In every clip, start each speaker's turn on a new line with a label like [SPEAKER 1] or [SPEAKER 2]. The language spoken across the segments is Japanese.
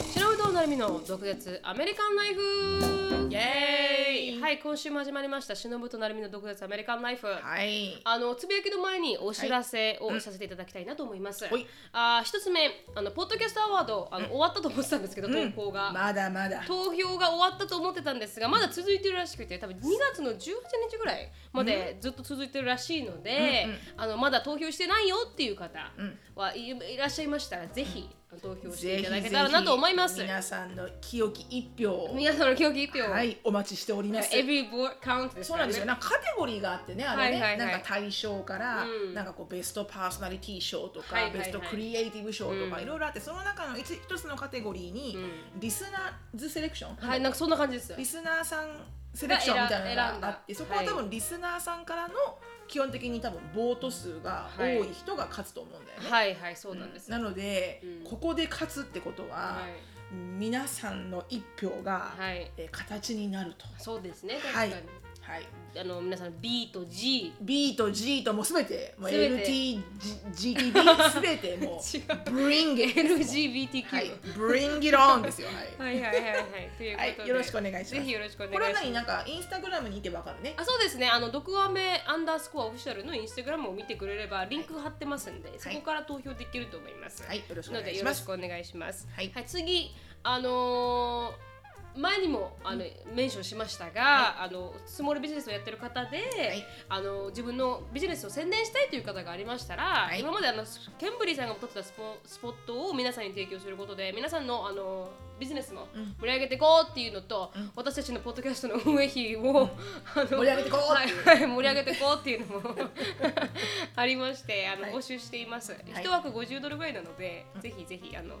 [SPEAKER 1] 亜美の独舌アメリカンライフ
[SPEAKER 2] イエーイ
[SPEAKER 1] はい今週も始まりました忍となるみの独舌アメリカンライフ、
[SPEAKER 2] はい。
[SPEAKER 1] あのつぶやきの前にお知らせをさせていただきたいなと思います、
[SPEAKER 2] ほい
[SPEAKER 1] あー一つ目あのポッドキャストアワードあの、終わったと思ってたんですけど、投稿が、
[SPEAKER 2] まだまだ。
[SPEAKER 1] 投票が終わったと思ってたんですがまだ続いてるらしくて多分2月の18日ぐらいまでずっと続いてるらしいので、あのまだ投票してないよっていう方はいいらっしゃいましたらぜひ投票していただけたらなと思います。
[SPEAKER 2] 皆さんの清き一票を
[SPEAKER 1] 皆さんの競技一票、
[SPEAKER 2] はい、お待ちしております。
[SPEAKER 1] エビボーカウントです
[SPEAKER 2] そう
[SPEAKER 1] から
[SPEAKER 2] なん
[SPEAKER 1] ね
[SPEAKER 2] ですよ。なんかカテゴリーがあってね、あ
[SPEAKER 1] は
[SPEAKER 2] れね、
[SPEAKER 1] いはいはい
[SPEAKER 2] なんか大賞から、
[SPEAKER 1] うん
[SPEAKER 2] なんかこうベストパーソナリティ賞とか、
[SPEAKER 1] はいはいはい
[SPEAKER 2] ベストクリエイティブ賞とか、
[SPEAKER 1] うん
[SPEAKER 2] いろいろあって、その中の一一つのカテゴリーに、リスナーズセレクション、
[SPEAKER 1] はいなんかそんな感じです。
[SPEAKER 2] リスナーさんセレクションみたいなのがあって
[SPEAKER 1] 選
[SPEAKER 2] そ
[SPEAKER 1] んだ
[SPEAKER 2] こは多分リスナーさんからの基本的に多分ボート数が多い人が勝つと思うんだよね。
[SPEAKER 1] はいはいそうなんです。
[SPEAKER 2] なので、
[SPEAKER 1] うん
[SPEAKER 2] ここで勝つってことは、
[SPEAKER 1] はい
[SPEAKER 2] 皆さんの一票が、
[SPEAKER 1] はい
[SPEAKER 2] えー形になると、
[SPEAKER 1] そうですね確か
[SPEAKER 2] はい
[SPEAKER 1] に、
[SPEAKER 2] はい、
[SPEAKER 1] あの皆さん B と G
[SPEAKER 2] B と G ともうすべてもう
[SPEAKER 1] 全て
[SPEAKER 2] LTGTB すべても
[SPEAKER 1] 違
[SPEAKER 2] う Bring it
[SPEAKER 1] LGBTQ、
[SPEAKER 2] はい Bring it on ですよは
[SPEAKER 1] は
[SPEAKER 2] い、
[SPEAKER 1] いはいはいはい。というこ
[SPEAKER 2] は
[SPEAKER 1] とで、
[SPEAKER 2] い、よろしくお願いします
[SPEAKER 1] ぜひよろしくお願いします。
[SPEAKER 2] これは何なんかインスタグラムにいてわかるね
[SPEAKER 1] あそうですね、あの、毒アメアンダースコアオフィシャルのインスタグラムを見てくれれば、リンク貼ってますんで、そこから投票できると思います。
[SPEAKER 2] はいよろしくお
[SPEAKER 1] なの
[SPEAKER 2] 願い
[SPEAKER 1] で、
[SPEAKER 2] し
[SPEAKER 1] よろ
[SPEAKER 2] ま
[SPEAKER 1] し
[SPEAKER 2] す
[SPEAKER 1] くお願いします。
[SPEAKER 2] はい
[SPEAKER 1] 次、あのー前にもあのメンションしましたが、あのスモールビジネスをやってる方で、
[SPEAKER 2] い
[SPEAKER 1] あの自分のビジネスを宣伝したいという方がありましたら、
[SPEAKER 2] い
[SPEAKER 1] 今まであのケンブリーさんが取ってたスポスポットを皆さんに提供することで皆さんのあのビジネスも盛り上げていこうっていうのと、私たちのポッドキャストの運営費を、あの
[SPEAKER 2] 盛り上げていこうっていう
[SPEAKER 1] はいはい、盛り上げていこうっていうのも ありましてあの、
[SPEAKER 2] はい
[SPEAKER 1] 募集しています。一枠50ドルぐらいなので、ぜひぜひあの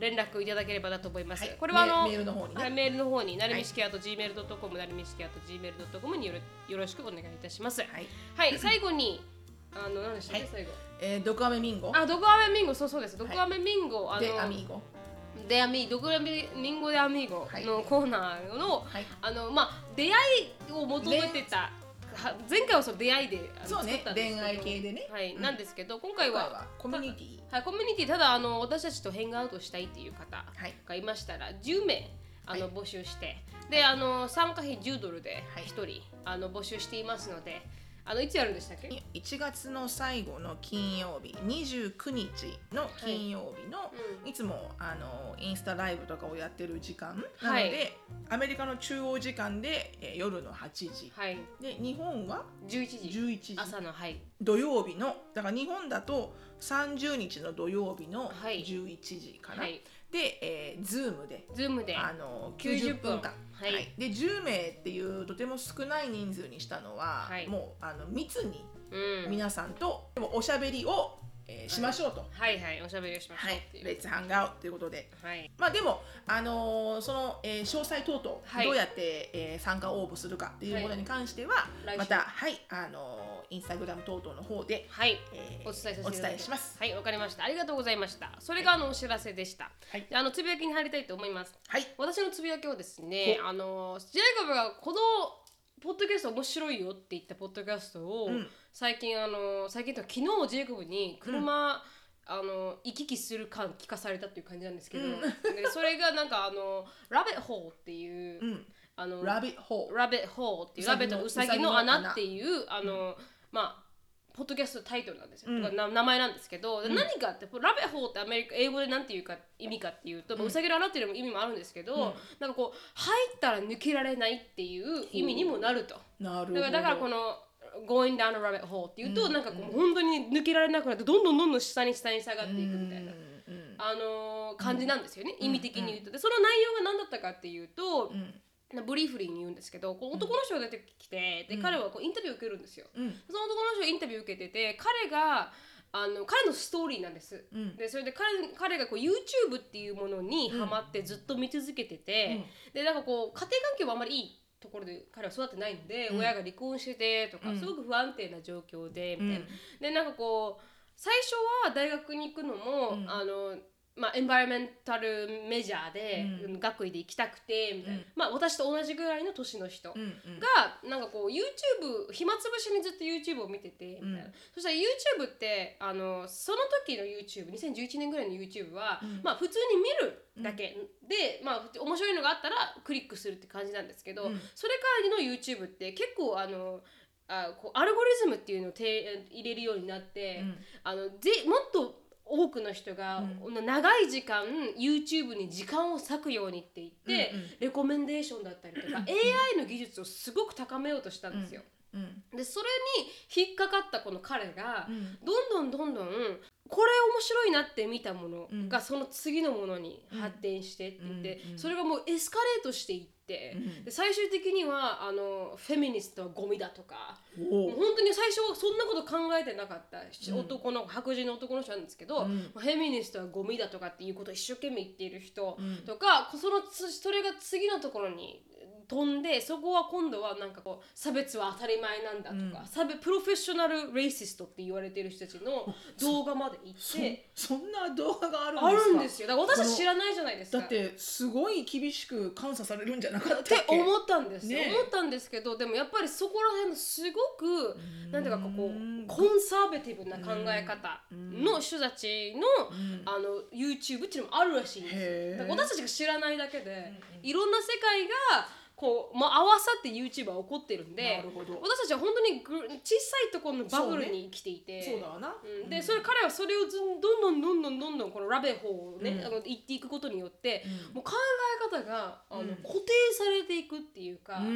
[SPEAKER 1] 連絡いただければなと思います。
[SPEAKER 2] はい
[SPEAKER 1] これはあの
[SPEAKER 2] メメールの方にね
[SPEAKER 1] はいメールの方になるみしきあと gmail.com なるみしきあと gmail.com によろよろしくお願いいたします。
[SPEAKER 2] はい、
[SPEAKER 1] はい、最後にあの何でしたっけ、
[SPEAKER 2] はい
[SPEAKER 1] 最後。
[SPEAKER 2] えー、ドクアメミンゴ
[SPEAKER 1] あ、ドクアメミンゴそうそうです。ドクアメミンゴ、
[SPEAKER 2] で
[SPEAKER 1] あ
[SPEAKER 2] ア
[SPEAKER 1] の
[SPEAKER 2] ミーゴ
[SPEAKER 1] でアミドクアメミンゴでアミーゴ
[SPEAKER 2] はい
[SPEAKER 1] のコーナーの、
[SPEAKER 2] はい
[SPEAKER 1] あのまあ出会いを求めてた。は前回はその出会いであの
[SPEAKER 2] そうね
[SPEAKER 1] 作ったんですけど
[SPEAKER 2] 恋愛系でね
[SPEAKER 1] はい、
[SPEAKER 2] うん
[SPEAKER 1] なんですけど今
[SPEAKER 2] 今
[SPEAKER 1] 回
[SPEAKER 2] 回
[SPEAKER 1] は
[SPEAKER 2] はコミュニティ
[SPEAKER 1] はい、コミュニティただあの私たちと変ングアウトしたいっていう方
[SPEAKER 2] はい
[SPEAKER 1] がいましたら10名あの、
[SPEAKER 2] はい
[SPEAKER 1] 募集してで、あの参加費10ドルで
[SPEAKER 2] はい
[SPEAKER 1] 1人、あの募集していますのであのいつやるんでしたっけ、
[SPEAKER 2] 1月の最後の金曜日29日の金曜日の、いつもあのインスタライブとかをやってる時間なので、
[SPEAKER 1] はい
[SPEAKER 2] アメリカの中央時間で、えー夜の8時
[SPEAKER 1] はい
[SPEAKER 2] で日本は
[SPEAKER 1] 11時
[SPEAKER 2] 11時
[SPEAKER 1] 朝のはい
[SPEAKER 2] 土曜日のだから日本だと30日の土曜日の
[SPEAKER 1] はい
[SPEAKER 2] 11時かな、
[SPEAKER 1] はい
[SPEAKER 2] で、えー、ズームで。
[SPEAKER 1] ズームで
[SPEAKER 2] あ
[SPEAKER 1] は
[SPEAKER 2] の
[SPEAKER 1] 90
[SPEAKER 2] 90分
[SPEAKER 1] 分
[SPEAKER 2] 間、
[SPEAKER 1] はい
[SPEAKER 2] で10名っていうとても少ない人数にしたのは、
[SPEAKER 1] はい
[SPEAKER 2] もうあの密に
[SPEAKER 1] うん
[SPEAKER 2] 皆さんとでもおしゃべりを、えーしましょうと、
[SPEAKER 1] はいはいおしゃべりをしまし
[SPEAKER 2] は
[SPEAKER 1] ょう
[SPEAKER 2] い
[SPEAKER 1] ってい、う
[SPEAKER 2] レッツハンガーということで、
[SPEAKER 1] はい
[SPEAKER 2] まあでも、あのーその、えー詳細等々、
[SPEAKER 1] はい
[SPEAKER 2] どうやって、えー参加応募するかっていうものに関しては、
[SPEAKER 1] はい
[SPEAKER 2] また、はい、あのーインスタグラム等々の方で、
[SPEAKER 1] はい
[SPEAKER 2] えー
[SPEAKER 1] お伝えさせていただき
[SPEAKER 2] お伝えします。
[SPEAKER 1] はいわかりましたありがとうございましたそれがあのお知らせでした、
[SPEAKER 2] はい
[SPEAKER 1] であのつぶやきに入りたいと思います
[SPEAKER 2] はい、
[SPEAKER 1] 私のつぶやきはですねあのジェイコブがこのポッドキャスト面白いよって言ったポッドキャストを、
[SPEAKER 2] うん
[SPEAKER 1] 最近あの最近というか昨日ジェイコブに車、あの行き来する感聞かされたっていう感じなんですけど、
[SPEAKER 2] うん
[SPEAKER 1] でそれがなんかあのラベットホーっていう、
[SPEAKER 2] うん、
[SPEAKER 1] あの
[SPEAKER 2] ラビットホール。
[SPEAKER 1] ラベットホーっていう
[SPEAKER 2] う
[SPEAKER 1] ラ
[SPEAKER 2] さ
[SPEAKER 1] ベ
[SPEAKER 2] ぎ
[SPEAKER 1] ッ
[SPEAKER 2] の
[SPEAKER 1] トウサギの
[SPEAKER 2] うさぎの
[SPEAKER 1] 穴
[SPEAKER 2] 穴
[SPEAKER 1] っていうあの、まあポッドキャストタイトルなんですよ、
[SPEAKER 2] うん
[SPEAKER 1] とかな名前なんですけど、で何かってラベットホーってアメリカ英語でなんていうか意味かっていうと、まあうさぎの穴っていうのも意味もあるんですけど、
[SPEAKER 2] うん
[SPEAKER 1] なんかこう入ったら抜けられないっていう意味にもなると。
[SPEAKER 2] なる
[SPEAKER 1] だ
[SPEAKER 2] ほど。
[SPEAKER 1] からだからこの Going down a rabbit hole っていうと、なんかこう本当に抜けられなくなってどんどんどんどん下に下に下がっていくみたいな、
[SPEAKER 2] うんうん
[SPEAKER 1] あのー感じなんですよね、意味的に言うと。でその内容が何だったかっていうと、
[SPEAKER 2] うん
[SPEAKER 1] なブリーフリーに言うんですけどこう男の人が出てきて、で彼はこうインタビューを受けるんですよ。
[SPEAKER 2] うん
[SPEAKER 1] その男の人がインタビューを受けてて彼があの彼のストーリーなんです。
[SPEAKER 2] うん
[SPEAKER 1] でそれで彼彼がこう YouTube っていうものにハマってずっと見続けてて、でなんかこう家庭環境はあんまりいいところで彼は育ってないので、
[SPEAKER 2] うん
[SPEAKER 1] 親が離婚しててとか、
[SPEAKER 2] うん
[SPEAKER 1] すごく不安定な状況でみたいな。
[SPEAKER 2] うん
[SPEAKER 1] でなんかこう最初は大学に行くのも、
[SPEAKER 2] うん
[SPEAKER 1] あのまあ、エンバイメンタルメジャーで、
[SPEAKER 2] う
[SPEAKER 1] 学位で行きたくてみたいな、
[SPEAKER 2] うん
[SPEAKER 1] まあ、私と同じぐらいの年の人
[SPEAKER 2] うんうん
[SPEAKER 1] がなんかこう YouTube 暇つぶしにずっと YouTube を見ててみたいな、
[SPEAKER 2] うん
[SPEAKER 1] そしたら YouTube ってあのその時の YouTube2011 年ぐらいの YouTube は、
[SPEAKER 2] うん
[SPEAKER 1] まあ普通に見るだけ、で、まあ、ふつ面白いのがあったらクリックするって感じなんですけど、
[SPEAKER 2] うん
[SPEAKER 1] それからの YouTube って結構あのあこうアルゴリズムっていうのをて入れるようになって。あのぜもっと多くの人が、長い時間 YouTube に時間を割くようにって言って、
[SPEAKER 2] うんうん
[SPEAKER 1] レコメンデーションだったりとか AI の技術をすごく高めようとしたんですよ。
[SPEAKER 2] うん
[SPEAKER 1] でそれに引っかかったこの彼が、
[SPEAKER 2] うん
[SPEAKER 1] どんどんどんどんこれ面白いなって見たもの
[SPEAKER 2] う
[SPEAKER 1] が
[SPEAKER 2] ん
[SPEAKER 1] その次のものに発展してって言って、
[SPEAKER 2] うんうん
[SPEAKER 1] それがもうエスカレートしていって。
[SPEAKER 2] うん
[SPEAKER 1] で最終的にはあのフェミニストはゴミだとか
[SPEAKER 2] お
[SPEAKER 1] もう
[SPEAKER 2] う
[SPEAKER 1] 本当に最初はそんなこと考えてなかった、
[SPEAKER 2] うん
[SPEAKER 1] 男の白人の男の人なんですけど、
[SPEAKER 2] うん
[SPEAKER 1] まあフェミニストはゴミだとかっていうことを一生懸命言っている人
[SPEAKER 2] うん
[SPEAKER 1] とか、そのつそれが次のところに飛んでそこは今度はなんかこう差別は当たり前なんだとか、
[SPEAKER 2] うん
[SPEAKER 1] 差別プロフェッショナル・レイシストって言われている人たち の動画まで行
[SPEAKER 2] そ
[SPEAKER 1] って
[SPEAKER 2] そんな動画があるんですか
[SPEAKER 1] あるんですよだから私は知らないじゃないですか。
[SPEAKER 2] だってすごい厳しく監査されるんじゃなかったっ
[SPEAKER 1] っ
[SPEAKER 2] け
[SPEAKER 1] て思ったんですよ、
[SPEAKER 2] ねえ
[SPEAKER 1] 思ったんですけどでもやっぱりそこら辺のすごく
[SPEAKER 2] ん
[SPEAKER 1] なんていうかこうコンサバティブな考え方の人たちの
[SPEAKER 2] うん
[SPEAKER 1] あの YouTube っていうのもあるらしいんです
[SPEAKER 2] へ
[SPEAKER 1] よ
[SPEAKER 2] ー
[SPEAKER 1] だから私たちが知らないだけでいろんな世界がこう、まあ、合わさって YouTuber 起こってるん
[SPEAKER 2] な
[SPEAKER 1] で
[SPEAKER 2] るほど
[SPEAKER 1] 私たちは本当にぐ小さいところのバブルに生きていて。
[SPEAKER 2] そうだわな、
[SPEAKER 1] うんでそれ彼はそれをずんどんどんどんどんどんどんこのラベホをね、
[SPEAKER 2] うん
[SPEAKER 1] あの言っていくことによって、
[SPEAKER 2] うん
[SPEAKER 1] もう考え方があの、
[SPEAKER 2] うん
[SPEAKER 1] 固定されていくっていうか、
[SPEAKER 2] な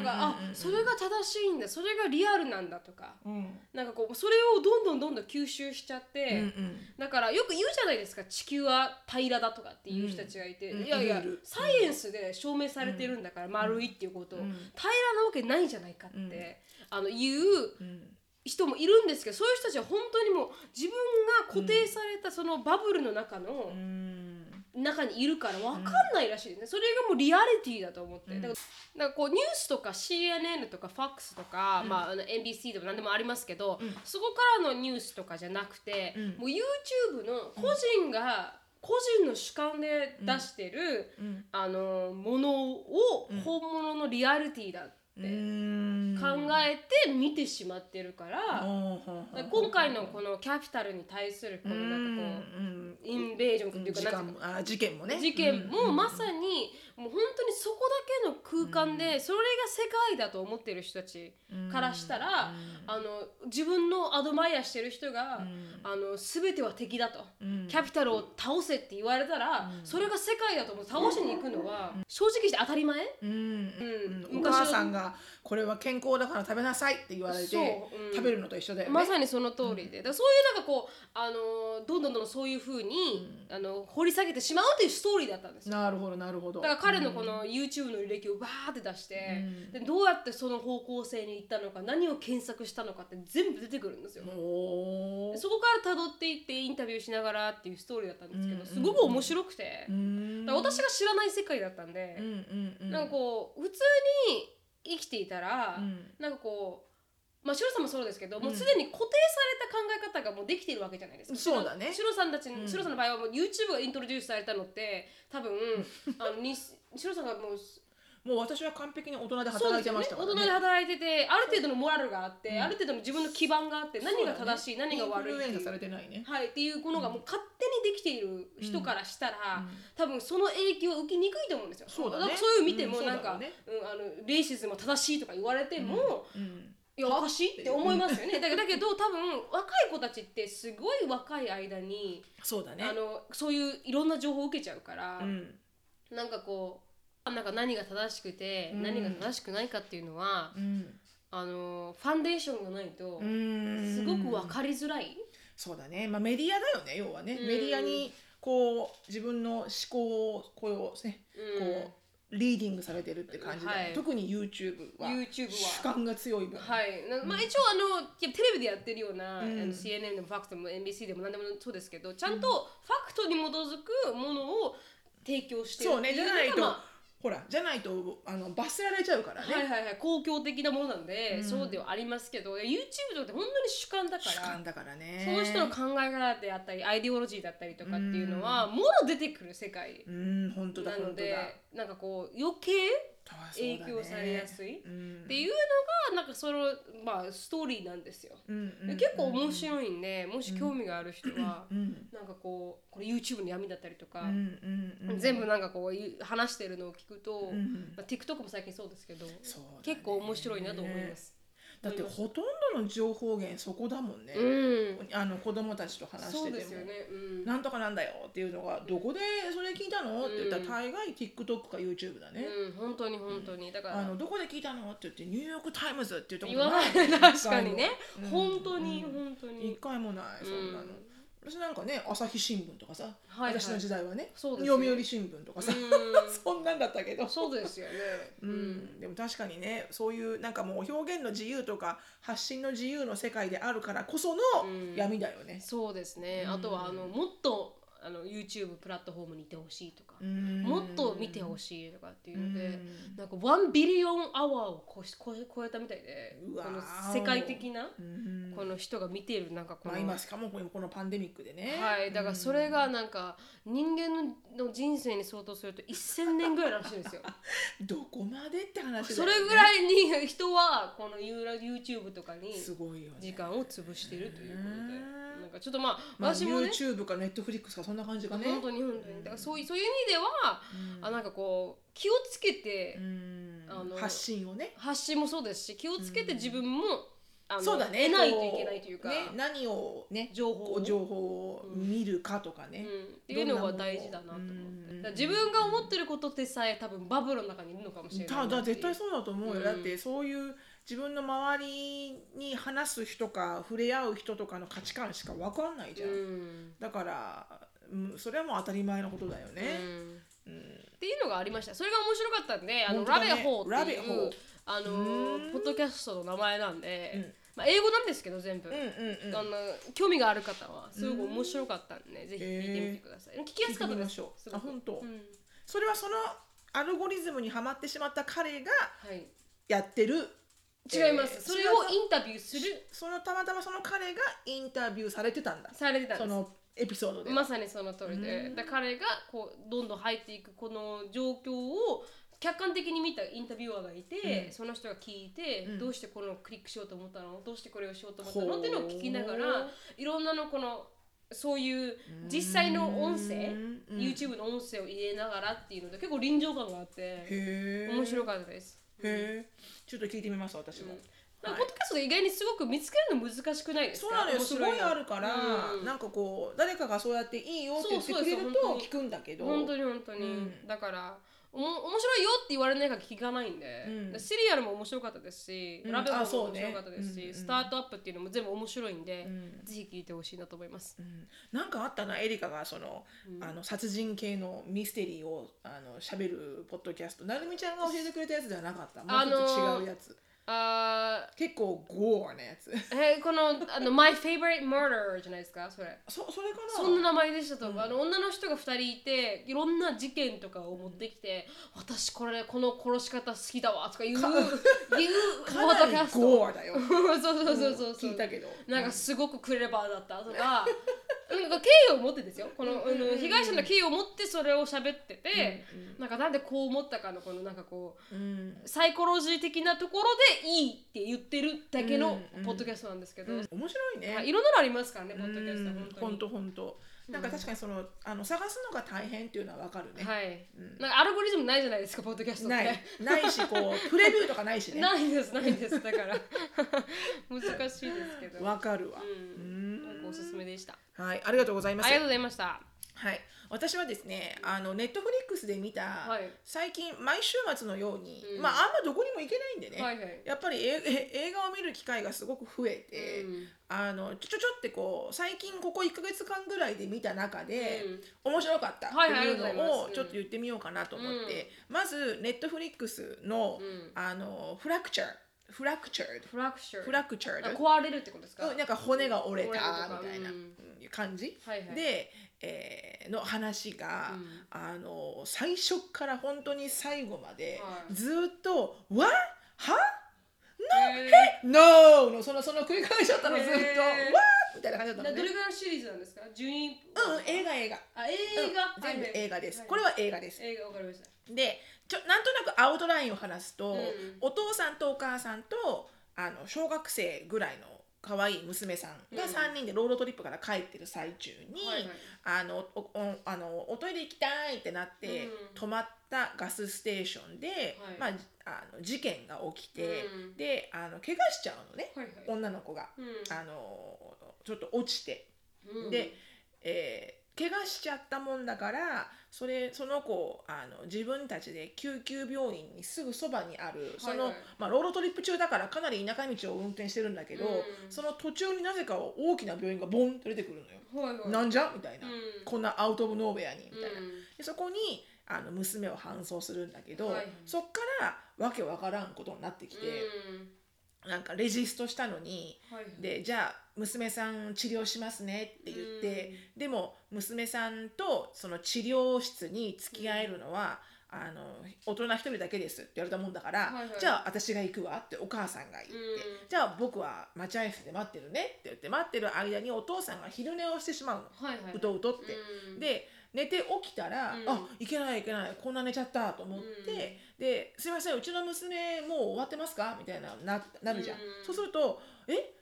[SPEAKER 1] なんか、あそれが正しいんだそれがリアルなんだとか
[SPEAKER 2] うん
[SPEAKER 1] なんかこうそれをどんどんどんどん吸収しちゃって、
[SPEAKER 2] うんうん
[SPEAKER 1] だからよく言うじゃないですか地球は平らだとかっていう人たちがいて、
[SPEAKER 2] うん
[SPEAKER 1] いやいや
[SPEAKER 2] いるいる
[SPEAKER 1] サイエンスで証明されてるんだから、丸いっていうことを、
[SPEAKER 2] うん
[SPEAKER 1] 平らなわけないじゃないかって、
[SPEAKER 2] うん
[SPEAKER 1] あの言う
[SPEAKER 2] うん
[SPEAKER 1] 人もいるんですけどそういう人たちは本当にもう自分が固定されたそのバブルの中の、
[SPEAKER 2] うん
[SPEAKER 1] 中にいるから分かんないらしいね、それがもうリアリティだと思って、
[SPEAKER 2] うん
[SPEAKER 1] だからなんかこうニュースとか CNN とか FAX とか、まあ、あの NBC でも何でもありますけど、
[SPEAKER 2] うん
[SPEAKER 1] そこからのニュースとかじゃなくて、
[SPEAKER 2] うん
[SPEAKER 1] もう YouTube の個人が、個人の主観で出してる、
[SPEAKER 2] うん
[SPEAKER 1] あのものを
[SPEAKER 2] うん
[SPEAKER 1] 本物のリアリティだって
[SPEAKER 2] うん
[SPEAKER 1] 考えて見てしまってるから,、
[SPEAKER 2] ほうほうほう
[SPEAKER 1] 今回のこのキャピタルに対するこのなんかこう、
[SPEAKER 2] うん
[SPEAKER 1] インベージョンって
[SPEAKER 2] うん
[SPEAKER 1] いうか
[SPEAKER 2] 時
[SPEAKER 1] なんていう
[SPEAKER 2] 間
[SPEAKER 1] の
[SPEAKER 2] もあ事件もね
[SPEAKER 1] 事件もま
[SPEAKER 2] に
[SPEAKER 1] さにもう本当にそこだけの空間でそれが世界だと思ってる人たちからしたらあの自分のアドマイアしてる人があの全ては敵だと。キャピタルを倒せって言われたら、
[SPEAKER 2] うん
[SPEAKER 1] それが世界だと思う倒しに行くのは正直して当たり前う
[SPEAKER 2] うん
[SPEAKER 1] ん
[SPEAKER 2] お母さんが「これは健康だから食べなさい」って言われて
[SPEAKER 1] そううん
[SPEAKER 2] 食べるのと一緒だよね。
[SPEAKER 1] まさにその通りで、だからそういうなんかこうあのどんどんどんどんそういうふうに、あの掘り下げてしまうというストーリーだったんですよ
[SPEAKER 2] なるほどなるほど。
[SPEAKER 1] だから彼のこの YouTube の履歴をバーって出して、
[SPEAKER 2] うん
[SPEAKER 1] でどうやってその方向性に行ったのか何を検索したのかって全部出てくるんですよ。
[SPEAKER 2] お
[SPEAKER 1] で
[SPEAKER 2] ー
[SPEAKER 1] そこから辿っていってインタビューしながらっていうストーリーだったんですけど、
[SPEAKER 2] うん
[SPEAKER 1] すごく面白くて、
[SPEAKER 2] うん
[SPEAKER 1] だから私が知らない世界だったんで
[SPEAKER 2] う、んうん
[SPEAKER 1] なんかこう普通に生きていたら、
[SPEAKER 2] うん
[SPEAKER 1] なんかこうまあシロさんもそうですけど、もうすでに固定された考え方がもうできているわけじゃないですか。
[SPEAKER 2] そうだね
[SPEAKER 1] シロさんたち、
[SPEAKER 2] うん
[SPEAKER 1] シロさんの場合はもう YouTube がイントロデュースされたのって多分あのにシロさんがもう
[SPEAKER 2] もう私は完璧に大人で
[SPEAKER 1] そう
[SPEAKER 2] 働
[SPEAKER 1] です
[SPEAKER 2] いて
[SPEAKER 1] よ
[SPEAKER 2] ま
[SPEAKER 1] ね
[SPEAKER 2] したか
[SPEAKER 1] 大
[SPEAKER 2] ら
[SPEAKER 1] 人で働いててある程度のモラルがあって、
[SPEAKER 2] うん
[SPEAKER 1] ある程度の自分の基盤があって何が正しい、
[SPEAKER 2] そうだね
[SPEAKER 1] 何が悪い
[SPEAKER 2] イン
[SPEAKER 1] っ
[SPEAKER 2] フルエ
[SPEAKER 1] て
[SPEAKER 2] ンザ
[SPEAKER 1] い
[SPEAKER 2] さ
[SPEAKER 1] う
[SPEAKER 2] れてないね。
[SPEAKER 1] はい、っていうものがもう勝手にできている人からしたら、
[SPEAKER 2] うん
[SPEAKER 1] 多分その影響を受けにくいと思うんですよ。
[SPEAKER 2] そうだね
[SPEAKER 1] からそういう見ても
[SPEAKER 2] うん
[SPEAKER 1] なん
[SPEAKER 2] そう
[SPEAKER 1] か、
[SPEAKER 2] だろうね
[SPEAKER 1] うんあのレイシズムは正しいとか言われても、
[SPEAKER 2] うん
[SPEAKER 1] いやおかしいって思いますよね。だけどだけど多分若い子たちってすごい若い間に、
[SPEAKER 2] そうだね。
[SPEAKER 1] あのそういういろんな情報を受けちゃうから。
[SPEAKER 2] うん
[SPEAKER 1] なんかこうなんか何が正しくて、
[SPEAKER 2] うん
[SPEAKER 1] 何が正しくないかっていうのは
[SPEAKER 2] うん
[SPEAKER 1] あのファンデーションがないと
[SPEAKER 2] うん
[SPEAKER 1] すごく分かりづらい、
[SPEAKER 2] そうだね、まあ、メディアだよね要はね、
[SPEAKER 1] うん
[SPEAKER 2] メディアにこう自分の思考をこう、ね
[SPEAKER 1] うん
[SPEAKER 2] こうリーディングされてるって感じで、
[SPEAKER 1] はい
[SPEAKER 2] 特に YouTube は
[SPEAKER 1] YouTube は
[SPEAKER 2] 主観が強い分、
[SPEAKER 1] はいなまあ、一応あのいやテレビでやってるような、
[SPEAKER 2] う
[SPEAKER 1] あ
[SPEAKER 2] ん
[SPEAKER 1] の CNN でも FAX でも NBC でも何でもそうですけどちゃんとファクトに基づくものを提供してる
[SPEAKER 2] そうね
[SPEAKER 1] って
[SPEAKER 2] じゃ
[SPEAKER 1] うのが
[SPEAKER 2] ないと、
[SPEAKER 1] ま
[SPEAKER 2] ほらじゃないとあの罰せられちゃうから
[SPEAKER 1] あ
[SPEAKER 2] ね、
[SPEAKER 1] はいはいはい、公共的なものなんで、
[SPEAKER 2] うん
[SPEAKER 1] そうではありますけどいや YouTube とかって本当に主観だから
[SPEAKER 2] 主観だからね
[SPEAKER 1] その人のの考え方であったりアイデオロジーだったりとかっていうのはもろ出てくる世界
[SPEAKER 2] うん本当だ
[SPEAKER 1] な
[SPEAKER 2] 本
[SPEAKER 1] の
[SPEAKER 2] 当だ
[SPEAKER 1] でなんかこう余計影響されやすいっ
[SPEAKER 2] って
[SPEAKER 1] いうのがなんかそのまあストーリーなんですよ。で結構面白いんでもし興味がある人はなんかこうこれ YouTube の闇だったりとか全部なんかこういう話してるのを聞くとまあ TikTok も最近そうですけど結構面白いなと思いますす。
[SPEAKER 2] だってほとんどの情報源そこだもんね
[SPEAKER 1] うん、
[SPEAKER 2] あの子供たちと話し
[SPEAKER 1] そう
[SPEAKER 2] て
[SPEAKER 1] で
[SPEAKER 2] て
[SPEAKER 1] す
[SPEAKER 2] も
[SPEAKER 1] よね。うん
[SPEAKER 2] なんとかなんだよっていうのがどこでそれ聞いたのって言ったら大概 TikTok か YouTube だね
[SPEAKER 1] うん、本当に本当にだから
[SPEAKER 2] あのどこで聞いたのって言ってニューヨークタイムズって言ったこ
[SPEAKER 1] 言
[SPEAKER 2] と
[SPEAKER 1] わな
[SPEAKER 2] ないい
[SPEAKER 1] 確かにね
[SPEAKER 2] うん
[SPEAKER 1] 本当に
[SPEAKER 2] うん
[SPEAKER 1] 本当
[SPEAKER 2] 一
[SPEAKER 1] に
[SPEAKER 2] 回もないそんなの
[SPEAKER 1] うん
[SPEAKER 2] 私なんかね朝日新聞とかさ
[SPEAKER 1] はいはい
[SPEAKER 2] 私の時代はね
[SPEAKER 1] そう
[SPEAKER 2] 読
[SPEAKER 1] ですよ
[SPEAKER 2] 売新聞とかさ そんなんだったけど
[SPEAKER 1] そうですよね
[SPEAKER 2] うんでも確かにねそういうなんかもう表現の自由とか発信の自由の世界であるからこその
[SPEAKER 1] うん
[SPEAKER 2] 闇だよね。
[SPEAKER 1] そうですね
[SPEAKER 2] うん
[SPEAKER 1] あとはあのもっとあの YouTube プラットフォームにいてほしいとかも
[SPEAKER 2] も
[SPEAKER 1] っと見て
[SPEAKER 2] し
[SPEAKER 1] ほしいとかっていうのでなんか1ビリオンアワーを超し超え超えたみたいで
[SPEAKER 2] うわ
[SPEAKER 1] この
[SPEAKER 2] ー
[SPEAKER 1] 世界的な
[SPEAKER 2] うん
[SPEAKER 1] この人が見てるなんかこ
[SPEAKER 2] ま
[SPEAKER 1] の
[SPEAKER 2] あ、今しかもこのこのパンデミックでね。
[SPEAKER 1] はい、だからそれがなんか人間の人生に相当すると1000年ぐらいらしいんです よ。
[SPEAKER 2] どこまでって話だよね
[SPEAKER 1] それぐらいに人はこのユーラ YouTube とかに
[SPEAKER 2] すごいよね。
[SPEAKER 1] 時間を潰しているということで、
[SPEAKER 2] ね
[SPEAKER 1] なんかちょっとまあ
[SPEAKER 2] まあ、
[SPEAKER 1] 私もね、
[SPEAKER 2] YouTube か Netflix かそんな感じがね。
[SPEAKER 1] 本当に本当にだからそういうそういう意味では、
[SPEAKER 2] うん
[SPEAKER 1] あなんかこう気をつけて
[SPEAKER 2] うん
[SPEAKER 1] あの
[SPEAKER 2] 発信をね。
[SPEAKER 1] 発信もそうですし気をつけて自分も、あの
[SPEAKER 2] そうだね。
[SPEAKER 1] 得ないと
[SPEAKER 2] こ
[SPEAKER 1] いけないというか、
[SPEAKER 2] ね、何をね
[SPEAKER 1] 情報
[SPEAKER 2] こ
[SPEAKER 1] を
[SPEAKER 2] う情報を見るかとかね。
[SPEAKER 1] うんっていうのは大事だなと思っ
[SPEAKER 2] う
[SPEAKER 1] てだ
[SPEAKER 2] ん
[SPEAKER 1] から自分が思ってることってさえ多分バブルの中にいるのかもしれないな
[SPEAKER 2] た
[SPEAKER 1] っていう
[SPEAKER 2] だ絶対そうだと思うよ、
[SPEAKER 1] うん
[SPEAKER 2] だってそういう自分の周りに話す人か触れ合う人とかの価値観しか分かんないじゃん、
[SPEAKER 1] うん
[SPEAKER 2] だから、うん、それはもう当たり前のことだよね、
[SPEAKER 1] うん
[SPEAKER 2] うん
[SPEAKER 1] っていうのがありましたそれが面白かったんであの、
[SPEAKER 2] 本当
[SPEAKER 1] ラ
[SPEAKER 2] だ
[SPEAKER 1] ベ
[SPEAKER 2] ね
[SPEAKER 1] ホーってい
[SPEAKER 2] ラベホ
[SPEAKER 1] う
[SPEAKER 2] ー
[SPEAKER 1] あの
[SPEAKER 2] うーん
[SPEAKER 1] ポッドキャストの名前なんで、
[SPEAKER 2] うん
[SPEAKER 1] まあ、英語なんですけど全部、
[SPEAKER 2] うんうん
[SPEAKER 1] あ
[SPEAKER 2] うん
[SPEAKER 1] の興味がある方はすごく面白かったんで、ぜひ聞いてみてください、聞きやすかった
[SPEAKER 2] 聞いてみ
[SPEAKER 1] で
[SPEAKER 2] ますしょう
[SPEAKER 1] すごく
[SPEAKER 2] あ本当
[SPEAKER 1] うん
[SPEAKER 2] それはそのアルゴリズムにはまってしまった彼が
[SPEAKER 1] はい、
[SPEAKER 2] やってる
[SPEAKER 1] 違います、
[SPEAKER 2] えー
[SPEAKER 1] それをインタビューする
[SPEAKER 2] そのたまたまその彼がインタビューされてたんだ
[SPEAKER 1] されてたんです
[SPEAKER 2] そのエピソードで、
[SPEAKER 1] まさにその通りで
[SPEAKER 2] うん
[SPEAKER 1] だから彼がこうどんどん入っていくこの状況を客観的に見たインタビュアーがいて、
[SPEAKER 2] うん
[SPEAKER 1] その人が聞いて、
[SPEAKER 2] うん
[SPEAKER 1] どうしてこのクリックしようと思ったのどうしてこれをしようと思ったの
[SPEAKER 2] ほう
[SPEAKER 1] っていうのを聞きながらいろんなのこのそういう実際の音声、
[SPEAKER 2] うんうん
[SPEAKER 1] YouTube の音声を入れながらっていうので結構臨場感があって
[SPEAKER 2] へえ
[SPEAKER 1] 面白かったです。
[SPEAKER 2] へえちょっと聞いてみます私も、
[SPEAKER 1] うんなん
[SPEAKER 2] は
[SPEAKER 1] かポ
[SPEAKER 2] い
[SPEAKER 1] ッドキャストで意外にすごく見つけるの難しくないですか
[SPEAKER 2] そうなのよ
[SPEAKER 1] 面
[SPEAKER 2] す
[SPEAKER 1] 白
[SPEAKER 2] ごい
[SPEAKER 1] の
[SPEAKER 2] あるから、
[SPEAKER 1] うん
[SPEAKER 2] なんかこう誰かがそうやっていいよって言って
[SPEAKER 1] そうそうで
[SPEAKER 2] く
[SPEAKER 1] す
[SPEAKER 2] れる
[SPEAKER 1] 本
[SPEAKER 2] と
[SPEAKER 1] 当に
[SPEAKER 2] 聞くんだけど
[SPEAKER 1] 本当に本当に、
[SPEAKER 2] うん
[SPEAKER 1] だからおも面白いよって言われないから聞かないんで、
[SPEAKER 2] うん
[SPEAKER 1] シリアルも面白かったですし、
[SPEAKER 2] うん
[SPEAKER 1] ラベルも
[SPEAKER 2] あそう
[SPEAKER 1] 面
[SPEAKER 2] ね
[SPEAKER 1] 白かったですし、
[SPEAKER 2] うんうん
[SPEAKER 1] スタートアップっていうのも全部面白いんで、
[SPEAKER 2] うん
[SPEAKER 1] ぜひ聞いてほしいなと思います、
[SPEAKER 2] うんなんかあったなエリカがその,、
[SPEAKER 1] うん
[SPEAKER 2] あの殺人系のミステリーをあの喋るポッドキャストなるみちゃんが教えてくれたやつではなかったもうちょっと違うやつ、
[SPEAKER 1] あ
[SPEAKER 2] 結構ゴーなやつ
[SPEAKER 1] ーえーこのあの My Favorite Murder じゃないですかそれ
[SPEAKER 2] そそれかな
[SPEAKER 1] そんな名前でしたと、あの女の人が2人いていろんな事件とかを持ってきて、私これこの殺し方好きだわとか言う言うポッ
[SPEAKER 2] か
[SPEAKER 1] ドキ
[SPEAKER 2] な
[SPEAKER 1] ャ
[SPEAKER 2] り
[SPEAKER 1] スト
[SPEAKER 2] ゴー だよ
[SPEAKER 1] そう そうそうそうそう
[SPEAKER 2] 聞いたけど
[SPEAKER 1] なんかすごくクレバーだったとかなんか敬意を持ってですよこの、あの被害者の敬意を持ってそれを喋ってて、なんかなんでこう思ったかのこのなんかこう
[SPEAKER 2] うん
[SPEAKER 1] サイコロジー的なところでいいって言ってるだけの
[SPEAKER 2] うん
[SPEAKER 1] ポッドキャストなんですけど、
[SPEAKER 2] 面白いね、
[SPEAKER 1] はいいろんなのありますからねポッドキャスト
[SPEAKER 2] うん
[SPEAKER 1] 本
[SPEAKER 2] 本
[SPEAKER 1] 当
[SPEAKER 2] 当本当なんか確かにそのあの探すのが大変っていうのはわかるね
[SPEAKER 1] に、はい、なんかアルゴリズムないじゃないですかポッドキャストって
[SPEAKER 2] ないないしこうプレビューとかないしね
[SPEAKER 1] ないですないですだから難しいですけど、
[SPEAKER 2] わかるわ、
[SPEAKER 1] う、
[SPEAKER 2] うんん
[SPEAKER 1] なんかおすすめでした
[SPEAKER 2] はいありがとうござい
[SPEAKER 1] あり
[SPEAKER 2] ま
[SPEAKER 1] が
[SPEAKER 2] す
[SPEAKER 1] とうございました
[SPEAKER 2] はい私はですねあのネットフリックスで見た、
[SPEAKER 1] はい
[SPEAKER 2] 最近毎週末のように、
[SPEAKER 1] うん
[SPEAKER 2] まああんまどこにも行けないんでね、
[SPEAKER 1] はいはい
[SPEAKER 2] やっぱりええ 映画を見る機会がすごく増えて、
[SPEAKER 1] うん
[SPEAKER 2] あのちょちょちょってこう最近ここ1か月間ぐらいで見た中で、
[SPEAKER 1] うん
[SPEAKER 2] 面白かった
[SPEAKER 1] はい
[SPEAKER 2] って
[SPEAKER 1] はい
[SPEAKER 2] いう
[SPEAKER 1] ありがとうござい
[SPEAKER 2] の
[SPEAKER 1] ま
[SPEAKER 2] を
[SPEAKER 1] す
[SPEAKER 2] ちょっと言ってみようかなと思って、まずネットフリックスの,、
[SPEAKER 1] うん
[SPEAKER 2] あのフラクチャーフラクチャー
[SPEAKER 1] フラクチャー
[SPEAKER 2] フラクチャー
[SPEAKER 1] 壊れるってことですか、
[SPEAKER 2] うんなんか骨が折れたみたいな
[SPEAKER 1] うん
[SPEAKER 2] うん感じ、
[SPEAKER 1] はいはい
[SPEAKER 2] で、えーの話が、
[SPEAKER 1] うん
[SPEAKER 2] あの最初から本当に最後まで、
[SPEAKER 1] はい
[SPEAKER 2] ずーっと「わは
[SPEAKER 1] えー
[SPEAKER 2] ?No!」のそのその繰り返しだったのずっと
[SPEAKER 1] へー
[SPEAKER 2] 「わみたいな感じだっ
[SPEAKER 1] ど
[SPEAKER 2] た
[SPEAKER 1] れ
[SPEAKER 2] の
[SPEAKER 1] ぐ
[SPEAKER 2] ね
[SPEAKER 1] らいのシリーズなんですか順位
[SPEAKER 2] うん映画映画
[SPEAKER 1] あ映
[SPEAKER 2] う
[SPEAKER 1] 画、
[SPEAKER 2] ん全部映画です、
[SPEAKER 1] はい
[SPEAKER 2] これは映画です
[SPEAKER 1] 映画わかりました
[SPEAKER 2] でちょなんとなくアウトラインを話すと、
[SPEAKER 1] うん
[SPEAKER 2] お父さんとお母さんとあの小学生ぐらいの可愛い娘さんが
[SPEAKER 1] うん
[SPEAKER 2] 3人でロードトリップから帰ってる最中に、
[SPEAKER 1] はいはい
[SPEAKER 2] あのおおあのおトイレ行きたいってなって、
[SPEAKER 1] うん
[SPEAKER 2] 止まったガスステーションで、
[SPEAKER 1] はい
[SPEAKER 2] まあじ、あの事件が起きて、
[SPEAKER 1] うん
[SPEAKER 2] であの怪我しちゃうのね
[SPEAKER 1] はいはい
[SPEAKER 2] 女の子が、あのちょっと落ちて、
[SPEAKER 1] うん
[SPEAKER 2] でえー怪我しちゃったもんだからそれその子をあの自分たちで救急病院にすぐそばにあるその、
[SPEAKER 1] はいはい
[SPEAKER 2] まあ、ロードトリップ中だからかなり田舎道を運転してるんだけど、
[SPEAKER 1] うん
[SPEAKER 2] その途中になぜか大きな病院がボンって出てくるのよ。
[SPEAKER 1] はいはい
[SPEAKER 2] なんじゃみたいな、
[SPEAKER 1] うん
[SPEAKER 2] こんなアウト・オブ・ノーベアにみたいな、
[SPEAKER 1] うん
[SPEAKER 2] でそこにあの娘を搬送するんだけど、
[SPEAKER 1] はい
[SPEAKER 2] そっからわけわからんことになってきて、
[SPEAKER 1] うん
[SPEAKER 2] なんかレジストしたのに
[SPEAKER 1] はいはい
[SPEAKER 2] でじゃあ娘さん治療しますねって言って、でも娘さんとその治療室に付き合えるのは、あの大人一人だけですって言われたもんだから、
[SPEAKER 1] はいはい
[SPEAKER 2] じゃあ私が行くわってお母さんが言って、
[SPEAKER 1] うん
[SPEAKER 2] じゃあ僕は待合室で待ってるねって言って待ってる間にお父さんが昼寝をしてしまうの。
[SPEAKER 1] はいはいう
[SPEAKER 2] とうとって、
[SPEAKER 1] うん
[SPEAKER 2] で寝て起きたら、
[SPEAKER 1] うん
[SPEAKER 2] あいけないいけないこんな寝ちゃったと思って、
[SPEAKER 1] うん
[SPEAKER 2] ですいませんうちの娘もう終わってますかみたいなななるじゃん、
[SPEAKER 1] うん
[SPEAKER 2] そうするとえ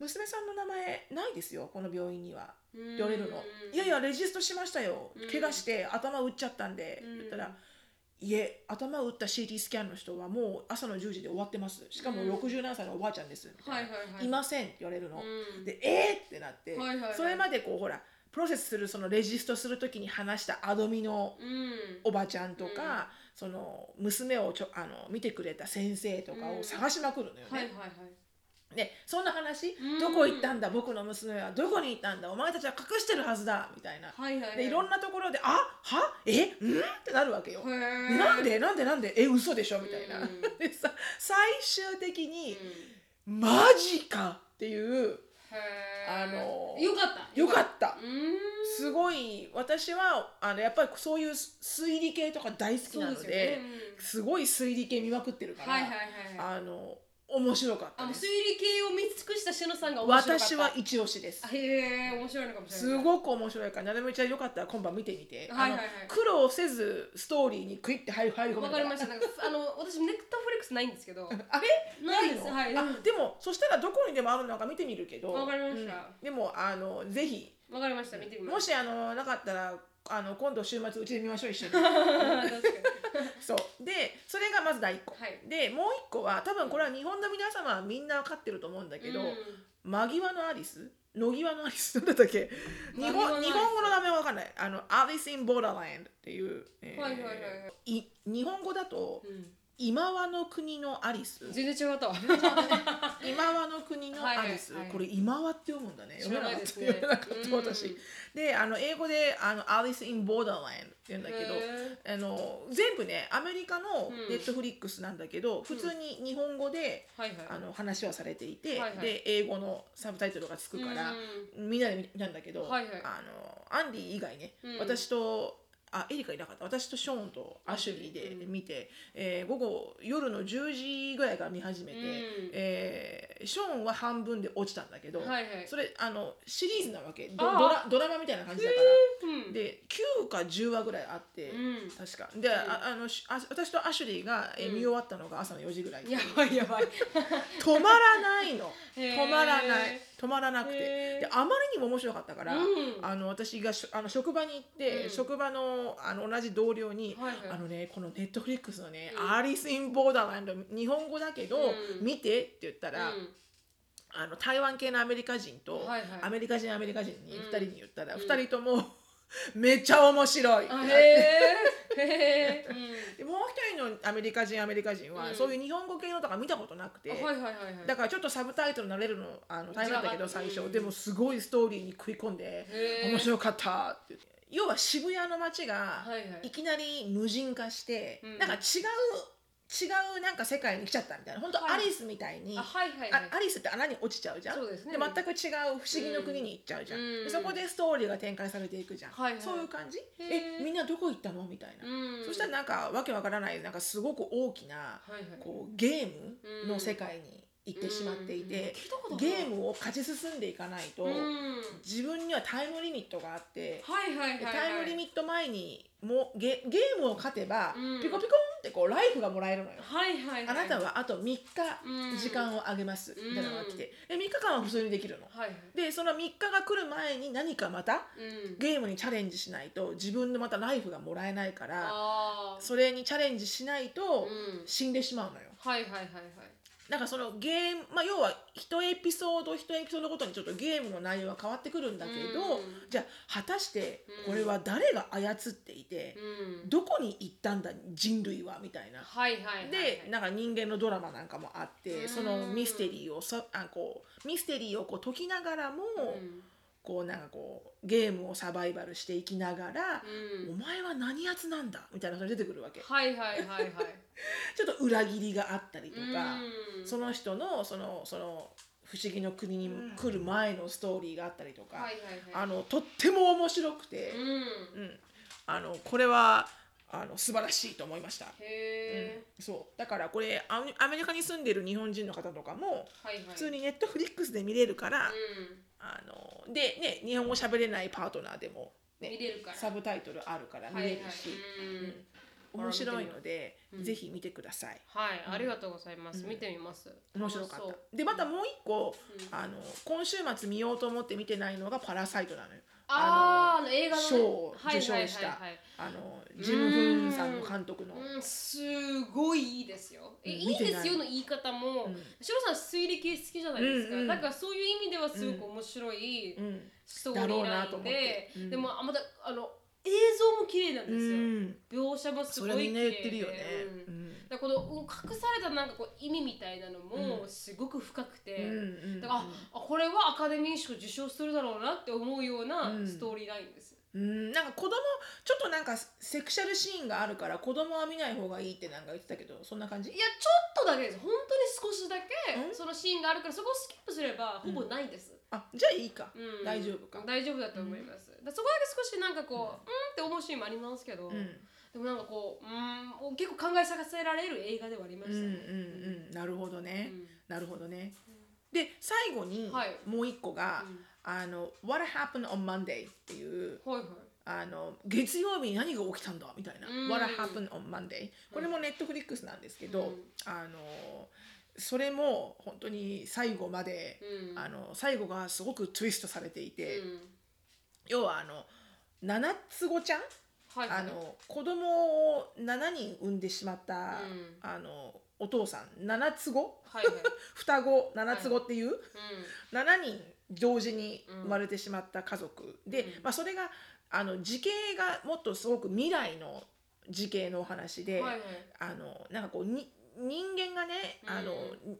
[SPEAKER 2] 娘さんの名前ないですよこの病院には
[SPEAKER 1] うん
[SPEAKER 2] 言われるの、
[SPEAKER 1] うん
[SPEAKER 2] いやいやレジストしましたよ
[SPEAKER 1] うん
[SPEAKER 2] 怪我して頭打っちゃったんで、
[SPEAKER 1] うん
[SPEAKER 2] 言ったらいえ頭打った CT スキャンの人はもう朝の10時で終わってますしかも
[SPEAKER 1] うん
[SPEAKER 2] 60何歳のおばあちゃんですみた
[SPEAKER 1] はいい
[SPEAKER 2] な、
[SPEAKER 1] はいはい
[SPEAKER 2] いませんって言われるの、
[SPEAKER 1] うん
[SPEAKER 2] でえーってなって、
[SPEAKER 1] はいはいはい
[SPEAKER 2] それまでこうほらプロセスするそのレジストする時に話したアドミの
[SPEAKER 1] うん
[SPEAKER 2] おばちゃんとか、
[SPEAKER 1] うん
[SPEAKER 2] その娘をちょあの見てくれた先生とか
[SPEAKER 1] う
[SPEAKER 2] を
[SPEAKER 1] ん
[SPEAKER 2] 探しまくるのよね。
[SPEAKER 1] はいはいはい
[SPEAKER 2] でそんな話、
[SPEAKER 1] うん
[SPEAKER 2] どこ行ったんだ僕の娘はどこに行ったんだお前たちは隠してるはずだみたいな。
[SPEAKER 1] はいはい
[SPEAKER 2] でいろんなところで「あはえうん?」ってなるわけよ。
[SPEAKER 1] へー
[SPEAKER 2] なんでなんでなんでえ嘘でしょみたいな。
[SPEAKER 1] うん
[SPEAKER 2] でさ最終的
[SPEAKER 1] うん
[SPEAKER 2] に
[SPEAKER 1] へ
[SPEAKER 2] 「マジか!」っていう
[SPEAKER 1] ー
[SPEAKER 2] あのー
[SPEAKER 1] よかった
[SPEAKER 2] よかった
[SPEAKER 1] うーん
[SPEAKER 2] すごい私はあのやっぱりそういう推理系とか大好きなのです
[SPEAKER 1] よねうん
[SPEAKER 2] すごい推理系見まくってるから、
[SPEAKER 1] はいはいはいはい
[SPEAKER 2] あの面白かっ
[SPEAKER 1] あ
[SPEAKER 2] た
[SPEAKER 1] も
[SPEAKER 2] で
[SPEAKER 1] う推
[SPEAKER 2] す
[SPEAKER 1] 理系を見尽くしたしのさんが面白かった
[SPEAKER 2] 私は一押しです
[SPEAKER 1] あへえ面白いのかもしれない
[SPEAKER 2] すごく面白いからなるみちゃんよかったら今晩見てみて、
[SPEAKER 1] はいはいはい
[SPEAKER 2] あの苦労せずストーリーにクイッて入る入り込め
[SPEAKER 1] わ
[SPEAKER 2] る
[SPEAKER 1] からりました。なんかあの私ネットフリックスないんですけ ど。
[SPEAKER 2] あれ
[SPEAKER 1] ないです。
[SPEAKER 2] の
[SPEAKER 1] はい。
[SPEAKER 2] あ
[SPEAKER 1] わ
[SPEAKER 2] でもそしたらどこにでもあるのか見てみるけど
[SPEAKER 1] わかりました
[SPEAKER 2] うんでもあのぜひ
[SPEAKER 1] かりました。見てみま
[SPEAKER 2] も
[SPEAKER 1] す。
[SPEAKER 2] しあのなかったらあの今度週末うちで見ましょう一 緒に
[SPEAKER 1] 確かに。
[SPEAKER 2] そうでそれがまず第一個、
[SPEAKER 1] はい
[SPEAKER 2] でもう一個は多分これは日本の皆様はみんな分かってると思うんだけど、間際のアリス野際のアリスなんだったっけ日
[SPEAKER 1] 間際のア
[SPEAKER 2] 本
[SPEAKER 1] リス
[SPEAKER 2] 日本語の名前は分かんないあのアリス・イン・ボーダーランドっていう、えー
[SPEAKER 1] はいはいはい
[SPEAKER 2] 日本語だと、
[SPEAKER 1] うん
[SPEAKER 2] 今和の国のアリス
[SPEAKER 1] うん。全然違ったわ。
[SPEAKER 2] 今和の国のアリス、
[SPEAKER 1] はいはいはい
[SPEAKER 2] これ今和って読むんだね
[SPEAKER 1] 知らないですね
[SPEAKER 2] 読めなかった読めなかった
[SPEAKER 1] うん
[SPEAKER 2] 私であの英語であの「アリス・イン・ボーダーランド」って言うんだけどあの全部ねアメリカの
[SPEAKER 1] うん
[SPEAKER 2] ネットフリックスなんだけど、普通に日本語で
[SPEAKER 1] はいはい。
[SPEAKER 2] あの話はされていて、
[SPEAKER 1] はいはい
[SPEAKER 2] で英語のサブタイトルがつくから、
[SPEAKER 1] う
[SPEAKER 2] みんなで見たんだけど、
[SPEAKER 1] はいはい
[SPEAKER 2] あのアンディ以外ね、
[SPEAKER 1] うん
[SPEAKER 2] 私とあエリカいなかった私とショーンとアシュリーで見て、えー午後夜の10時ぐらいから見始めて、
[SPEAKER 1] うん
[SPEAKER 2] えーショーンは半分で落ちたんだけど、
[SPEAKER 1] はいはい
[SPEAKER 2] それあのシリーズなわけどド
[SPEAKER 1] あー
[SPEAKER 2] ラドラマみたいな感じだから。
[SPEAKER 1] うん。
[SPEAKER 2] で9か10話ぐらいあって、
[SPEAKER 1] うん
[SPEAKER 2] 確かで、ああのしあ私とアシュリーが、えー
[SPEAKER 1] うん
[SPEAKER 2] 見終わったのが朝の4時ぐらい、
[SPEAKER 1] やばいやばい。
[SPEAKER 2] 止まらないの
[SPEAKER 1] へー
[SPEAKER 2] 止まらない止まらなくて
[SPEAKER 1] へー
[SPEAKER 2] であまりにも面白かったから、
[SPEAKER 1] うん
[SPEAKER 2] あの私がしあの職場に行って、
[SPEAKER 1] うん
[SPEAKER 2] 職場のあの同じ同僚に、
[SPEAKER 1] はいはい
[SPEAKER 2] あのねこのネットフリックスのね「
[SPEAKER 1] うん
[SPEAKER 2] アリス・イン・ボーダーランド」日本語だけど、
[SPEAKER 1] うん
[SPEAKER 2] 見てって言った
[SPEAKER 1] う
[SPEAKER 2] ら、
[SPEAKER 1] ん
[SPEAKER 2] あの台湾系のアメリカ人と、
[SPEAKER 1] はいはい
[SPEAKER 2] アメリカ人アメリカ人に
[SPEAKER 1] うん
[SPEAKER 2] 2人に言ったら、
[SPEAKER 1] うん
[SPEAKER 2] 2人とも めっちゃ面白いってな
[SPEAKER 1] あ
[SPEAKER 2] っ
[SPEAKER 1] へ
[SPEAKER 2] て。
[SPEAKER 1] え。へえ。うん
[SPEAKER 2] でもう一人のアメリカ人アメリカ人は、
[SPEAKER 1] うん
[SPEAKER 2] そういう日本語系のとか見たことなくて、
[SPEAKER 1] あはいはいはいはい。
[SPEAKER 2] だからちょっとサブタイトル慣れるのあの大変だったけど
[SPEAKER 1] じゃあ
[SPEAKER 2] 最
[SPEAKER 1] う
[SPEAKER 2] 初
[SPEAKER 1] ん
[SPEAKER 2] でもすごいストーリーに食い込んで
[SPEAKER 1] へー
[SPEAKER 2] 面白かったって要は渋谷の街が
[SPEAKER 1] はいはい
[SPEAKER 2] いきなり無人化して、
[SPEAKER 1] うん
[SPEAKER 2] なんか違う違うなんか世界に来ちゃったみたいな本当
[SPEAKER 1] は
[SPEAKER 2] ア
[SPEAKER 1] い
[SPEAKER 2] リスみたいに、
[SPEAKER 1] あはいはいはい
[SPEAKER 2] あアリスって穴に落ちちゃうじゃん
[SPEAKER 1] そうですね
[SPEAKER 2] 全く違う不思議の国に行っちゃうじゃん、
[SPEAKER 1] うん
[SPEAKER 2] でそこでストーリーが展開されていくじゃん、
[SPEAKER 1] はいはい
[SPEAKER 2] そういう感じ
[SPEAKER 1] へ
[SPEAKER 2] え
[SPEAKER 1] ー
[SPEAKER 2] みんなどこ行ったのみたいな、
[SPEAKER 1] うん
[SPEAKER 2] そしたらなんかわけわからないなんかすごく大きな、
[SPEAKER 1] はいはい
[SPEAKER 2] こうゲームの世界に行ってしまっていて、
[SPEAKER 1] 聞いたこと
[SPEAKER 2] ゲームを勝ち進んでいかないと、
[SPEAKER 1] をうん
[SPEAKER 2] 自分にはタイムリミットがあって、
[SPEAKER 1] はいはいはい、
[SPEAKER 2] で
[SPEAKER 1] はい、
[SPEAKER 2] タイムリミット前にもうゲゲームを勝てば、
[SPEAKER 1] うん
[SPEAKER 2] ピコピコンってこうライフがもらえるのよ。
[SPEAKER 1] はいはいはい
[SPEAKER 2] あなた
[SPEAKER 1] は
[SPEAKER 2] はあと3日
[SPEAKER 1] うん
[SPEAKER 2] 時間をあげます
[SPEAKER 1] うん
[SPEAKER 2] みたいなのが来て、で3日間は普通にできるの。
[SPEAKER 1] はいはい
[SPEAKER 2] でその3日が来る前に何かまた
[SPEAKER 1] うん
[SPEAKER 2] ゲームにチャレンジしないと自分のまたライフがもらえないから
[SPEAKER 1] あー
[SPEAKER 2] それにチャレンジしないと
[SPEAKER 1] うん
[SPEAKER 2] 死んでしまうのよ。
[SPEAKER 1] はいはいはいはい
[SPEAKER 2] だからそのゲーム、まあ、要は一エピソード一エピソードごとにちょっとゲームの内容は変わってくるんだけど、
[SPEAKER 1] うん
[SPEAKER 2] じゃあ果たして
[SPEAKER 1] うん
[SPEAKER 2] これは誰が操っていて、
[SPEAKER 1] うん
[SPEAKER 2] どこに行ったんだ人類はみたいな。
[SPEAKER 1] はいはいはいはい
[SPEAKER 2] でなんか人間のドラマなんかもあって、
[SPEAKER 1] うん
[SPEAKER 2] そのミステリーをさあこうミステリーをこう解きながらも、
[SPEAKER 1] うん
[SPEAKER 2] こうなんかこうゲームをサバイバルしていきながら、
[SPEAKER 1] うん
[SPEAKER 2] お前は何やつなんだみたいなのが出てくるわけちょ
[SPEAKER 1] はいはいはいはい
[SPEAKER 2] っと裏切りがあったりとか、
[SPEAKER 1] うん
[SPEAKER 2] その人のそのその不思議の国に来る前のストーリーがあったりとか、
[SPEAKER 1] はいはいはい
[SPEAKER 2] あのとっても面白くて
[SPEAKER 1] う、ん
[SPEAKER 2] うんあのこれはあの素晴らしいと思いました。
[SPEAKER 1] へえ
[SPEAKER 2] そうだからこれアメアメリカに住んでる日本人の方とかも
[SPEAKER 1] はいはい
[SPEAKER 2] 普通にネットフリックスで見れるから、
[SPEAKER 1] うん
[SPEAKER 2] あのでね日本語喋れないパートナーでも、ね
[SPEAKER 1] 見、れるから
[SPEAKER 2] サブタイトルあるから見れるし、
[SPEAKER 1] はいはいうん
[SPEAKER 2] うん面白いので、
[SPEAKER 1] うん
[SPEAKER 2] ぜひ見てください
[SPEAKER 1] はい、ありがとうございます。
[SPEAKER 2] うん
[SPEAKER 1] 見てみます。
[SPEAKER 2] 面白かっ
[SPEAKER 1] そう
[SPEAKER 2] たでまたもう一個、
[SPEAKER 1] うん
[SPEAKER 2] あの今週末見ようと思って見てないのが「パラサイト」なのよ
[SPEAKER 1] あーあの映画の、ね、
[SPEAKER 2] 賞を
[SPEAKER 1] はい
[SPEAKER 2] 受賞した
[SPEAKER 1] はいはい
[SPEAKER 2] あのジム・フンさんの監督の、
[SPEAKER 1] はいうん、すごいいいですよ。え、
[SPEAKER 2] うん
[SPEAKER 1] いいで
[SPEAKER 2] 見てな
[SPEAKER 1] す
[SPEAKER 2] い
[SPEAKER 1] よの言い方も、
[SPEAKER 2] うん
[SPEAKER 1] シロさん推理系好きじゃないですか。
[SPEAKER 2] うんうん
[SPEAKER 1] だからそういう意味ではすごく面白い
[SPEAKER 2] うん
[SPEAKER 1] ストーリーな
[SPEAKER 2] だろうなと
[SPEAKER 1] ん
[SPEAKER 2] 思っ
[SPEAKER 1] で
[SPEAKER 2] て、うん
[SPEAKER 1] でもあまたあの映像も綺麗なんです
[SPEAKER 2] う
[SPEAKER 1] よ。
[SPEAKER 2] ん、
[SPEAKER 1] 描写もす
[SPEAKER 2] そ
[SPEAKER 1] ご
[SPEAKER 2] れ
[SPEAKER 1] い綺
[SPEAKER 2] みんな
[SPEAKER 1] 麗
[SPEAKER 2] 言
[SPEAKER 1] で
[SPEAKER 2] ってるよね、
[SPEAKER 1] うん
[SPEAKER 2] うん
[SPEAKER 1] だからこの隠されたなんかこう意味みたいなのも
[SPEAKER 2] うん
[SPEAKER 1] すごく深くて、
[SPEAKER 2] うんうん
[SPEAKER 1] だから、あこれはアカデミー賞受賞するだろうなって思うような
[SPEAKER 2] うん
[SPEAKER 1] ストーリーラインです。
[SPEAKER 2] うん、なんか子供ちょっとなんかセクシャルシーンがあるから子供は見ない方がいいってなんか言ってたけどそんな感じ
[SPEAKER 1] いやちょっとだけです本当に少しだけ
[SPEAKER 2] うん
[SPEAKER 1] そのシーンがあるからそこをスキップすればほぼないです、
[SPEAKER 2] あじゃあいいか、
[SPEAKER 1] うん
[SPEAKER 2] 大丈夫か
[SPEAKER 1] 大丈夫だと思います、だからそこだけ少しなんかこう、うん、って思うシーンもありますけど、
[SPEAKER 2] うん
[SPEAKER 1] でもなんかこううん結構考えさせられる映画ではありま
[SPEAKER 2] うんう
[SPEAKER 1] し
[SPEAKER 2] ん
[SPEAKER 1] たね、
[SPEAKER 2] うんなるほどね、
[SPEAKER 1] うん
[SPEAKER 2] なるほどねで最後に
[SPEAKER 1] はい
[SPEAKER 2] もう一個が
[SPEAKER 1] うん
[SPEAKER 2] 「あの What happened on Monday」っていう
[SPEAKER 1] はいはい
[SPEAKER 2] あの月曜日に何が起きたんだみたいな
[SPEAKER 1] うん
[SPEAKER 2] 「What happened on Monday」これもネットフリックスなんですけど、
[SPEAKER 1] うん
[SPEAKER 2] あのそれも本当に最後まで、
[SPEAKER 1] うん
[SPEAKER 2] あの最後がすごくツイストされていて、
[SPEAKER 1] うん
[SPEAKER 2] 要はあの七つ子ちゃん
[SPEAKER 1] はいはい
[SPEAKER 2] あの子供を7人産んでしまった、
[SPEAKER 1] うん
[SPEAKER 2] あのお父さん七つ子
[SPEAKER 1] はいはい、
[SPEAKER 2] 双子七つ子っていう、7人同時に
[SPEAKER 1] うん
[SPEAKER 2] 生まれてしまった家族で、
[SPEAKER 1] うん
[SPEAKER 2] まあ、それがあの時系がもっとすごく未来の時系のお話
[SPEAKER 1] う
[SPEAKER 2] で、
[SPEAKER 1] ん、はいはい
[SPEAKER 2] あのなんかこうに人間がねあの、
[SPEAKER 1] う
[SPEAKER 2] い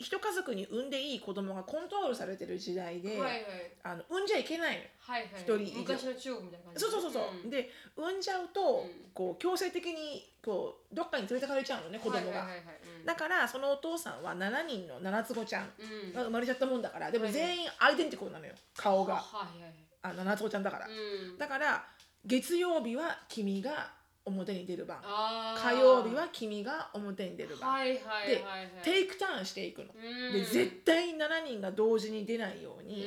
[SPEAKER 2] 一家族に産んでいい子供がコントロールされてる時代で、
[SPEAKER 1] はいはい
[SPEAKER 2] あの産んじゃいけないのよ。
[SPEAKER 1] はいはい
[SPEAKER 2] 一人以上
[SPEAKER 1] 昔の中国みたいな感じ
[SPEAKER 2] そうそうそうそう、
[SPEAKER 1] ん
[SPEAKER 2] で産んじゃうと、
[SPEAKER 1] うん
[SPEAKER 2] こう強制的にこうどっかに連れてかれちゃうのね子供が、
[SPEAKER 1] はいはいはいはいうん
[SPEAKER 2] だからそのお父さんは7人の七つ子ちゃん
[SPEAKER 1] うん
[SPEAKER 2] が生まれちゃったもんだからでも
[SPEAKER 1] はい
[SPEAKER 2] 全員アイデンティコなのよ顔が
[SPEAKER 1] はいはいはい
[SPEAKER 2] あ七つ子ちゃんだから、
[SPEAKER 1] うん
[SPEAKER 2] だから月曜日は君が表に出る番
[SPEAKER 1] あー
[SPEAKER 2] 火曜日は君が表に出る番、
[SPEAKER 1] はいはいはい
[SPEAKER 2] で
[SPEAKER 1] はい
[SPEAKER 2] テイクターンしていくの、
[SPEAKER 1] うん
[SPEAKER 2] で絶対7人が同時に出ないよう
[SPEAKER 1] うん
[SPEAKER 2] に、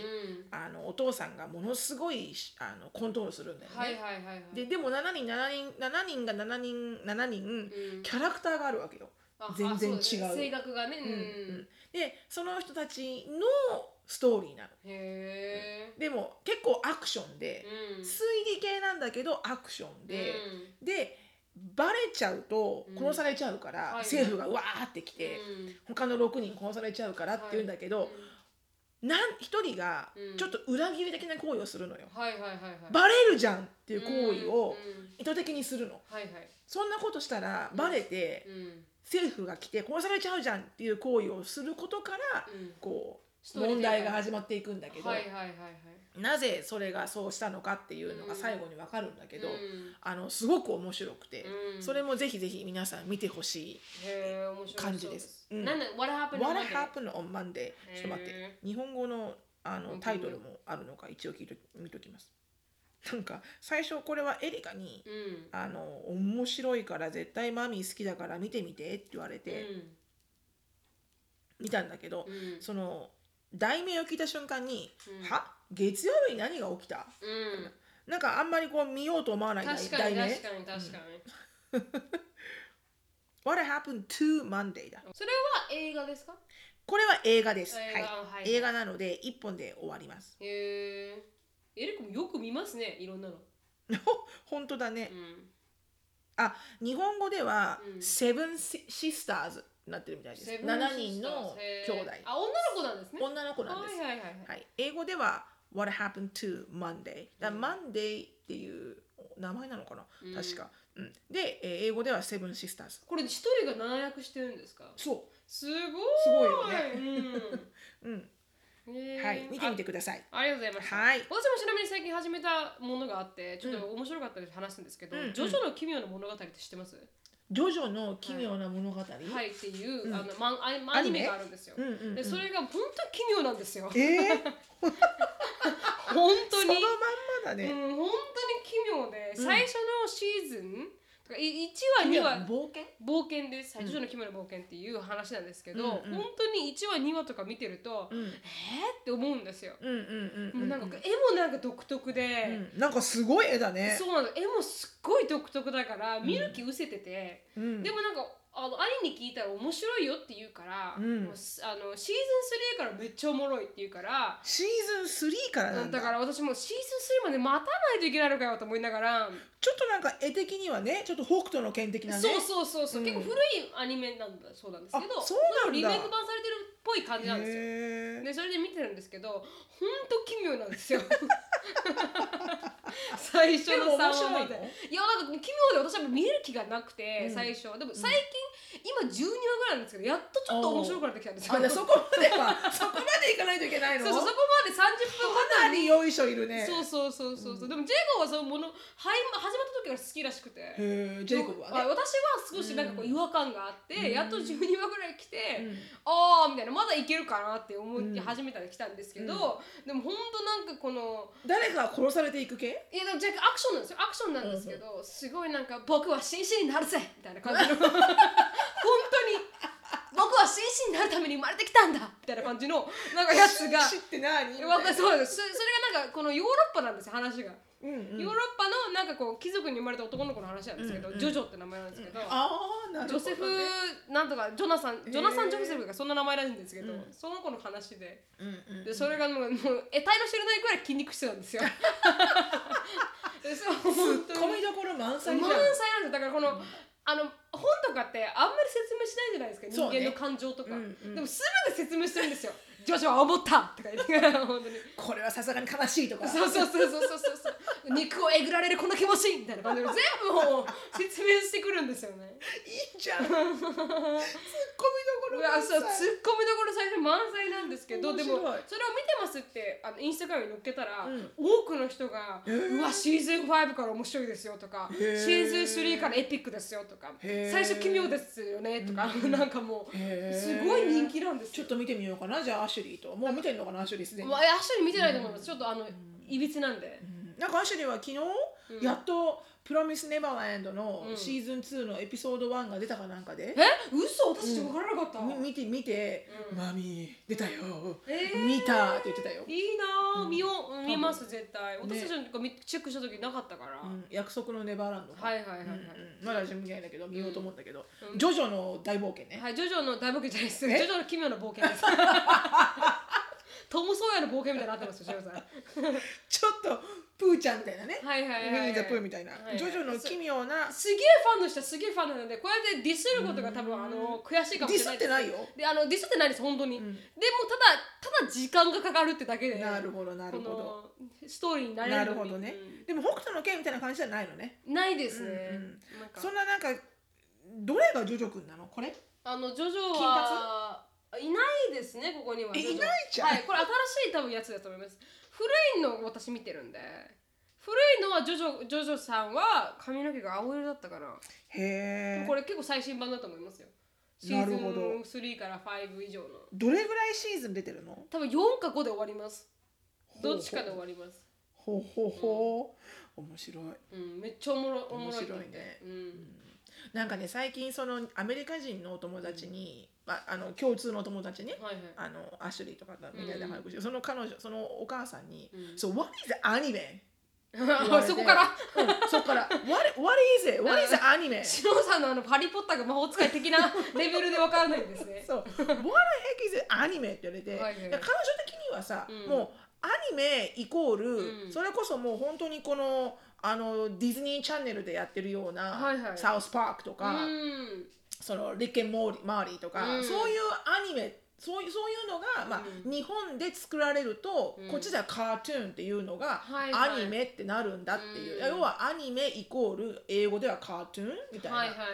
[SPEAKER 2] あのお父さんがものすごいしあのコントロールするんだよね、
[SPEAKER 1] はいはいはいはい
[SPEAKER 2] ででも7人7人7人が7人7人
[SPEAKER 1] うん
[SPEAKER 2] キャラクターがあるわけよ。
[SPEAKER 1] あ
[SPEAKER 2] 全然違う
[SPEAKER 1] あそですね性格がねう
[SPEAKER 2] うんんうんでその人たちのストーリーなの。
[SPEAKER 1] へ
[SPEAKER 2] でも結構アクション
[SPEAKER 1] え
[SPEAKER 2] で、
[SPEAKER 1] うん
[SPEAKER 2] 推理系なんだけどアクションで、
[SPEAKER 1] うん
[SPEAKER 2] でバレちゃうと
[SPEAKER 1] うん
[SPEAKER 2] 殺されちゃうから、
[SPEAKER 1] はい
[SPEAKER 2] 政府がうわーって来て、
[SPEAKER 1] うん
[SPEAKER 2] 他の6人殺されちゃうからって言うんだけど、なん1人が
[SPEAKER 1] うん
[SPEAKER 2] ちょっと裏切り的な行為をするのよ。
[SPEAKER 1] はいはいはいはい
[SPEAKER 2] バレるじゃんっていう行為を
[SPEAKER 1] うんうん
[SPEAKER 2] 意図的にするの。
[SPEAKER 1] はいはい
[SPEAKER 2] そんなことしたらバレて、
[SPEAKER 1] うん
[SPEAKER 2] 政府が来て殺されちゃうじゃんっていう行為をすることから、
[SPEAKER 1] うん
[SPEAKER 2] こ
[SPEAKER 1] ス
[SPEAKER 2] う
[SPEAKER 1] トーリー
[SPEAKER 2] 問
[SPEAKER 1] 展開
[SPEAKER 2] 題が始まっていくんだけど、
[SPEAKER 1] はいはいはいはい
[SPEAKER 2] なぜそれがそうしたのかっていうのが最後にわかるんだけど、
[SPEAKER 1] うん
[SPEAKER 2] あのすごく面白くて、
[SPEAKER 1] うん
[SPEAKER 2] それもぜひぜひ皆さん見てほしい。
[SPEAKER 1] へえ面白い
[SPEAKER 2] 感じですうん
[SPEAKER 1] なんだ What happened
[SPEAKER 2] What
[SPEAKER 1] on Monday？
[SPEAKER 2] happened on Monday? ちょっと待って
[SPEAKER 1] へ、
[SPEAKER 2] 日本語のあの
[SPEAKER 1] 本当
[SPEAKER 2] タ
[SPEAKER 1] だ
[SPEAKER 2] イトルもあるのか一応聞いと見ときます。なんか最初これはエリカに、
[SPEAKER 1] うん
[SPEAKER 2] あの面白いから絶対マミー好きだから見てみてって言われて、
[SPEAKER 1] うん
[SPEAKER 2] 見たんだけど、
[SPEAKER 1] うん
[SPEAKER 2] その題名を聞いた瞬間に「
[SPEAKER 1] うん
[SPEAKER 2] は月曜日に何が起きた?
[SPEAKER 1] うん」
[SPEAKER 2] なんかあんまりこう見ようと思わない
[SPEAKER 1] 確か
[SPEAKER 2] 題
[SPEAKER 1] に
[SPEAKER 2] 名
[SPEAKER 1] 確かに確かに、
[SPEAKER 2] 「What happened to Monday」だ
[SPEAKER 1] それは映画ですか
[SPEAKER 2] これは映画です、
[SPEAKER 1] 映
[SPEAKER 2] は
[SPEAKER 1] 画
[SPEAKER 2] い
[SPEAKER 1] はい
[SPEAKER 2] 映画なので1本で終わります
[SPEAKER 1] へえエリコもよく見ますねいろんなの、
[SPEAKER 2] 本当だね
[SPEAKER 1] う、ん、
[SPEAKER 2] あ日本語では
[SPEAKER 1] うん
[SPEAKER 2] セブンシスターズになってるみたいです
[SPEAKER 1] セブン
[SPEAKER 2] 7
[SPEAKER 1] シス
[SPEAKER 2] 人
[SPEAKER 1] ター
[SPEAKER 2] の
[SPEAKER 1] ズへ
[SPEAKER 2] 兄
[SPEAKER 1] ー
[SPEAKER 2] 弟
[SPEAKER 1] あ女の子なんですね
[SPEAKER 2] 女の子なんです、
[SPEAKER 1] はいはいはいはい
[SPEAKER 2] はい、英語では What happened to Monday だ Monday っていう名前なのかな、
[SPEAKER 1] うん
[SPEAKER 2] 確か、うん、で、えー英語ではセブンシスターズ
[SPEAKER 1] これ一人が難役してるんですか
[SPEAKER 2] そ
[SPEAKER 1] すごい
[SPEAKER 2] すごいよねう、うん
[SPEAKER 1] うんへー
[SPEAKER 2] はい見てみてください
[SPEAKER 1] あありがとうございます。
[SPEAKER 2] はい
[SPEAKER 1] 私もちなみに最近始めたものがあって、ちょっと面白かったので話すんですけど、
[SPEAKER 2] うんうん
[SPEAKER 1] ジョジョの奇妙な物語って知ってます？
[SPEAKER 2] ジョジョの奇妙な物語、
[SPEAKER 1] はいっていう、
[SPEAKER 2] うん
[SPEAKER 1] あのマンアニ
[SPEAKER 2] ア
[SPEAKER 1] ア
[SPEAKER 2] ニ
[SPEAKER 1] ニ
[SPEAKER 2] メ
[SPEAKER 1] メがあるんですよ。
[SPEAKER 2] うんうんうん
[SPEAKER 1] でそれが本当に奇妙なんですよ。
[SPEAKER 2] えー、
[SPEAKER 1] 本当
[SPEAKER 2] そ
[SPEAKER 1] に
[SPEAKER 2] のまん。まだ
[SPEAKER 1] うん、
[SPEAKER 2] ね、
[SPEAKER 1] 本当に奇妙で、
[SPEAKER 2] うん
[SPEAKER 1] 最初のシーズンとかい一話
[SPEAKER 2] 奇
[SPEAKER 1] 二
[SPEAKER 2] 妙な
[SPEAKER 1] 話
[SPEAKER 2] 冒険
[SPEAKER 1] 冒険です。はいジョジョの奇妙な冒険っていう話なんですけど、
[SPEAKER 2] うんうん
[SPEAKER 1] 本当に一話二話とか見てると、
[SPEAKER 2] う
[SPEAKER 1] え
[SPEAKER 2] ん
[SPEAKER 1] ーって思うんですよ。
[SPEAKER 2] うんうんうん
[SPEAKER 1] もうなんか絵もなんか独特で。
[SPEAKER 2] うんなんかすごい絵だね
[SPEAKER 1] そうなの絵もすっごい独特だから見る気失せてて、
[SPEAKER 2] う、ん、
[SPEAKER 1] でもなんかあの兄に聞いたら面白いよって言うから、
[SPEAKER 2] うん
[SPEAKER 1] もうすあのシーズン3からめっちゃおもろいって言うから、
[SPEAKER 2] シーズン3からなんだ
[SPEAKER 1] だから私もうシーズン3まで待たないといけないのかよと思いながら、
[SPEAKER 2] ちょっとなんか絵的にはねちょっと北斗の剣的なね
[SPEAKER 1] そうそうそうそう、
[SPEAKER 2] うん
[SPEAKER 1] 結構古いアニメなんだそうなんですけど
[SPEAKER 2] あそうなん
[SPEAKER 1] リ
[SPEAKER 2] だ
[SPEAKER 1] メイク版されてるっぽい感じなんですよ。
[SPEAKER 2] へー
[SPEAKER 1] でそれで見てるんですけどほんと奇妙なん ですよ最初
[SPEAKER 2] で
[SPEAKER 1] の
[SPEAKER 2] も
[SPEAKER 1] 3
[SPEAKER 2] 面
[SPEAKER 1] 話
[SPEAKER 2] 白
[SPEAKER 1] ま
[SPEAKER 2] い
[SPEAKER 1] で
[SPEAKER 2] の
[SPEAKER 1] いやなんか奇妙で私は見える気がなくて、
[SPEAKER 2] うん
[SPEAKER 1] 最初でも最近、今12話ぐらいなんですけどやっとちょっと面白くなってきたんですよ
[SPEAKER 2] あでそ
[SPEAKER 1] そう
[SPEAKER 2] こまで はそこまでいかないといけないの
[SPEAKER 1] そうそこまで30分
[SPEAKER 2] かなりよいしょいるね
[SPEAKER 1] そうそうそうそうそう、でもジェイコブはそのものはい始まった時から好きらしくて
[SPEAKER 2] へージェイコブは
[SPEAKER 1] あ
[SPEAKER 2] ね
[SPEAKER 1] 私は少しなんかこう違和感があって、
[SPEAKER 2] うん
[SPEAKER 1] やっと12話ぐらい来て、
[SPEAKER 2] うん
[SPEAKER 1] あーみたいなまだいけるかなって思
[SPEAKER 2] うん
[SPEAKER 1] って始めたら来たんですけど、でもほんとなんかこの
[SPEAKER 2] 誰かが殺されていく系
[SPEAKER 1] いやでもじゃあアクションなんですよアクションなんですけど、すごいなんか僕は紳士になるぜみたいな感じ の本当に僕は紳士になるために生まれてきたんだみたいな感じのなんかやつ が
[SPEAKER 2] 知って何
[SPEAKER 1] わかそうですそそれがなんかこのヨーロッパなんですよ話が、
[SPEAKER 2] うんうん
[SPEAKER 1] ヨーロッパのなんかこう貴族に生まれた男の子の話なんですけど、
[SPEAKER 2] うんうん
[SPEAKER 1] ジョジョって名前なんですけど、
[SPEAKER 2] あーなる
[SPEAKER 1] ジ
[SPEAKER 2] ほど、
[SPEAKER 1] ョ
[SPEAKER 2] ね、
[SPEAKER 1] セフなんとかジョナサンジョナサ
[SPEAKER 2] へ
[SPEAKER 1] ン・
[SPEAKER 2] ー
[SPEAKER 1] ジョセフがそんな名前らしいんですけど、
[SPEAKER 2] うん
[SPEAKER 1] その子の話で
[SPEAKER 2] うんうん
[SPEAKER 1] でそれがもうもう得体の知れないくらい筋肉質なんです よ。でそう本
[SPEAKER 2] ツ
[SPEAKER 1] 当
[SPEAKER 2] ッ
[SPEAKER 1] に
[SPEAKER 2] コミどころ満載じゃん
[SPEAKER 1] 満載なんですだからこの、あの本とかってあんまり説明しないじゃないですか人
[SPEAKER 2] そうね
[SPEAKER 1] 間の感情とか、
[SPEAKER 2] うんうん
[SPEAKER 1] でもすべて説明してるんですよ「ジョジョは思った!」とか言って から本当に
[SPEAKER 2] これはさすがに悲しいとか
[SPEAKER 1] そうそうそうそうそうそうそう肉をえぐられるこの気持ちみたいな感じで全部もう説明してくるんですよね
[SPEAKER 2] いいじゃんツッコミどころ
[SPEAKER 1] うわ
[SPEAKER 2] 満
[SPEAKER 1] そう
[SPEAKER 2] 載
[SPEAKER 1] ツッコミどころ最初満載なんですけどで
[SPEAKER 2] 面
[SPEAKER 1] も
[SPEAKER 2] 白い
[SPEAKER 1] それを見てますってあのインスタグラムに載っけたら、
[SPEAKER 2] うん
[SPEAKER 1] 多くの人が「
[SPEAKER 2] へー
[SPEAKER 1] うわシーズン5から面白いですよ」とか「シ
[SPEAKER 2] へー
[SPEAKER 1] ーズン3からエピックですよ」とか「
[SPEAKER 2] へー
[SPEAKER 1] 最初奇妙ですよね」とか、なんかも
[SPEAKER 2] へ
[SPEAKER 1] う
[SPEAKER 2] ー
[SPEAKER 1] すごい人気なんです
[SPEAKER 2] ちょ
[SPEAKER 1] よ
[SPEAKER 2] っ。と見てみようかなじゃあアシュリーともう見てんのかなアシュリーすでに
[SPEAKER 1] まあ、足に見てないと思います、ちょっとあのいびつなんで。
[SPEAKER 2] なんかアシュリーは昨日、
[SPEAKER 1] うん
[SPEAKER 2] やっと「プロミス・ネバーランド」の
[SPEAKER 1] うん
[SPEAKER 2] シーズン2のエピソード1が出たかなんかで
[SPEAKER 1] え、嘘私ちょっと分からなかった。
[SPEAKER 2] み見て見て「
[SPEAKER 1] うん
[SPEAKER 2] マミー出たよ、
[SPEAKER 1] えー
[SPEAKER 2] 見た」って言ってたよ、
[SPEAKER 1] いいなあ、見よううん見ます絶対。
[SPEAKER 2] ね
[SPEAKER 1] 私たちのとか見チェックした時なかったから。
[SPEAKER 2] うん約束のネバーランドが」
[SPEAKER 1] はいはいはいはい。
[SPEAKER 2] うんうんまだ準備ないんだけど見ようと思うんだけど、
[SPEAKER 1] うん
[SPEAKER 2] ジョジョの大冒険ね、
[SPEAKER 1] はい、ジョジョの大冒険じゃないです。ジ
[SPEAKER 2] え
[SPEAKER 1] ョジョの奇妙な冒険 です。トム・ソーヤの冒険みたいになってますよ、シロさん。
[SPEAKER 2] ちょっとプーちゃんみたいなね、
[SPEAKER 1] はいはいはい、
[SPEAKER 2] ミニ
[SPEAKER 1] は
[SPEAKER 2] ザ
[SPEAKER 1] い。
[SPEAKER 2] プーみたいな、
[SPEAKER 1] はいはい
[SPEAKER 2] ジョジョの奇妙な
[SPEAKER 1] すげえファンの人はすげえファンなので、こうやってディスることが多分あの悔しい
[SPEAKER 2] デ
[SPEAKER 1] かも
[SPEAKER 2] ィ
[SPEAKER 1] しれ
[SPEAKER 2] ス
[SPEAKER 1] ない
[SPEAKER 2] っ
[SPEAKER 1] で
[SPEAKER 2] て
[SPEAKER 1] す。
[SPEAKER 2] ないよ
[SPEAKER 1] であのディスってないです、本当に。
[SPEAKER 2] うん
[SPEAKER 1] でもただ、ただ時間がかかるってだけで、
[SPEAKER 2] なるほどなるほど
[SPEAKER 1] このストーリーになれるの
[SPEAKER 2] なる
[SPEAKER 1] に
[SPEAKER 2] ほどね、でも北斗の剣みたいな感じじゃないのね
[SPEAKER 1] うんないですね。
[SPEAKER 2] うんうん
[SPEAKER 1] なんか
[SPEAKER 2] そんななんかどれがジョジョ君なのこれ
[SPEAKER 1] あのジョジョは金髪いないですねここには
[SPEAKER 2] え
[SPEAKER 1] ジョジョ
[SPEAKER 2] いないじゃん
[SPEAKER 1] はいこれ新しい多分やつだと思います古いのを私見てるんで古いのはジョジョジョジョさんは髪の毛が青色だったかな、
[SPEAKER 2] へえ
[SPEAKER 1] これ結構最新版だと思いますよシ
[SPEAKER 2] な
[SPEAKER 1] ーズ
[SPEAKER 2] る
[SPEAKER 1] ン
[SPEAKER 2] ほど
[SPEAKER 1] 3から5以上の
[SPEAKER 2] どれぐらいシーズン出てるの
[SPEAKER 1] 多分4か5で終わりますどっちかで終わります
[SPEAKER 2] ほうほうほう面白い
[SPEAKER 1] うん、めっちゃおもろおもろいと思って
[SPEAKER 2] 面白いね
[SPEAKER 1] うん、
[SPEAKER 2] なんかね最近そのアメリカ人のお友達に、まあ、あの共通のお友達ね
[SPEAKER 1] はいはい。
[SPEAKER 2] あのアシュリーとかだみたいな
[SPEAKER 1] うん
[SPEAKER 2] 早口、その彼女そのお母さんに
[SPEAKER 1] うん
[SPEAKER 2] 「そう What is anime?
[SPEAKER 1] あそこから」
[SPEAKER 2] うんそっから「What, what is it? What is anime?」
[SPEAKER 1] シロさんのあのハリーポッターが魔法使い的なレベルでわからないんですね。
[SPEAKER 2] そう What the heck is it? アニメって言われて、
[SPEAKER 1] はいはい
[SPEAKER 2] で彼女的にはさ、
[SPEAKER 1] うん
[SPEAKER 2] もうアニメイコール、
[SPEAKER 1] うん
[SPEAKER 2] それこそもう本当にこのあのディズニーチャンネルでやってるような、
[SPEAKER 1] はいはい
[SPEAKER 2] サウスパークと
[SPEAKER 1] う
[SPEAKER 2] か、
[SPEAKER 1] ん。
[SPEAKER 2] そのリッケン・モーリーマーリーとか、
[SPEAKER 1] うん
[SPEAKER 2] そういうアニメそういうそういうのが、まあ
[SPEAKER 1] うん
[SPEAKER 2] 日本で作られると、
[SPEAKER 1] うん
[SPEAKER 2] こっちではカートゥーンっていうのが、
[SPEAKER 1] はいはい
[SPEAKER 2] アニメってなるんだっていう、
[SPEAKER 1] うん
[SPEAKER 2] 要はアニメイコール英語ではカートゥーンみたいな、
[SPEAKER 1] はいはいはいは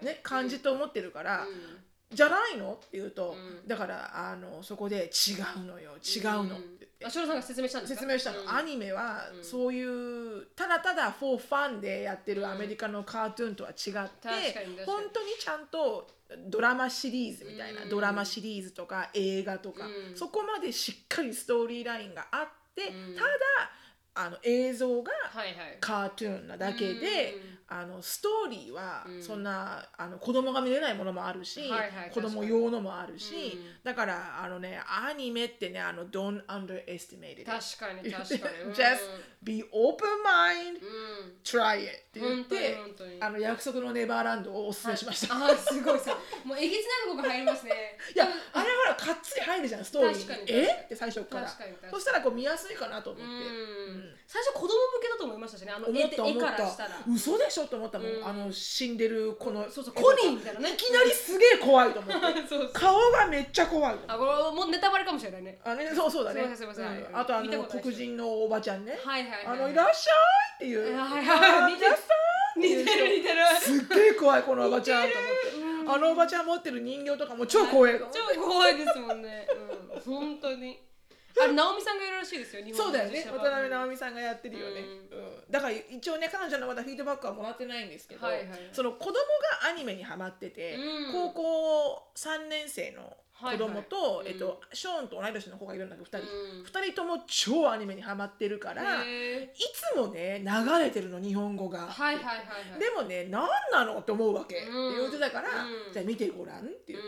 [SPEAKER 1] い。
[SPEAKER 2] ね、感じと思ってるから、
[SPEAKER 1] うん
[SPEAKER 2] じゃないのって言うと、
[SPEAKER 1] うん
[SPEAKER 2] だからあのそこで違うのよ違うのっ
[SPEAKER 1] ん
[SPEAKER 2] て
[SPEAKER 1] あ、シロさんが説明したんですか。
[SPEAKER 2] 説明したの、
[SPEAKER 1] うん
[SPEAKER 2] アニメは
[SPEAKER 1] うん
[SPEAKER 2] そういうただただフォーファンでやってるアメリカのカートゥーンとは違って、
[SPEAKER 1] 確かに確かに
[SPEAKER 2] 本当にちゃんとドラマシリーズみたいな、
[SPEAKER 1] うん
[SPEAKER 2] ドラマシリーズとか映画とか、
[SPEAKER 1] うん
[SPEAKER 2] そこまでしっかりストーリーラインがあって、
[SPEAKER 1] うん
[SPEAKER 2] ただあの映像が
[SPEAKER 1] はいはい。
[SPEAKER 2] カートゥーンなだけで、
[SPEAKER 1] うん
[SPEAKER 2] あのストーリーは
[SPEAKER 1] うん
[SPEAKER 2] そんな、あの子供が見れないものもあるし、
[SPEAKER 1] はいはい
[SPEAKER 2] 子供
[SPEAKER 1] 確かに
[SPEAKER 2] 用のもあるし、
[SPEAKER 1] うん
[SPEAKER 2] だからあのねアニメってねあの don't underestimate it
[SPEAKER 1] 確かに確かに。うん
[SPEAKER 2] just be open mind
[SPEAKER 1] う
[SPEAKER 2] try it って
[SPEAKER 1] ん。
[SPEAKER 2] 言っ
[SPEAKER 1] 本当に
[SPEAKER 2] て
[SPEAKER 1] 本当に。
[SPEAKER 2] あの約束のネバーランドをおすすめしました、
[SPEAKER 1] あーすごいさもうえげつないとこが入りますね
[SPEAKER 2] い、やあれはほらかっつり入るじゃんストーリ
[SPEAKER 1] 確か
[SPEAKER 2] ー
[SPEAKER 1] に
[SPEAKER 2] に
[SPEAKER 1] 確かに
[SPEAKER 2] えって最初から
[SPEAKER 1] 確かに確かに
[SPEAKER 2] そしたらこう見やすいかなと思
[SPEAKER 1] う
[SPEAKER 2] って、
[SPEAKER 1] ん、最初子供向けだと思いましたしねあの
[SPEAKER 2] 思
[SPEAKER 1] 絵
[SPEAKER 2] っ
[SPEAKER 1] で
[SPEAKER 2] た思
[SPEAKER 1] 絵
[SPEAKER 2] っ
[SPEAKER 1] から
[SPEAKER 2] た
[SPEAKER 1] したら
[SPEAKER 2] 嘘でしょと思ったもん、
[SPEAKER 1] うん
[SPEAKER 2] あの死んでるこの
[SPEAKER 1] そうそうコニーみたいなね
[SPEAKER 2] いきなりすげえ怖いと思って
[SPEAKER 1] そうそう
[SPEAKER 2] 顔がめっちゃ怖いの
[SPEAKER 1] あこれもうネタバレかもしれないね
[SPEAKER 2] あねそうそうだね
[SPEAKER 1] すいませんすいません
[SPEAKER 2] うんあとあ
[SPEAKER 1] 見た
[SPEAKER 2] の
[SPEAKER 1] ことない人
[SPEAKER 2] 黒人のおばちゃんね、
[SPEAKER 1] はいはい
[SPEAKER 2] あ
[SPEAKER 1] はい、
[SPEAKER 2] のいらっしゃいっていう、
[SPEAKER 1] はいはいはい
[SPEAKER 2] あいらっしゃいって
[SPEAKER 1] 似
[SPEAKER 2] い
[SPEAKER 1] て
[SPEAKER 2] う
[SPEAKER 1] る似てる
[SPEAKER 2] すっげえ怖いこのおばちゃんと思ってあのおばちゃん持ってる人形とかも超怖いの
[SPEAKER 1] 超怖いですもんねうん本当にあれ直美さんがいるらしいですよ日
[SPEAKER 2] そ
[SPEAKER 1] 本
[SPEAKER 2] う
[SPEAKER 1] の
[SPEAKER 2] だよね
[SPEAKER 1] 実写
[SPEAKER 2] 渡
[SPEAKER 1] 版
[SPEAKER 2] 辺直美さんがやってるよね、うんだから一応ね彼女のまだフィードバックはもらってないんですけど、
[SPEAKER 1] はいはい
[SPEAKER 2] その子供がアニメにハマってて、
[SPEAKER 1] うん
[SPEAKER 2] 高校3年生の子供と、
[SPEAKER 1] はいはい
[SPEAKER 2] えっと、ショーンと同い年の子がいるんだけど2人、
[SPEAKER 1] うん
[SPEAKER 2] 2人とも超アニメにハマってるから、
[SPEAKER 1] へー
[SPEAKER 2] いつもね流れてるの日本語が。
[SPEAKER 1] はいはいはいはい
[SPEAKER 2] でもね何なのって思うわけ、
[SPEAKER 1] うん
[SPEAKER 2] って言ってたから、
[SPEAKER 1] うん
[SPEAKER 2] じゃあ見てごらんって言って、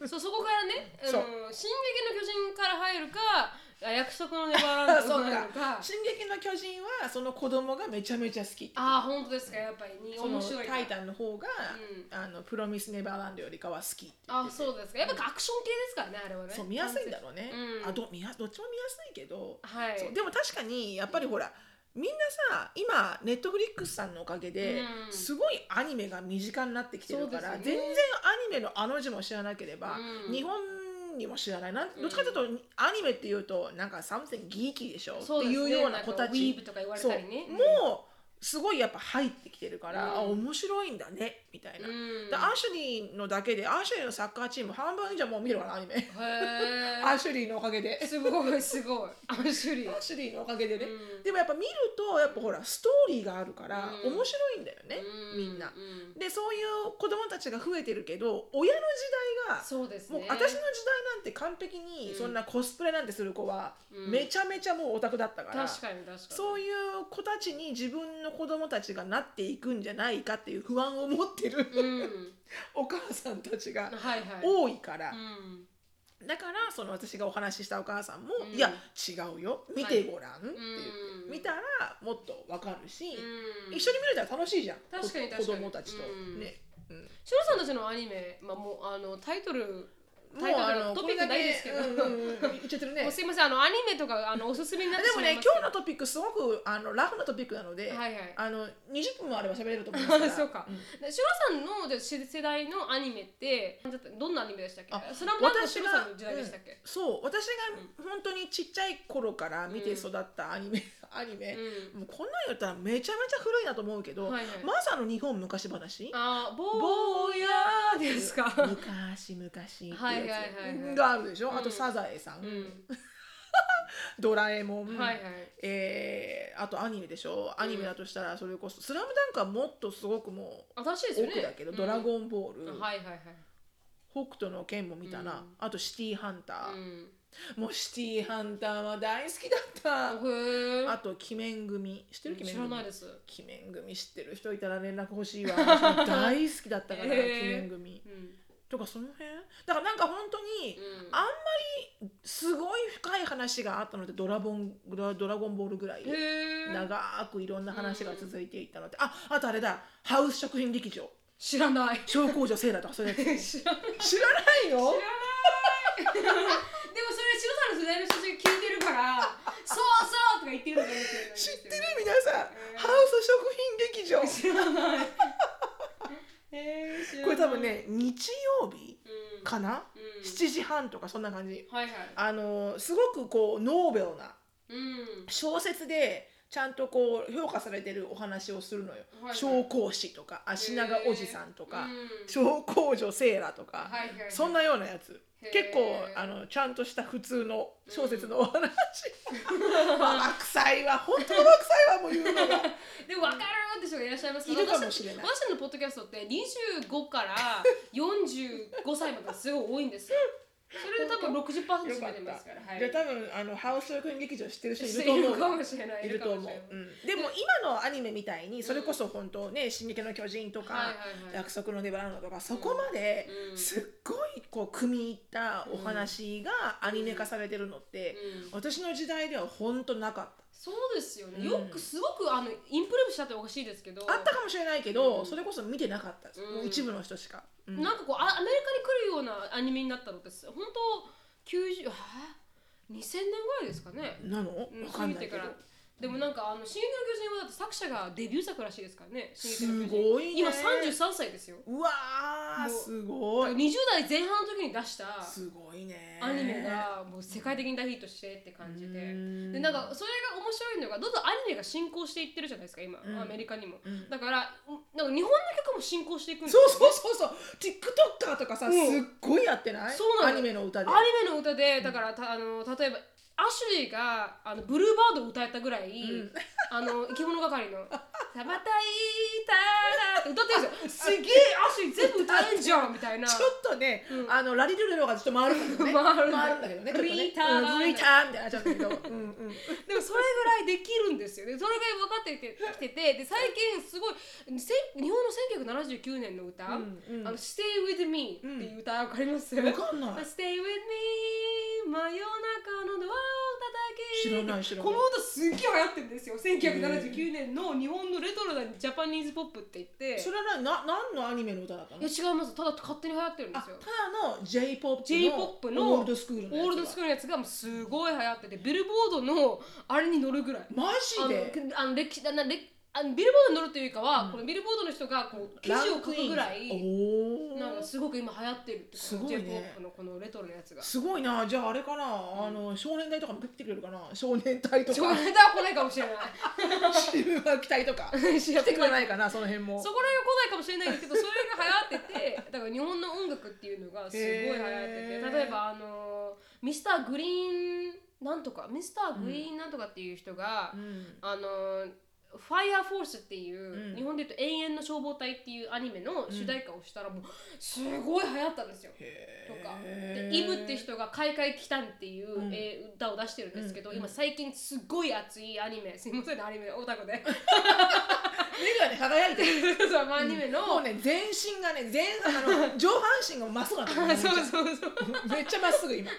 [SPEAKER 1] うん、そうそこからね「あ
[SPEAKER 2] そう
[SPEAKER 1] の進撃の巨人」から入るか「あ約束のネバーランド」
[SPEAKER 2] そ
[SPEAKER 1] か
[SPEAKER 2] う
[SPEAKER 1] ら入
[SPEAKER 2] か
[SPEAKER 1] るか
[SPEAKER 2] 「進撃の巨人」はその子供がめちゃめちゃ好き
[SPEAKER 1] ああ本当ですかやっぱりに
[SPEAKER 2] その
[SPEAKER 1] 面白いな
[SPEAKER 2] タイタンの方が、
[SPEAKER 1] うん
[SPEAKER 2] あのプロミスネバーランドよりかは好きって言っ
[SPEAKER 1] あ
[SPEAKER 2] てて
[SPEAKER 1] そうですかやっぱアクション系ですからねあれはね
[SPEAKER 2] そう見やすいんだろうね、
[SPEAKER 1] うん
[SPEAKER 2] あど見やどっちも見やすいけど、
[SPEAKER 1] はい
[SPEAKER 2] そうでも確かにやっぱりほらみんなさ今ネットフリックスさんのおかげで、
[SPEAKER 1] うん
[SPEAKER 2] すごいアニメが身近になってきてるから、
[SPEAKER 1] そうです
[SPEAKER 2] 全
[SPEAKER 1] よね
[SPEAKER 2] 然アニメのあの字も知らなければ、
[SPEAKER 1] うん
[SPEAKER 2] 日本にも知らないなんどっちかというと、アニメっていうとなんか something geeky でしょ
[SPEAKER 1] そ
[SPEAKER 2] って
[SPEAKER 1] です
[SPEAKER 2] い
[SPEAKER 1] ね
[SPEAKER 2] うような子た
[SPEAKER 1] んかウィー
[SPEAKER 2] ち
[SPEAKER 1] ブとか言われ
[SPEAKER 2] そう
[SPEAKER 1] たりね
[SPEAKER 2] もうすごいやっぱ入ってきてるから、
[SPEAKER 1] うん
[SPEAKER 2] あ面白いんだねみたいな、
[SPEAKER 1] うん
[SPEAKER 2] でアシュリーのだけでアシュリーのサッカーチーム半分以上もう見るわなアニメ
[SPEAKER 1] へ
[SPEAKER 2] アシュリーのおかげで
[SPEAKER 1] えすごいすごいアンシュリー
[SPEAKER 2] アシュリーのおかげでね、
[SPEAKER 1] うん
[SPEAKER 2] でもやっぱ見るとやっぱほらストーリーがあるから
[SPEAKER 1] うん
[SPEAKER 2] 面白いんだよね、
[SPEAKER 1] う
[SPEAKER 2] みんな
[SPEAKER 1] う
[SPEAKER 2] でそういう子供たちが増えてるけど親の時代が
[SPEAKER 1] そうです
[SPEAKER 2] も
[SPEAKER 1] ね
[SPEAKER 2] う私の時代なんて完璧に
[SPEAKER 1] うん
[SPEAKER 2] そんなコスプレなんてする子は
[SPEAKER 1] うん
[SPEAKER 2] めちゃめちゃもうオタクだったから、
[SPEAKER 1] 確かに確かに
[SPEAKER 2] そういう子たちに自分の子供たちがなっていくんじゃないかっていう不安を持ってる
[SPEAKER 1] うん
[SPEAKER 2] お母さんたちが
[SPEAKER 1] はいはい
[SPEAKER 2] 多いから、
[SPEAKER 1] うん
[SPEAKER 2] だからその私がお話ししたお母さんも「
[SPEAKER 1] うん
[SPEAKER 2] いや違うよ見てごらん」って言って、
[SPEAKER 1] うん
[SPEAKER 2] 見たらもっとわかるし、
[SPEAKER 1] うん
[SPEAKER 2] 一緒に見れたら楽しいじゃん
[SPEAKER 1] 確かに
[SPEAKER 2] こ
[SPEAKER 1] 確かに
[SPEAKER 2] 子供たちと、
[SPEAKER 1] うん
[SPEAKER 2] ね、うん
[SPEAKER 1] シロさんたちのアニメ、まあ、もうあのタイトルタイトルのトピックないですけど、
[SPEAKER 2] これだけうんうんうん言っちゃってるね
[SPEAKER 1] もうすいませんあのアニメとかあのおすすめになって
[SPEAKER 2] で
[SPEAKER 1] し
[SPEAKER 2] も
[SPEAKER 1] まいま
[SPEAKER 2] ね今
[SPEAKER 1] すけど
[SPEAKER 2] 日のトピックすごくあのラフなトピックなので、
[SPEAKER 1] はいはい
[SPEAKER 2] あの20分もあれば喋れると思いますから
[SPEAKER 1] そうか
[SPEAKER 2] ん
[SPEAKER 1] でシロさんのじゃあし世代のアニメってなんだったどんなアニメでしたっけ
[SPEAKER 2] あ
[SPEAKER 1] スラムダンクのシロさんの時代でしたっ
[SPEAKER 2] うん
[SPEAKER 1] け、
[SPEAKER 2] そう私が本当にちっちゃい頃から見て育ったアニメ、 アニメ、
[SPEAKER 1] う
[SPEAKER 2] もうこんなん言ったらめちゃめちゃ古いなと思うけど、
[SPEAKER 1] はいはい
[SPEAKER 2] まさの日本昔話
[SPEAKER 1] あー
[SPEAKER 2] 坊
[SPEAKER 1] 坊やーですか
[SPEAKER 2] 昔々っていうやつ
[SPEAKER 1] はいはいはいはい
[SPEAKER 2] があるでしょ、あ
[SPEAKER 1] う
[SPEAKER 2] と
[SPEAKER 1] ん
[SPEAKER 2] サザエさん、
[SPEAKER 1] うん
[SPEAKER 2] ドラえもん、
[SPEAKER 1] はいはい
[SPEAKER 2] えーあとアニメでしょアニメだとしたらそれこそ「スラムダンクはもっとすごくも
[SPEAKER 1] 新しいで
[SPEAKER 2] う
[SPEAKER 1] すよね
[SPEAKER 2] 奥だけど「ドラ
[SPEAKER 1] ン、
[SPEAKER 2] ゴンボール」
[SPEAKER 1] うんはいはいはい
[SPEAKER 2] 北斗の拳」も見たな、
[SPEAKER 1] うん
[SPEAKER 2] あと「シティーハンター」
[SPEAKER 1] うん
[SPEAKER 2] もうシティーハンターは大好きだった
[SPEAKER 1] へ
[SPEAKER 2] あと鬼面組知ってる鬼面
[SPEAKER 1] 知
[SPEAKER 2] 組
[SPEAKER 1] らないです。
[SPEAKER 2] 鬼面組知ってる人いたら連絡欲しいわ私も大好きだったから、
[SPEAKER 1] へー
[SPEAKER 2] 鬼面組
[SPEAKER 1] うん。
[SPEAKER 2] とかその辺だからなんか本当に
[SPEAKER 1] うん
[SPEAKER 2] あすごい深い話があったのってドラゴンドラドラゴンボールぐらい
[SPEAKER 1] へえ。
[SPEAKER 2] 長くいろんな話が続いていったのってああとあれだハウス食品劇場
[SPEAKER 1] 知らない。
[SPEAKER 2] 小工場セーラーとかそういうや
[SPEAKER 1] 知らない。
[SPEAKER 2] つ知らないの
[SPEAKER 1] でもそれ白さんの世代の人たちが聞いてるから「そうそう!」とか言ってるのかもしれない
[SPEAKER 2] 知ってる皆さん
[SPEAKER 1] うん
[SPEAKER 2] ハウス食品劇 場
[SPEAKER 1] 知ら ないえー、知らない
[SPEAKER 2] これ多分ね日曜日
[SPEAKER 1] うん、
[SPEAKER 2] かな
[SPEAKER 1] うん、
[SPEAKER 2] 7時半とかそんな感じ
[SPEAKER 1] はいはい
[SPEAKER 2] あのすごくこうノーベルな
[SPEAKER 1] うん
[SPEAKER 2] 小説でちゃんとこう評価されてるお話をするのよ
[SPEAKER 1] はいはい
[SPEAKER 2] 商工士とか足長おじさんとか
[SPEAKER 1] うん
[SPEAKER 2] 商工女セーラーとか
[SPEAKER 1] はいはいはい
[SPEAKER 2] そんなようなやつ
[SPEAKER 1] へー
[SPEAKER 2] 結構あのちゃんとした普通の小説のお 話ババ臭いわ本当ババ臭いわもう言うのが
[SPEAKER 1] でも分かるって人がいらっしゃいます
[SPEAKER 2] いるかもしれない
[SPEAKER 1] 私たちのポッドキャストって25から45歳まですごい多いんですよそれで多分60%
[SPEAKER 2] よか
[SPEAKER 1] 占め
[SPEAKER 2] っ
[SPEAKER 1] てますから
[SPEAKER 2] た
[SPEAKER 1] はい
[SPEAKER 2] じゃあ多分あのハウス食品劇場知ってる人いると
[SPEAKER 1] い
[SPEAKER 2] 思
[SPEAKER 1] る
[SPEAKER 2] う
[SPEAKER 1] かもしれない
[SPEAKER 2] いると思う、うん、でも今のアニメみたいにそれこそ本当ね「進撃の巨人」と
[SPEAKER 1] はいは
[SPEAKER 2] か
[SPEAKER 1] いは
[SPEAKER 2] 「
[SPEAKER 1] い
[SPEAKER 2] 約束の出番」とかそこまで
[SPEAKER 1] うん
[SPEAKER 2] すっごいこう組み入ったお話がアニメ化されてるのって
[SPEAKER 1] うん
[SPEAKER 2] 私の時代では本当なかった。
[SPEAKER 1] そうですよね、
[SPEAKER 2] うん
[SPEAKER 1] よくすごくあのインプルーブしたっておかしいですけど
[SPEAKER 2] あったかもしれないけど、
[SPEAKER 1] うん
[SPEAKER 2] それこそ見てなかったです、
[SPEAKER 1] うん
[SPEAKER 2] もう一部の人しか、うん
[SPEAKER 1] なんかこうあアメリカに来るようなアニメになったのって本当90あ2000年ぐらいですかね、
[SPEAKER 2] なのわ
[SPEAKER 1] うん
[SPEAKER 2] かんないけ
[SPEAKER 1] 見て
[SPEAKER 2] ど
[SPEAKER 1] からでもなんかあの「進撃の巨人」はだって作者がデビュー作らしいですからね進撃
[SPEAKER 2] す
[SPEAKER 1] の巨人
[SPEAKER 2] ごいね
[SPEAKER 1] 今33歳ですよ
[SPEAKER 2] うわー
[SPEAKER 1] もう
[SPEAKER 2] す
[SPEAKER 1] だ
[SPEAKER 2] ご
[SPEAKER 1] から
[SPEAKER 2] い
[SPEAKER 1] 20代前半の時に出した
[SPEAKER 2] すごいね
[SPEAKER 1] アニメがもう世界的に大ヒットしてって感じででなんかそれが面白いのがどんどんアニメが進行していってるじゃないですか今、
[SPEAKER 2] うん
[SPEAKER 1] アメリカにも、
[SPEAKER 2] うん
[SPEAKER 1] だからうんなんか日本の曲も進行していくんです
[SPEAKER 2] そう
[SPEAKER 1] よ
[SPEAKER 2] そうそうそう TikToker とかさ、
[SPEAKER 1] うん
[SPEAKER 2] すっごいやってない
[SPEAKER 1] そうなの
[SPEAKER 2] アニメの歌で
[SPEAKER 1] アニメの歌でだからたあの例えばアシュリーがあのブルーバードを歌えたぐらい、
[SPEAKER 2] うん
[SPEAKER 1] あの生き物係 の「タバタイタラ」って歌ってるんですよすげえアシュリー全部歌えんじゃんみたいな
[SPEAKER 2] ちょっとね、あのラリルレロがずっと回るんだけどね
[SPEAKER 1] 回るんだ
[SPEAKER 2] 回るんだけどねちょっとね
[SPEAKER 1] フリーター
[SPEAKER 2] うんフリーターみたいになっちゃうんだけど、うんうん、
[SPEAKER 1] でもそれぐらいできるんですよねそれが分かってきてきててで最近すごいせん日本の1979年の歌「
[SPEAKER 2] うんうん
[SPEAKER 1] あの Stay with me」っていう歌分かります、
[SPEAKER 2] わかんない
[SPEAKER 1] Stay with me 真夜中のドアを叩き
[SPEAKER 2] 知らない知らな
[SPEAKER 1] こ
[SPEAKER 2] い
[SPEAKER 1] の歌すっげえ流行ってるんですよ1979年の日本のレトロなジャパニーズポップって言って
[SPEAKER 2] それはなな何のアニメの歌だったの
[SPEAKER 1] いや違いますただ勝手に流行ってるんで
[SPEAKER 2] あ
[SPEAKER 1] すよ
[SPEAKER 2] ただの J-POP の
[SPEAKER 1] J-POP の
[SPEAKER 2] オールドスクールのや
[SPEAKER 1] オ
[SPEAKER 2] つだ
[SPEAKER 1] ールドスクールのやつがもうすごい流行っててビルボードのあれに乗るぐらい
[SPEAKER 2] マ
[SPEAKER 1] あ
[SPEAKER 2] ジ
[SPEAKER 1] の
[SPEAKER 2] で
[SPEAKER 1] あの歴史なな歴あのビルボードに乗るというかは、このビルボードの人がこう記事を書くぐら
[SPEAKER 2] ランク
[SPEAKER 1] い
[SPEAKER 2] インおー
[SPEAKER 1] なんかすごく今流行ってるって
[SPEAKER 2] すごいね
[SPEAKER 1] J−POP のこのレトロのやつが
[SPEAKER 2] すごいなじゃああれかな、あの少年隊とかも出てくれるかな少年隊と
[SPEAKER 1] ちょ
[SPEAKER 2] か
[SPEAKER 1] ネタは来ないかもしれない
[SPEAKER 2] 渋谷期待 とか
[SPEAKER 1] 知ら
[SPEAKER 2] 来てくれ
[SPEAKER 1] ない
[SPEAKER 2] ないかなその辺も
[SPEAKER 1] そこら辺は来ないかもしれないんですけどそれが流行っててだから日本の音楽っていうのがすごい流行って
[SPEAKER 2] へ
[SPEAKER 1] て
[SPEAKER 2] ー
[SPEAKER 1] 例えばあのミスターグリーンなんとかミスターグリーンなんとかっていう人が、
[SPEAKER 2] うん
[SPEAKER 1] あのファイアーフォースっていう、
[SPEAKER 2] うん
[SPEAKER 1] 日本でいうと永遠の消防隊っていうアニメの主題歌をしたらもうすごい流行ったんですよ。とかで
[SPEAKER 2] へー
[SPEAKER 1] イブって人が「開会来たん」っていう、
[SPEAKER 2] うん
[SPEAKER 1] えー歌を出してるんですけど、
[SPEAKER 2] うん
[SPEAKER 1] 今最近すごい熱いアニメすいませんねアニメオタ クで
[SPEAKER 2] 目がね輝いて る
[SPEAKER 1] そうアニメの、
[SPEAKER 2] もうね全身がね全あの上半身がまっすぐなんだよ
[SPEAKER 1] あ
[SPEAKER 2] ね
[SPEAKER 1] そうそうそう
[SPEAKER 2] めっちゃまっすぐ今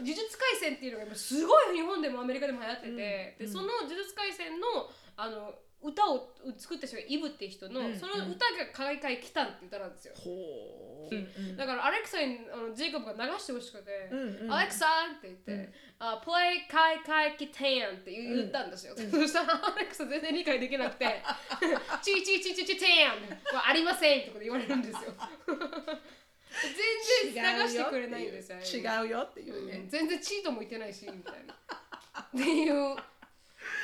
[SPEAKER 1] 呪術廻戦っていうのが今すごい日本でもアメリカでも流行ってて、
[SPEAKER 2] うん
[SPEAKER 1] で
[SPEAKER 2] うん
[SPEAKER 1] その呪術廻戦のあの歌を作った人がイブって人の、
[SPEAKER 2] うん
[SPEAKER 1] その歌が「開会来たん」って歌なんですよ。
[SPEAKER 2] ほ
[SPEAKER 1] う
[SPEAKER 2] うん
[SPEAKER 1] だからアレクサにあのジェイコブが流してほしくて
[SPEAKER 2] うんう
[SPEAKER 1] 「
[SPEAKER 2] ん
[SPEAKER 1] アレクサ!」って言って「あプレイカイカイキテン」って言ったんですよ、そしたらアレクサ全然理解できなくて「チーチーチーチーチーテンはありません」ってこと言われるんですよ全然流してくれないんですよ
[SPEAKER 2] 違うよっていうね
[SPEAKER 1] 全然チートもいてないしみたいなっていう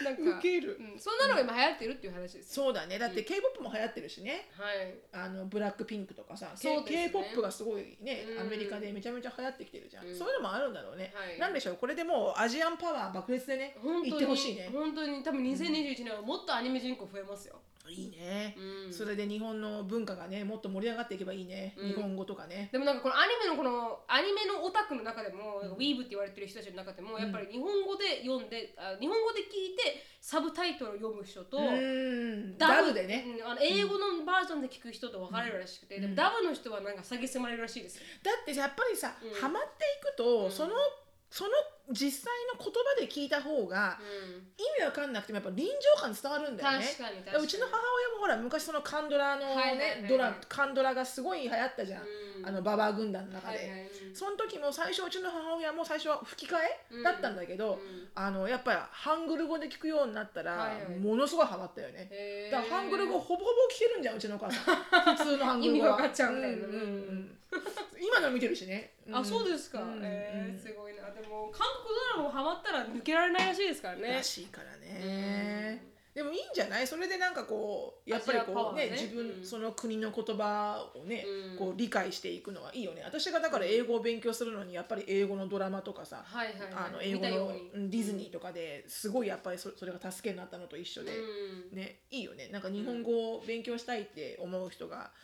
[SPEAKER 1] なんか
[SPEAKER 2] ウケる
[SPEAKER 1] うん、そんなのが今流行ってるっていう話です、
[SPEAKER 2] そうだねだって K-POP も流行ってるしね
[SPEAKER 1] はい
[SPEAKER 2] あのブラックピンクとかさ、
[SPEAKER 1] そうですね
[SPEAKER 2] K-POP がすごいね
[SPEAKER 1] うん
[SPEAKER 2] アメリカでめちゃめちゃ流行ってきてるじゃん、
[SPEAKER 1] うん
[SPEAKER 2] そういうのもあるんだろうね、
[SPEAKER 1] はい
[SPEAKER 2] なんでしょうこれでもうアジアンパワー爆裂でね
[SPEAKER 1] 本当に
[SPEAKER 2] 行ってほしいね
[SPEAKER 1] 本当に多分2021年はもっとアニメ人口増えますよ、
[SPEAKER 2] いいね、
[SPEAKER 1] うん
[SPEAKER 2] それで日本の文化がねもっと盛り上がっていけばいいね、
[SPEAKER 1] うん
[SPEAKER 2] 日本語とかね
[SPEAKER 1] でもなんかこのアニメのこのアニメのオタクの中でも、ウィーブって言われてる人たちの中でも、
[SPEAKER 2] ん
[SPEAKER 1] やっぱり日本語で読んであ日本語で聞いてサブタイトルを読む人と、
[SPEAKER 2] うんダブでね、
[SPEAKER 1] うんあの英語のバージョンで聞く人と分かれるらしくて、
[SPEAKER 2] うん
[SPEAKER 1] でもダブの人はなんか蔑まれるらしいですよ
[SPEAKER 2] だってやっぱりさ、
[SPEAKER 1] うん
[SPEAKER 2] ハマっていくと、
[SPEAKER 1] うん
[SPEAKER 2] そのその実際の言葉で聞いた方が意味わかんなくてもやっぱ臨場感伝わるんだよね
[SPEAKER 1] 確かに確かに
[SPEAKER 2] うちの母親もほら昔そのカンドラのね、
[SPEAKER 1] はいはいはいはい
[SPEAKER 2] ドラカンドラがすごい流行ったじゃん、
[SPEAKER 1] うん
[SPEAKER 2] あのババア軍団の中
[SPEAKER 1] は
[SPEAKER 2] で、
[SPEAKER 1] いはいうん
[SPEAKER 2] その時も最初うちの母親も最初は吹き替
[SPEAKER 1] うん
[SPEAKER 2] えだったんだけど、
[SPEAKER 1] うん
[SPEAKER 2] あのやっぱりハングル語で聞くようになったら、
[SPEAKER 1] はいはい
[SPEAKER 2] ものすごいハマったよね、
[SPEAKER 1] へー
[SPEAKER 2] だからハングル語ほぼほぼ聞けるんじゃんうちのお 母さん普通のハングル語
[SPEAKER 1] 意味
[SPEAKER 2] は
[SPEAKER 1] わかっちゃうみたいな
[SPEAKER 2] うんうんうん今の見てるしね、
[SPEAKER 1] あそう
[SPEAKER 2] す
[SPEAKER 1] ですか、
[SPEAKER 2] うん
[SPEAKER 1] え
[SPEAKER 2] うん
[SPEAKER 1] ー、すごいなでも韓国ドラマもハマったら抜けられないらしいですからね
[SPEAKER 2] らしいからね、でもいいんじゃないそれでなんかこうやっぱり
[SPEAKER 1] アジアパワ
[SPEAKER 2] こ
[SPEAKER 1] ー
[SPEAKER 2] うね
[SPEAKER 1] ね
[SPEAKER 2] 自
[SPEAKER 1] う
[SPEAKER 2] 分
[SPEAKER 1] ん
[SPEAKER 2] その国の言葉をね、
[SPEAKER 1] うん
[SPEAKER 2] こう理解していくのはいいよね私がだから英語を勉強するのにやっぱり英語のドラマとかさ、
[SPEAKER 1] はいはい、はい、
[SPEAKER 2] あの英語
[SPEAKER 1] 見たよ
[SPEAKER 2] の
[SPEAKER 1] う
[SPEAKER 2] うん
[SPEAKER 1] に
[SPEAKER 2] ディズニーとかですごいやっぱりそそれが助けになったのと一緒で、
[SPEAKER 1] うん
[SPEAKER 2] ねいいよねなんか日本語を勉強したいって思う人が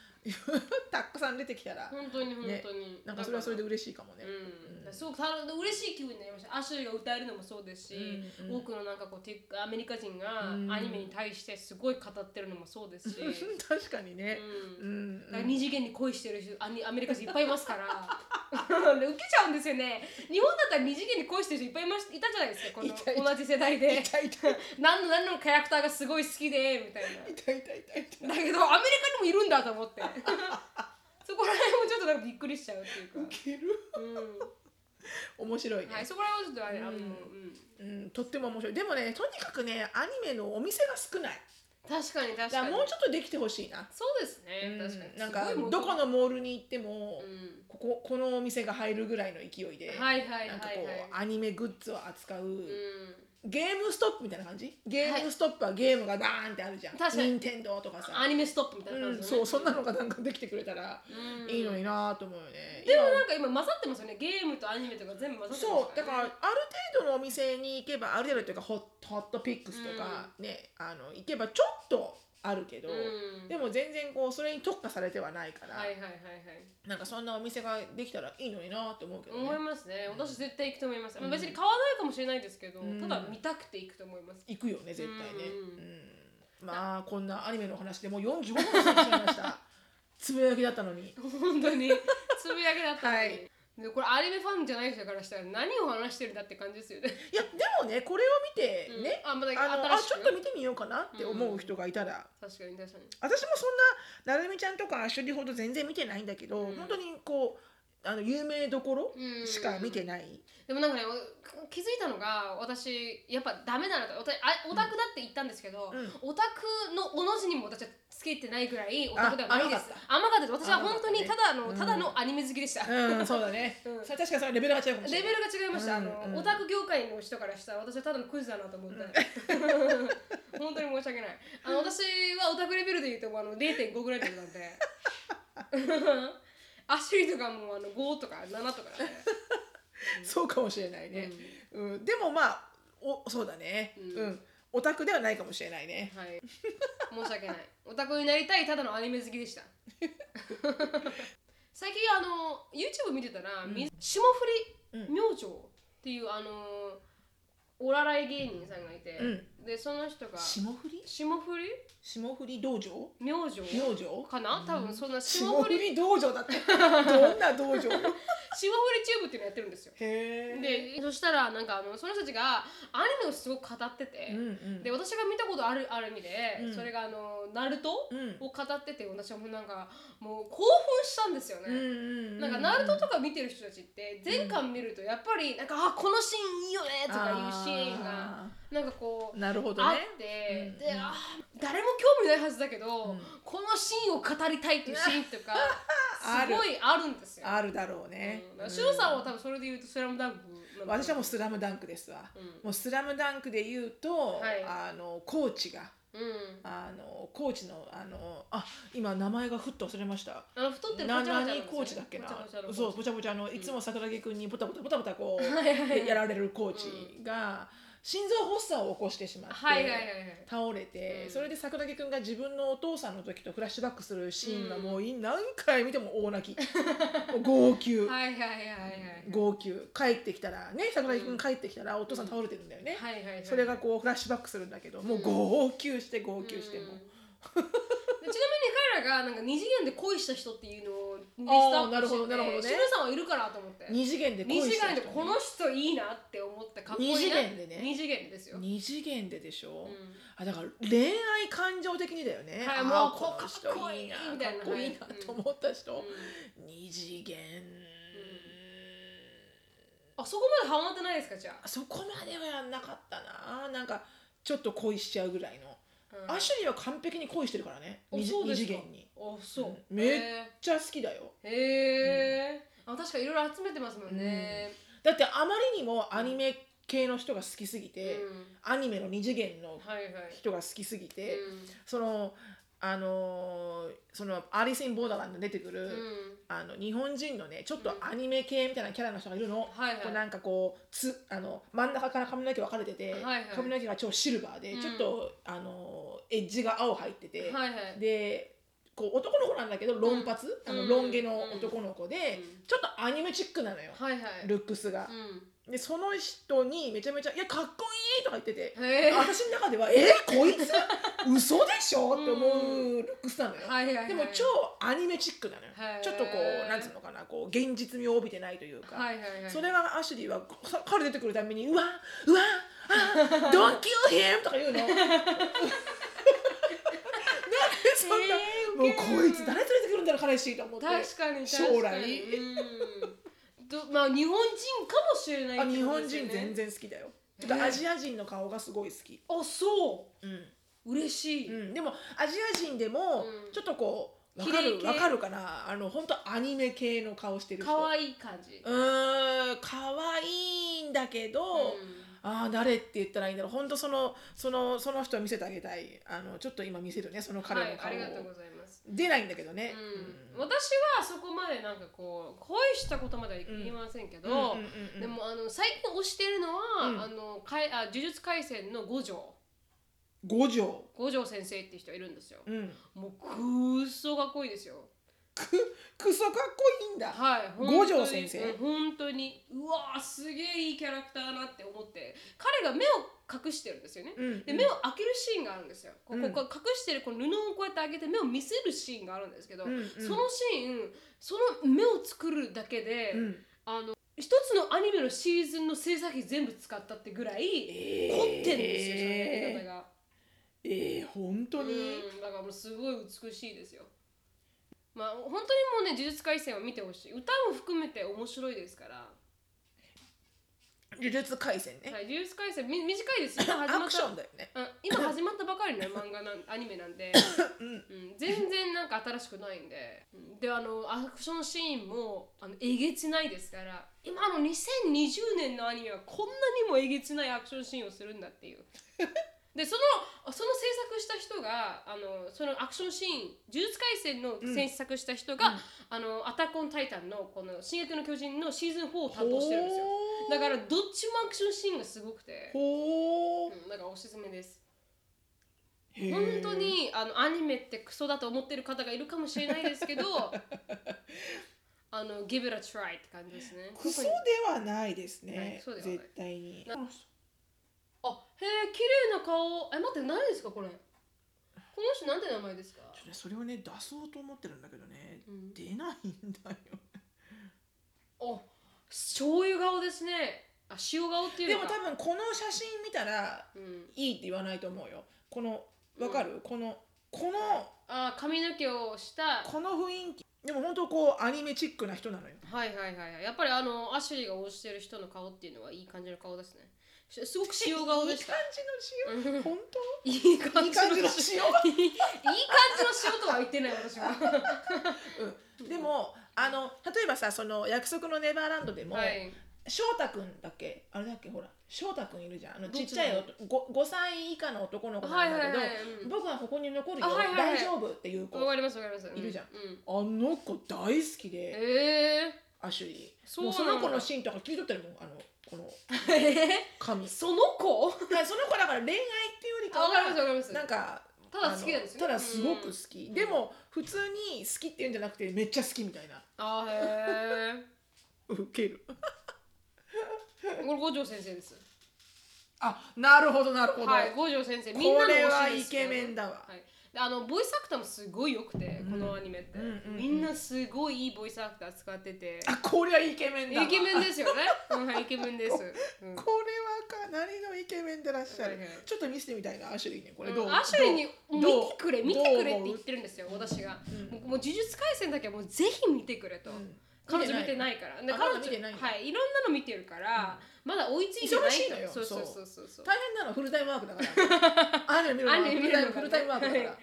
[SPEAKER 2] たくさん出てきたら
[SPEAKER 1] 本当に本
[SPEAKER 2] ね
[SPEAKER 1] 当に、
[SPEAKER 2] なんかそれはそれで
[SPEAKER 1] だか
[SPEAKER 2] 嬉しいかもね
[SPEAKER 1] ら、うん、すごくた嬉しい気分になりましたアシュリーが歌えるのもそうですし、
[SPEAKER 2] うんうん
[SPEAKER 1] 多くのなんかこうテアメリカ人が
[SPEAKER 2] うん
[SPEAKER 1] アニメに対してすごい語ってるのもそう ですし、うん、
[SPEAKER 2] 確かにね、うん
[SPEAKER 1] だから二次元に恋してる人アニアメリカ人いっぱいいますから でウケちゃうんですよね日本だったら二次元に恋してる人いっぱいいましいたじゃないですかこ
[SPEAKER 2] いたい
[SPEAKER 1] の同じ世代で
[SPEAKER 2] 痛い痛い
[SPEAKER 1] 何の何のキャラクターがすごい好きでみたいな
[SPEAKER 2] 痛い痛い痛い痛い
[SPEAKER 1] だけどアメリカにもいるんだと思ってそこら辺もちょっとなんかびっくりしちゃうっていうか、
[SPEAKER 2] ウケる
[SPEAKER 1] う
[SPEAKER 2] 面白いね、
[SPEAKER 1] ん、はいそこら辺はちょっとあれ、あの
[SPEAKER 2] う
[SPEAKER 1] うんん、
[SPEAKER 2] うん、とっても面白いでもねとにかくねアニメのお店が少ない
[SPEAKER 1] 確かに確
[SPEAKER 2] だか
[SPEAKER 1] からに
[SPEAKER 2] もうちょっとできてほしいな、
[SPEAKER 1] そうです
[SPEAKER 2] う
[SPEAKER 1] ね、
[SPEAKER 2] ん
[SPEAKER 1] 確かに
[SPEAKER 2] なん
[SPEAKER 1] すごい
[SPEAKER 2] か
[SPEAKER 1] もう
[SPEAKER 2] どこのモールに行っても、
[SPEAKER 1] う
[SPEAKER 2] こここのお店が入るぐらいの勢いで、
[SPEAKER 1] ん、はいはいはい
[SPEAKER 2] なんか
[SPEAKER 1] は
[SPEAKER 2] こう、
[SPEAKER 1] い
[SPEAKER 2] アニメグッズを扱う、
[SPEAKER 1] う
[SPEAKER 2] ゲームストップみたいな感じゲームストップはゲームがバーンってあるじゃん、
[SPEAKER 1] 確かに
[SPEAKER 2] 任天堂とか
[SPEAKER 1] ん、ア
[SPEAKER 2] さ、
[SPEAKER 1] ニメストップみたいな
[SPEAKER 2] う
[SPEAKER 1] 感じ
[SPEAKER 2] ん、
[SPEAKER 1] のね
[SPEAKER 2] そうそんなのがなんかできてくれたら
[SPEAKER 1] うん
[SPEAKER 2] いいのになと思うよね、
[SPEAKER 1] でもなんか今混ざってますよねゲームとアニメとか全部混ざってますね
[SPEAKER 2] そうだからある程度のお店に行けばある程度というかホットホットピックスとか、ねあの行けばちょっとあるけど、
[SPEAKER 1] うん
[SPEAKER 2] でも全然こうそれに特化されてはないから、
[SPEAKER 1] はいはいはいはい
[SPEAKER 2] なんかそんなお店ができたらいいのになって思うけど、ね
[SPEAKER 1] 思いますね私絶対行くと思います、まあ、別に買わないかもしれないですけど、
[SPEAKER 2] ん
[SPEAKER 1] ただ見たくて行くと思います
[SPEAKER 2] 行くよね絶対ね、
[SPEAKER 1] う
[SPEAKER 2] うんまあこんなアニメの話でもう45分もしてしまいました つぶやきだったのに
[SPEAKER 1] 本当につぶやけだったのに、
[SPEAKER 2] はい
[SPEAKER 1] でこれアニメファンじゃない人からしたら何を話してるんだって感じですよね
[SPEAKER 2] いやでもねこれを見て
[SPEAKER 1] うん
[SPEAKER 2] ね、
[SPEAKER 1] あまだ
[SPEAKER 2] あの
[SPEAKER 1] 新
[SPEAKER 2] あ
[SPEAKER 1] しく
[SPEAKER 2] ちょっと見てみようかなって思う人がいたら、
[SPEAKER 1] 確かに確かに
[SPEAKER 2] 私もそんななるみちゃんとかアシュリーほど全然見てないんだけど、
[SPEAKER 1] うん
[SPEAKER 2] 本当にこうあの有名どころ
[SPEAKER 1] うん
[SPEAKER 2] しか見てない、
[SPEAKER 1] でもなんかねお気づいたのが私やっぱダメだなと私あオタクだって言ったんですけど、
[SPEAKER 2] う
[SPEAKER 1] オタクのおの字にも私はつけてないぐらいオタクではないです甘かったです私は本当にただの、
[SPEAKER 2] 甘かったね
[SPEAKER 1] ただのアニメ好きでした、
[SPEAKER 2] うんそうだね、
[SPEAKER 1] うん
[SPEAKER 2] さ確かにそれレベルが違うかもし
[SPEAKER 1] レ
[SPEAKER 2] れ
[SPEAKER 1] ベ
[SPEAKER 2] な
[SPEAKER 1] ル
[SPEAKER 2] い
[SPEAKER 1] が違いました、あ
[SPEAKER 2] うん
[SPEAKER 1] の
[SPEAKER 2] うん
[SPEAKER 1] オタク業界の人からしたら私はただのクズだなと思って、 本当に申し訳ないあの私はオタクレベルで言うとあの0.5ぐらいだったんでアシュリーとかもあの5とか7とかだね
[SPEAKER 2] そうかもしれないね、うんでもまあおそうだね
[SPEAKER 1] うん
[SPEAKER 2] うん、オタクではないかもしれないね
[SPEAKER 1] はい申し訳ないオタクになりたいただのアニメ好き でした最近あの YouTube 見てたら、み霜降り
[SPEAKER 2] う
[SPEAKER 1] 明星っていうあのお笑い芸人さんがいて、
[SPEAKER 2] う
[SPEAKER 1] でその人が
[SPEAKER 2] 霜降り
[SPEAKER 1] 霜降り
[SPEAKER 2] 霜降り道場
[SPEAKER 1] 明星
[SPEAKER 2] 明星
[SPEAKER 1] かな多分そんな霜
[SPEAKER 2] 霜
[SPEAKER 1] 降
[SPEAKER 2] 降
[SPEAKER 1] り
[SPEAKER 2] り道場だってどんな道 場
[SPEAKER 1] 霜降り
[SPEAKER 2] よ
[SPEAKER 1] チューブっていうのやってるんですよ
[SPEAKER 2] へえ
[SPEAKER 1] でそしたらなんかあのその人たちがアニメをすごく語ってて、
[SPEAKER 2] うんうん
[SPEAKER 1] で私が見たことあるある意味で、
[SPEAKER 2] うん
[SPEAKER 1] それがあのナルト
[SPEAKER 2] うん
[SPEAKER 1] を語ってて私はもうなんかもう興奮したんですよね、
[SPEAKER 2] うんうんうん
[SPEAKER 1] なんかナルトとか見てる人たちって全巻見るとやっぱりなんか、あこのシーンいいよねとかいうシーンが
[SPEAKER 2] あ
[SPEAKER 1] なんかこう
[SPEAKER 2] ーなるほど
[SPEAKER 1] あ
[SPEAKER 2] ね
[SPEAKER 1] って、
[SPEAKER 2] うん
[SPEAKER 1] で
[SPEAKER 2] うん
[SPEAKER 1] あー誰も興味ないはずだけど、
[SPEAKER 2] ん
[SPEAKER 1] このシーンを語りたいっていうシーンとか
[SPEAKER 2] あ
[SPEAKER 1] す
[SPEAKER 2] る
[SPEAKER 1] ごいあるんですよ。
[SPEAKER 2] あるだろうね、
[SPEAKER 1] うん、シュンさんは多分それで言うと「スラムダンクなのかな
[SPEAKER 2] 私はもう「スラムダンクですわ、
[SPEAKER 1] うん
[SPEAKER 2] もう「スラムダンクで言うと、
[SPEAKER 1] はい
[SPEAKER 2] あのコーチが
[SPEAKER 1] うん
[SPEAKER 2] あのコーチのあのあ今名前がふっと忘れました
[SPEAKER 1] あの太ってる
[SPEAKER 2] な
[SPEAKER 1] ぽちゃぽちゃの
[SPEAKER 2] 何コーチだっけな
[SPEAKER 1] ぽちゃぽちゃの
[SPEAKER 2] そう
[SPEAKER 1] コーチ
[SPEAKER 2] ぽちゃぽちゃのいつも桜木くんにポタポタポタポタこう
[SPEAKER 1] はいはいはい
[SPEAKER 2] やられるコーチが、心臓発作を起こしてしまって、
[SPEAKER 1] はいはいはいはい
[SPEAKER 2] 倒れて、
[SPEAKER 1] うん
[SPEAKER 2] それで桜木くんが自分のお父さんの時とフラッシュバックするシーンがもうい何回見ても大 泣きもう号泣、
[SPEAKER 1] はいはいはいはい
[SPEAKER 2] 号泣帰ってきたらね桜木くん帰ってきたらお父さん倒れてるんだよね、
[SPEAKER 1] はいはいはい
[SPEAKER 2] それがこうフラッシュバックするんだけどもう号泣して号泣しても
[SPEAKER 1] うん でちなみに彼らがなんか二次元で恋した人っていうのをリストア
[SPEAKER 2] あーな
[SPEAKER 1] ッ
[SPEAKER 2] る
[SPEAKER 1] プし
[SPEAKER 2] ほ
[SPEAKER 1] て
[SPEAKER 2] どなるほどね
[SPEAKER 1] て志村さんはいるかなと思って
[SPEAKER 2] 二次元で
[SPEAKER 1] 二
[SPEAKER 2] 恋
[SPEAKER 1] 次
[SPEAKER 2] した
[SPEAKER 1] 元
[SPEAKER 2] 人
[SPEAKER 1] でこの人いいなって思ってかっこいいな
[SPEAKER 2] 二次元でね
[SPEAKER 1] 二次元でですよ、
[SPEAKER 2] 二次元ででし
[SPEAKER 1] う
[SPEAKER 2] ょ、
[SPEAKER 1] ん
[SPEAKER 2] あだから恋愛感情的にだよね、
[SPEAKER 1] はい
[SPEAKER 2] あー
[SPEAKER 1] もう
[SPEAKER 2] こ
[SPEAKER 1] こ
[SPEAKER 2] の人いいな
[SPEAKER 1] かっこいいみたいな
[SPEAKER 2] かっこいいな
[SPEAKER 1] はい
[SPEAKER 2] と思った人、
[SPEAKER 1] うん
[SPEAKER 2] 二次元、
[SPEAKER 1] あそこまでハマってないですかじゃあ、
[SPEAKER 2] そこまではやんなかったななんかちょっと恋しちゃうぐらいの、
[SPEAKER 1] うん
[SPEAKER 2] アシュリーは完璧に恋してるからね
[SPEAKER 1] あ
[SPEAKER 2] 二次
[SPEAKER 1] そう
[SPEAKER 2] 二
[SPEAKER 1] です
[SPEAKER 2] 次
[SPEAKER 1] か
[SPEAKER 2] 元に
[SPEAKER 1] あそう、
[SPEAKER 2] うんめ
[SPEAKER 1] へ
[SPEAKER 2] めっちゃ好きだよ
[SPEAKER 1] えへーあ確かにいろいろ集めてますもんね、
[SPEAKER 2] だってあまりにもアニメ系の人が好きすぎ
[SPEAKER 1] うん
[SPEAKER 2] て、アニメの二次元の
[SPEAKER 1] はいはい、
[SPEAKER 2] 人が好きすぎて、
[SPEAKER 1] うん
[SPEAKER 2] そのあのーそのアリス・イン・ボーダーランドに出てくる、
[SPEAKER 1] うん
[SPEAKER 2] あの日本人のねちょっとアニメ系みたいなキャラの人がいるの、
[SPEAKER 1] はいはい
[SPEAKER 2] こうなんかこうつあの真ん中から髪の毛分かれてて、
[SPEAKER 1] はいはい
[SPEAKER 2] 髪の毛が超シルバーで、
[SPEAKER 1] うん
[SPEAKER 2] ちょっとあのエッジが青入ってて、
[SPEAKER 1] はいはい
[SPEAKER 2] でこう男の子なんだけどロンパツ、あのロン毛の
[SPEAKER 1] うん
[SPEAKER 2] 男の子で、
[SPEAKER 1] うん
[SPEAKER 2] ちょっとアニメチックなのよ、
[SPEAKER 1] はいはい
[SPEAKER 2] ルックスが。でその人にめちゃめちゃ「いやかっこいい!」とか言ってて
[SPEAKER 1] う。ん、へえ
[SPEAKER 2] 私の中では「えー、こいつ嘘でしょ?」って思うルックスなのよ。
[SPEAKER 1] はいはいはい
[SPEAKER 2] でも超アニメチックなのよ
[SPEAKER 1] へー
[SPEAKER 2] ちょっとこうなんつうのかなこう現実味を帯びてないというか、
[SPEAKER 1] はいはいはい
[SPEAKER 2] それがアシュリーはさ彼出てくるために「うわうわあ Don't kill him!」とか 言うのなんでそんな、
[SPEAKER 1] えー
[SPEAKER 2] もう
[SPEAKER 1] ウケる
[SPEAKER 2] こいつ誰連れてくるんだろう彼氏と思って
[SPEAKER 1] 確かに確かに
[SPEAKER 2] 将来
[SPEAKER 1] うんどまあ日本人かもしれない
[SPEAKER 2] あ
[SPEAKER 1] って
[SPEAKER 2] 日
[SPEAKER 1] こと
[SPEAKER 2] 本
[SPEAKER 1] ですよ
[SPEAKER 2] 人
[SPEAKER 1] ね
[SPEAKER 2] 全然好きだよてか
[SPEAKER 1] へー
[SPEAKER 2] アジア人の顔がすごい好き、
[SPEAKER 1] あそ
[SPEAKER 2] うん
[SPEAKER 1] う嬉しい、
[SPEAKER 2] うん、でもアジア人でも
[SPEAKER 1] うん
[SPEAKER 2] ちょっとこうわ
[SPEAKER 1] 綺
[SPEAKER 2] か
[SPEAKER 1] 麗
[SPEAKER 2] る
[SPEAKER 1] 系
[SPEAKER 2] わかるかなあの本当アニメ系の顔してる人
[SPEAKER 1] 可愛い感じ、
[SPEAKER 2] うーん可愛いんだけど、
[SPEAKER 1] う
[SPEAKER 2] ああ誰って言ったらいいんだろう本当そのそのその人を見せてあげたいあのちょっと今見せるねその
[SPEAKER 1] ん、
[SPEAKER 2] 彼
[SPEAKER 1] は
[SPEAKER 2] の
[SPEAKER 1] いあ
[SPEAKER 2] 顔を、
[SPEAKER 1] りがとうございます
[SPEAKER 2] 出ないんだけどね、
[SPEAKER 1] うん、
[SPEAKER 2] うん
[SPEAKER 1] 私はそこまでなんかこう恋したことまではい言いませんけど、
[SPEAKER 2] うんうんうんうん
[SPEAKER 1] でもあの最近推してるのは、
[SPEAKER 2] うん
[SPEAKER 1] あのかいあ呪術廻戦の五条
[SPEAKER 2] 五条
[SPEAKER 1] 五条先生っていう人いるんですよ
[SPEAKER 2] うん
[SPEAKER 1] もうくっそかっこいいですよ
[SPEAKER 2] クソかっこいいんだ、
[SPEAKER 1] はい本当に
[SPEAKER 2] 五条先生
[SPEAKER 1] うん本当にうわーすげえいいキャラクターなって思って彼が目を隠してるんですよね、
[SPEAKER 2] うん
[SPEAKER 1] で目を開けるシーンがあるんですよ。こう
[SPEAKER 2] うん
[SPEAKER 1] こう隠してるこの布をこうやって開けて目を見せるシーンがあるんですけど、
[SPEAKER 2] うんうん
[SPEAKER 1] そのシーンその目を作るだけで、
[SPEAKER 2] うん
[SPEAKER 1] あの一つのアニメのシーズンの制作費全部使ったってぐらい
[SPEAKER 2] え
[SPEAKER 1] 凝ってるんですよ、そのやり
[SPEAKER 2] え
[SPEAKER 1] 方が。
[SPEAKER 2] ー、えー、本当に、
[SPEAKER 1] うん、だからもうすごい美しいですよ。まあ本当にもうね呪術廻戦を見てほしい歌も含めて面白いですから、は
[SPEAKER 2] 呪術廻戦
[SPEAKER 1] い、
[SPEAKER 2] ね、
[SPEAKER 1] 呪術廻戦み短いですよ
[SPEAKER 2] アクションだよね
[SPEAKER 1] うん今始まったばかり の漫画なんアニメなんで、うん、全然なんか新しくないんで、うんであのアクションシーンもあのえげつないですから今の2020年のアニメはこんなにもえげつないアクションシーンをするんだって いうでそのその制作した人があのそのアクションシーン「呪術廻戦」の制作した人が「あのアタック・オン・タイタンの」この「進撃の巨人」のシーズン4を担当してるんですよ
[SPEAKER 2] ほー
[SPEAKER 1] だからどっちもアクションシーンがすごくて、
[SPEAKER 2] ほー
[SPEAKER 1] うん、だからおすすめです
[SPEAKER 2] へ
[SPEAKER 1] 本
[SPEAKER 2] ー
[SPEAKER 1] 当にあのアニメってクソだと思ってる方がいるかもしれないです けどあの give it a try って感じですね
[SPEAKER 2] クソで
[SPEAKER 1] 特に
[SPEAKER 2] はないですね、
[SPEAKER 1] はいそうではない
[SPEAKER 2] 絶対に
[SPEAKER 1] なあへえ綺麗な顔え待って何ですかこれこの人なんて名前ですか、
[SPEAKER 2] ちょっとねそれをね出そうと思ってるんだけどね
[SPEAKER 1] うん、
[SPEAKER 2] 出ないんだよ
[SPEAKER 1] あ醤油顔ですねあ塩顔ってい
[SPEAKER 2] で
[SPEAKER 1] う
[SPEAKER 2] も
[SPEAKER 1] のか
[SPEAKER 2] 多分この写真見たら
[SPEAKER 1] うん、
[SPEAKER 2] いいって言わないと思うよこのわかる、このこの
[SPEAKER 1] あ髪の毛をした
[SPEAKER 2] この雰囲気でも本当こうアニメチックな人なのよ
[SPEAKER 1] はいはいはいはいやっぱりあのアシュリーが推してる人の顔っていうのはいい感じの顔ですねしすごく塩顔でした
[SPEAKER 2] いい感じの
[SPEAKER 1] う
[SPEAKER 2] 塩
[SPEAKER 1] ん
[SPEAKER 2] 本
[SPEAKER 1] いい
[SPEAKER 2] 当
[SPEAKER 1] 感 じ
[SPEAKER 2] いい感じの
[SPEAKER 1] の
[SPEAKER 2] 塩
[SPEAKER 1] いいいい感じの塩とは言ってない私は。
[SPEAKER 2] うん、でもあの例えばさその約束のネバーランドでも、
[SPEAKER 1] はい。
[SPEAKER 2] 翔太くんだっけあれだっけほら翔太くんいるじゃんあの
[SPEAKER 1] どっ
[SPEAKER 2] ちっ
[SPEAKER 1] ち
[SPEAKER 2] ちゃいおとご 5, 歳以下の男の子なんだけど、
[SPEAKER 1] はいはいはいうん
[SPEAKER 2] 僕はここに残るよ、
[SPEAKER 1] あはいはいはい
[SPEAKER 2] 大丈夫っていう子
[SPEAKER 1] わかりますわかります。う
[SPEAKER 2] いるじゃん
[SPEAKER 1] う
[SPEAKER 2] あの子大好きで
[SPEAKER 1] ええ
[SPEAKER 2] アシュリー
[SPEAKER 1] そう
[SPEAKER 2] も
[SPEAKER 1] な
[SPEAKER 2] うんそ
[SPEAKER 1] だ
[SPEAKER 2] の子のシーンとか切り取ってるもんあのこの
[SPEAKER 1] え
[SPEAKER 2] 紙
[SPEAKER 1] その子
[SPEAKER 2] だからその子だから恋愛っていうよりか
[SPEAKER 1] あわかります
[SPEAKER 2] は
[SPEAKER 1] わかります
[SPEAKER 2] なんか
[SPEAKER 1] ただ好きなんですよね
[SPEAKER 2] あのただすごく好き、
[SPEAKER 1] ん
[SPEAKER 2] でも普通に好きっていうんじゃなくてめっちゃ好きみたいな
[SPEAKER 1] あーへ
[SPEAKER 2] ウケる
[SPEAKER 1] えこれ五条先生です
[SPEAKER 2] あなるほどなるほど、
[SPEAKER 1] はい五条先生
[SPEAKER 2] こ
[SPEAKER 1] みんなの推し
[SPEAKER 2] れ
[SPEAKER 1] です
[SPEAKER 2] はイケメンだわ、
[SPEAKER 1] はい、であのボイスアクターもすごい良くて、
[SPEAKER 2] うん
[SPEAKER 1] このアニメって、
[SPEAKER 2] うんうんうん
[SPEAKER 1] みんなすごいいいボイスアクター使ってて、
[SPEAKER 2] あこれはイケメンだわ
[SPEAKER 1] イケメンですよね、うん、イケメンです、うん
[SPEAKER 2] これはかなりのイケメンでらっしゃる、
[SPEAKER 1] はいはい
[SPEAKER 2] ちょっと見せてみたいなアシュリーにこれ
[SPEAKER 1] うん
[SPEAKER 2] どう、
[SPEAKER 1] アシュリーに「
[SPEAKER 2] どう
[SPEAKER 1] 見てくれ
[SPEAKER 2] どう
[SPEAKER 1] 見てくれ」って
[SPEAKER 2] 思
[SPEAKER 1] 言
[SPEAKER 2] う
[SPEAKER 1] ってるんですよ私が、
[SPEAKER 2] うん
[SPEAKER 1] もうもう呪術廻戦だけはもうぜひ見てくれと、
[SPEAKER 2] うん
[SPEAKER 1] 彼女見てないからで
[SPEAKER 2] あ
[SPEAKER 1] 彼
[SPEAKER 2] まだ見てないんだ
[SPEAKER 1] 女はいいろんなの見てるから、まだ追いついてない
[SPEAKER 2] 忙しいのよ
[SPEAKER 1] そうそうそうそうそう
[SPEAKER 2] 大変なのフルタイムワークだ からアニメ見るのは
[SPEAKER 1] アニメ見るのは
[SPEAKER 2] フルタイムフルタイムワークだから、
[SPEAKER 1] は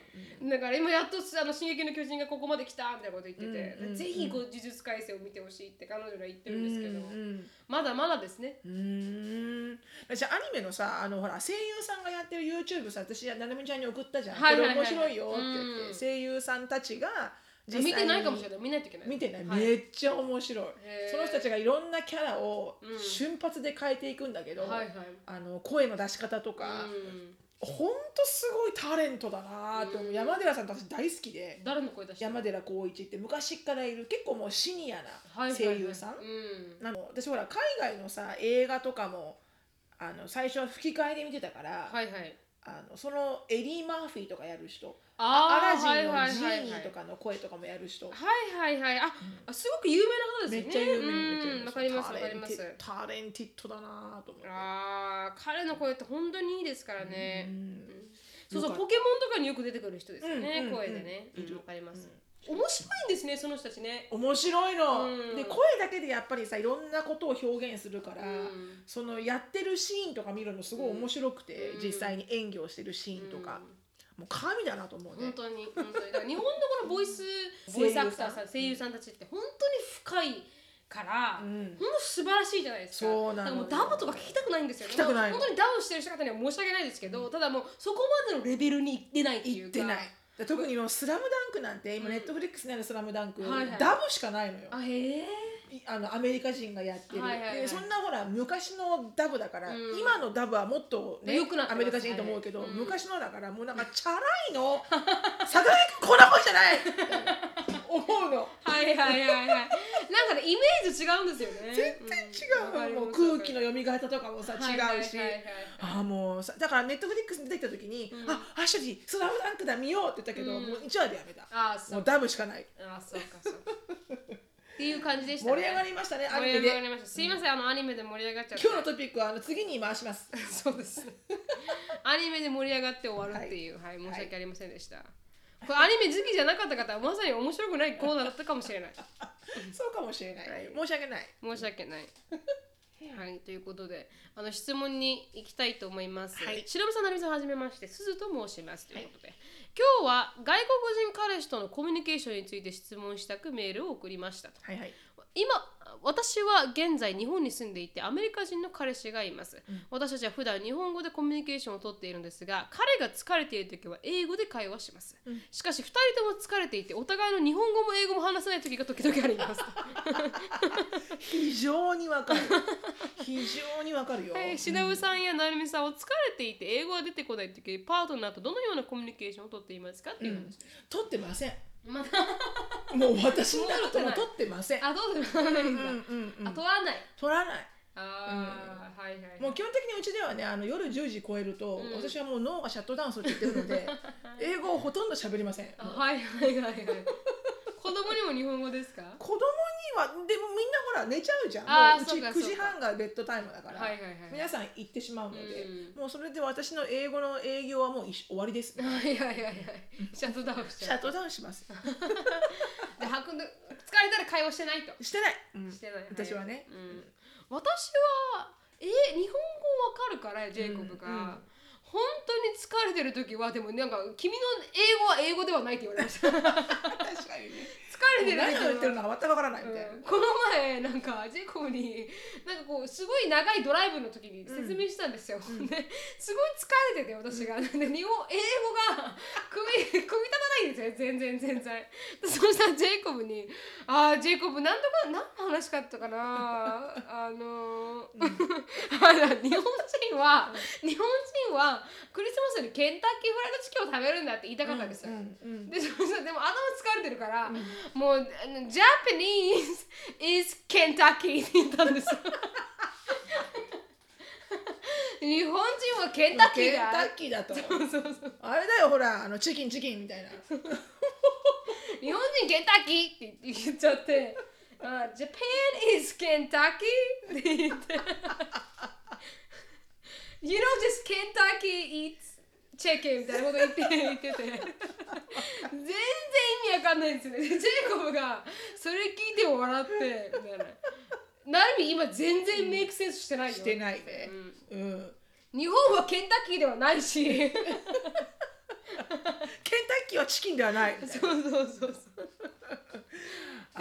[SPEAKER 1] いだから今やっとあの「進撃の巨人」がここまで来たみたいなこと言ってて、
[SPEAKER 2] うんうんうん
[SPEAKER 1] ぜひこう呪術廻戦を見てほしいって彼女が言ってるんですけど、
[SPEAKER 2] うん
[SPEAKER 1] まだまだですね。
[SPEAKER 2] うーん私アニメのさあのほら声優さんがやってる YouTube さ私ななみちゃんに送ったじゃん、
[SPEAKER 1] はいはいはい
[SPEAKER 2] これ面白いよって言って、
[SPEAKER 1] うん
[SPEAKER 2] 声優さんたちが
[SPEAKER 1] 見てないかもし
[SPEAKER 2] ない
[SPEAKER 1] れない。見ないといけない。
[SPEAKER 2] 見てない、
[SPEAKER 1] はい
[SPEAKER 2] めっちゃ面白い
[SPEAKER 1] へー
[SPEAKER 2] その人たちがいろんなキャラを
[SPEAKER 1] うん
[SPEAKER 2] 瞬発で変えていくんだけど、
[SPEAKER 1] はいはい。
[SPEAKER 2] あの声の出し方とか、ほんとすごいタレントだなって思う、
[SPEAKER 1] うん
[SPEAKER 2] 山寺さんと私大好きで
[SPEAKER 1] うん誰の声出してる
[SPEAKER 2] 山寺宏一って昔からいる結構もうシニア
[SPEAKER 1] はい
[SPEAKER 2] な
[SPEAKER 1] はいは
[SPEAKER 2] 声
[SPEAKER 1] い
[SPEAKER 2] 優さん、
[SPEAKER 1] うん。
[SPEAKER 2] なの私ほら海外のさ映画とかもあの最初は吹き替えで見てたから、
[SPEAKER 1] はいはい。
[SPEAKER 2] あのそのエリー・マーフィーとかやる人ア
[SPEAKER 1] あ
[SPEAKER 2] ラジンのジ
[SPEAKER 1] はい
[SPEAKER 2] ー
[SPEAKER 1] はい
[SPEAKER 2] ニ
[SPEAKER 1] は
[SPEAKER 2] ー
[SPEAKER 1] い
[SPEAKER 2] と。かの声とかもやる人、
[SPEAKER 1] はいはいはい。あ、あすごく有名な方です
[SPEAKER 2] め
[SPEAKER 1] よ
[SPEAKER 2] っ
[SPEAKER 1] ね。
[SPEAKER 2] ちゃ有名
[SPEAKER 1] う
[SPEAKER 2] な
[SPEAKER 1] んわかりますわかります。
[SPEAKER 2] タレンティッドだなぁと思って
[SPEAKER 1] ああ、彼の声って本当にいいですからね。
[SPEAKER 2] うん
[SPEAKER 1] そうそう
[SPEAKER 2] よかった
[SPEAKER 1] ポケモンとかによく出てくる人ですよ
[SPEAKER 2] うんうん
[SPEAKER 1] ね
[SPEAKER 2] うん
[SPEAKER 1] 声でね。
[SPEAKER 2] いる
[SPEAKER 1] うんわかります。面白いんですねその人たちね。
[SPEAKER 2] 面白いの、
[SPEAKER 1] うん
[SPEAKER 2] で声だけでやっぱりさいろんなことを表現するから、
[SPEAKER 1] うん
[SPEAKER 2] そのやってるシーンとか見るのすごい面白くて、
[SPEAKER 1] うん
[SPEAKER 2] 実際に演技をしてるシーンとか、もう神だなと思う
[SPEAKER 1] 本
[SPEAKER 2] ね
[SPEAKER 1] 当に本当にだから日本のこのボイス
[SPEAKER 2] 声
[SPEAKER 1] ボイス
[SPEAKER 2] 優さん
[SPEAKER 1] アクターさん声優さんたちって本当に深いから、ほ
[SPEAKER 2] う
[SPEAKER 1] ん、
[SPEAKER 2] ん
[SPEAKER 1] 本当素晴らしいじゃないですか
[SPEAKER 2] そうなのよ
[SPEAKER 1] だからもうダブとか聞きたくないんですよね
[SPEAKER 2] 聞きたくない
[SPEAKER 1] も
[SPEAKER 2] の
[SPEAKER 1] う本当にダブしてる人方には申し訳ないですけど、ただもうそこまでのレベルにいってないっていう
[SPEAKER 2] 言っ
[SPEAKER 1] か
[SPEAKER 2] てないで特にもうスラムダンクなんて今
[SPEAKER 1] うん
[SPEAKER 2] ネットフリックスにある「スラムダンク、
[SPEAKER 1] はいはい
[SPEAKER 2] ダブしかないのよ
[SPEAKER 1] あへえ
[SPEAKER 2] いあのアメリカ人がやってる、
[SPEAKER 1] はいはいはい
[SPEAKER 2] でそんなほら昔のダブだから、
[SPEAKER 1] うん
[SPEAKER 2] 今のダブはもっと、ね、
[SPEAKER 1] 良くなって
[SPEAKER 2] ア
[SPEAKER 1] ます
[SPEAKER 2] メリカ人いいと思うけど、
[SPEAKER 1] はいうん
[SPEAKER 2] 昔のだからもうなんかチャラい の坂上君こんな声じゃないって思うの
[SPEAKER 1] はいはいはいはいなんかねイメージ違うんですよね
[SPEAKER 2] 全然違う、
[SPEAKER 1] ん
[SPEAKER 2] もう
[SPEAKER 1] わかります
[SPEAKER 2] 空気の読み方とかもさ違う
[SPEAKER 1] は
[SPEAKER 2] し、
[SPEAKER 1] いはいはいはい
[SPEAKER 2] ああもうさだからネットフリックスに出てきた時に「
[SPEAKER 1] うん
[SPEAKER 2] あアシュリースラムダンクだ見よう」って言ったけど、
[SPEAKER 1] うん
[SPEAKER 2] もう1話でやめた
[SPEAKER 1] あーそ
[SPEAKER 2] も
[SPEAKER 1] う
[SPEAKER 2] うダブしかない
[SPEAKER 1] あーそうかそうかっていう感じでした、
[SPEAKER 2] 盛り上がりましたねアニメ
[SPEAKER 1] 盛り上が
[SPEAKER 2] で
[SPEAKER 1] りましたすいませんあのアニメで盛り上がっちゃって
[SPEAKER 2] 今日のトピックはあの次に回します
[SPEAKER 1] そうです。アニメで盛り上がって終わるっていう、はい、申し訳ありませんでした。これアニメ好きじゃなかった方はまさに面白くないコーナーだったかもしれない。
[SPEAKER 2] そうかもしれない、
[SPEAKER 1] はい
[SPEAKER 2] 申し訳ない
[SPEAKER 1] 申し訳 ない。はい、ということで、あの質問に行きたいと思います。
[SPEAKER 2] はい
[SPEAKER 1] しのぶさん、なるみさん、はじめまして、すずと申します。ということで、今日は外国人彼氏とのコミュニケーションについて質問したくメールを送りましたと。
[SPEAKER 2] はいはい
[SPEAKER 1] 今私は現在日本に住んでいてアメリカ人の彼氏がいます、
[SPEAKER 2] うん
[SPEAKER 1] 私たちは普段日本語でコミュニケーションをとっているのですが彼が疲れている時は英語で会話します、
[SPEAKER 2] うん
[SPEAKER 1] しかし2人とも疲れていてお互いの日本語も英語も話せない時が時々あり ます
[SPEAKER 2] 非常にわかる非常にわかるよ、
[SPEAKER 1] はいしのぶさんやなるみさんお疲れていて英語が出てこない時パートナーとどのようなコミュニケーションをとっていますかっていう話、
[SPEAKER 2] 撮ってません
[SPEAKER 1] ま
[SPEAKER 2] もう私になるともう撮ってません
[SPEAKER 1] あどうぞ、
[SPEAKER 2] うんうんう
[SPEAKER 1] あ
[SPEAKER 2] ん
[SPEAKER 1] 取らない
[SPEAKER 2] 撮らない
[SPEAKER 1] あー、はいはいはい
[SPEAKER 2] もう基本的にうちではねあの夜10時超えると、
[SPEAKER 1] うん
[SPEAKER 2] 私はもう脳がシャットダウンするって言ってる ので英語をほとんど喋りません
[SPEAKER 1] あはいはいはいはい子供にも日本語ですか
[SPEAKER 2] 子供にはでもみんなほら寝ちゃうじゃん
[SPEAKER 1] あー
[SPEAKER 2] もうう
[SPEAKER 1] そ
[SPEAKER 2] ち
[SPEAKER 1] うか
[SPEAKER 2] 9時半がベッドタイムだから、
[SPEAKER 1] はいはいはい
[SPEAKER 2] 皆さん行ってしまうので、
[SPEAKER 1] うん
[SPEAKER 2] もうそれで私の英語の営業はもう一緒終わ りです、
[SPEAKER 1] はいはいはいはい。シャットダウンし
[SPEAKER 2] シ
[SPEAKER 1] ち
[SPEAKER 2] ャ
[SPEAKER 1] ゃう
[SPEAKER 2] ッ。トダウンします
[SPEAKER 1] で、運んで、疲れたら会話してないと。
[SPEAKER 2] してない、うん
[SPEAKER 1] してない。い
[SPEAKER 2] 私はね
[SPEAKER 1] うん。私は、え、日本語わかるから、ジェイコブが。
[SPEAKER 2] うんうん
[SPEAKER 1] 本当に疲れてる時はでもなんか君の英語は英語ではないって言われました 疲
[SPEAKER 2] 確かにね
[SPEAKER 1] れてる
[SPEAKER 2] 何を言ってる
[SPEAKER 1] 時
[SPEAKER 2] のか全くわからないみたいな、
[SPEAKER 1] うんこの前なんかジェイコブになんかこうすごい長いドライブの時 に説明したんですよ、
[SPEAKER 2] ん
[SPEAKER 1] ですごい疲れてて私が、なんで日本英語が組み組み立たないんですよ全然全然そうしたらジェイコブに「ああジェイコブ何とか何の話かったかなあのー あの日本人は日本人はクリスマスにケンタッキーフライドチキンを食べるんだ」って言いたかったんですよ、でそうそうでも頭疲れてるから、もうあの「ジャパニーズ is ケンタッキー」って言ったんです よ日本人はケンタッキー
[SPEAKER 2] ケン
[SPEAKER 1] だ
[SPEAKER 2] タッキーだと
[SPEAKER 1] そうそうそう
[SPEAKER 2] あれだよほらあのチキンチキンみたいな
[SPEAKER 1] 日本人ケンタッキーって言っちゃって「あ Japan is Kentucky」って言って「You know just Kentucky eats chicken」みたいなこと言って言ってて全然意味わかんないんですよねジェイコブがそれ聞いても笑ってみたいな。なるみ今全然メイクセンスしてないよ
[SPEAKER 2] してないねうん、
[SPEAKER 1] 日本はケンタッキーではないし
[SPEAKER 2] ケンタッキーはチキンではない
[SPEAKER 1] そうそうそうそうっていう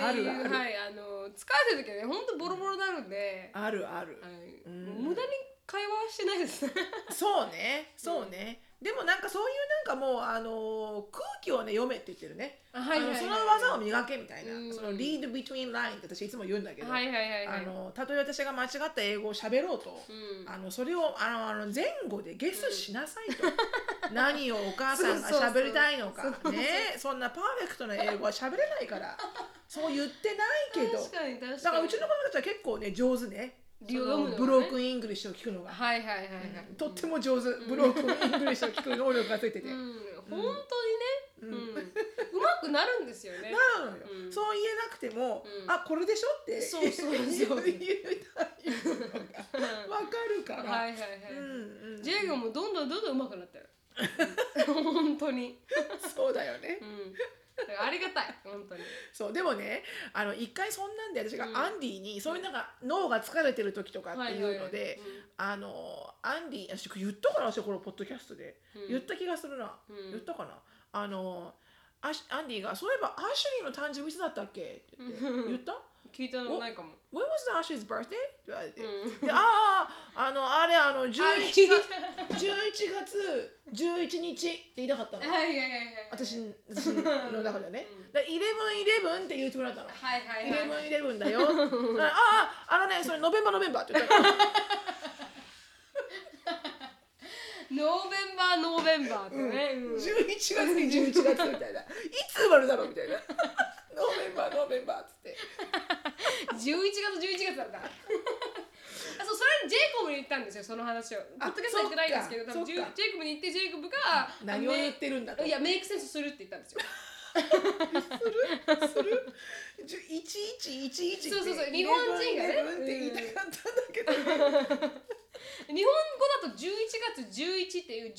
[SPEAKER 2] あるある、
[SPEAKER 1] はい、あの疲れてる時はね本当ボロボロになるんで、
[SPEAKER 2] あるある
[SPEAKER 1] はい、
[SPEAKER 2] うん
[SPEAKER 1] 無駄に会話はしてないですね
[SPEAKER 2] そうねそうね、でもなんかそういうなんかもうあのー空気をね読めって言ってるね、
[SPEAKER 1] あはいはいはい
[SPEAKER 2] あのその技を磨けみたいな、
[SPEAKER 1] うん
[SPEAKER 2] そのリード between line って私いつも言うんだけど、
[SPEAKER 1] はいはいはいはい
[SPEAKER 2] あのたとえ私が間違った英語を喋ろうと、
[SPEAKER 1] うん
[SPEAKER 2] あのそれをあのあの前後でゲスしなさいと、何をお母さんが喋りたいのか
[SPEAKER 1] そうそうそう
[SPEAKER 2] ねそんなパーフェクトな英語は喋れない からそう言ってないけど
[SPEAKER 1] 確かに確かに
[SPEAKER 2] だからうちの子供たちは結構ね上手ね
[SPEAKER 1] 理由を読むのがね
[SPEAKER 2] そのブロークンイングリッシュを聞くのが、
[SPEAKER 1] はいはいはいはい、
[SPEAKER 2] とっても上手、ブロークンイングリッシュを聞く能力がついてて、
[SPEAKER 1] うん
[SPEAKER 2] な
[SPEAKER 1] 本当にね、うんうまくなるんですよ ね
[SPEAKER 2] るのよ、
[SPEAKER 1] うん
[SPEAKER 2] そう言えなくても、
[SPEAKER 1] うん
[SPEAKER 2] あこれでしょって
[SPEAKER 1] そうそうそう
[SPEAKER 2] 言う言うたいのがわかるから、
[SPEAKER 1] はいはいはい、
[SPEAKER 2] うんうん
[SPEAKER 1] ジェイがもうどんどんどんどん上手くなってる 本当に、
[SPEAKER 2] そうだよね、
[SPEAKER 1] うん、だからありがたい本 当に
[SPEAKER 2] そうでもねあの一回そんなんで私が
[SPEAKER 1] うん
[SPEAKER 2] アンディに、そういうなんか脳が疲れてる時とかっていうの
[SPEAKER 1] はいはいはい
[SPEAKER 2] で、あのアンディ私言ったかな私このポッドキャストで、
[SPEAKER 1] うん
[SPEAKER 2] 言った気がするな、
[SPEAKER 1] うん
[SPEAKER 2] 言ったかなあのアシアンディが「そういえばアシュリーの誕生日いつだったっけ?」って言っ て
[SPEAKER 1] うん
[SPEAKER 2] 言った
[SPEAKER 1] 聞いたのないかも
[SPEAKER 2] When was the Ashley's birthday? って言われて、
[SPEAKER 1] う
[SPEAKER 2] であああのあれあの11月
[SPEAKER 1] あ聞いた
[SPEAKER 2] 11月11日って言いたかったの
[SPEAKER 1] はいはいはいはい
[SPEAKER 2] 私私の中ではね、だイレブンイレブンって言うつもりだったの、
[SPEAKER 1] はいはい
[SPEAKER 2] イレブ
[SPEAKER 1] はい
[SPEAKER 2] ンイレブン だよ。ああああのねそれノベンバーノベンバーって言ったの。
[SPEAKER 1] ノーベンバーノーベンバーってね、うん
[SPEAKER 2] 十一月に十一月みたいな。いつ生まれたの みたいな。ノベンバーノベンバーっつって。
[SPEAKER 1] 11月11月だったあそうそれジェイコブに言ったんですよその話をポ
[SPEAKER 2] あ
[SPEAKER 1] ッドキャストは言ってないんですけど
[SPEAKER 2] そ
[SPEAKER 1] 多
[SPEAKER 2] っか
[SPEAKER 1] 分ジェイ
[SPEAKER 2] そっか
[SPEAKER 1] ジェイコブに行ってジェイコブが
[SPEAKER 2] 何を言ってるんだと
[SPEAKER 1] いやメイクセンスするって言ったんですよ
[SPEAKER 2] する。十一一一一。
[SPEAKER 1] そうそうそう日本人がね
[SPEAKER 2] 11って言いたかったんだけど。
[SPEAKER 1] 日本語だと11月11っていう1111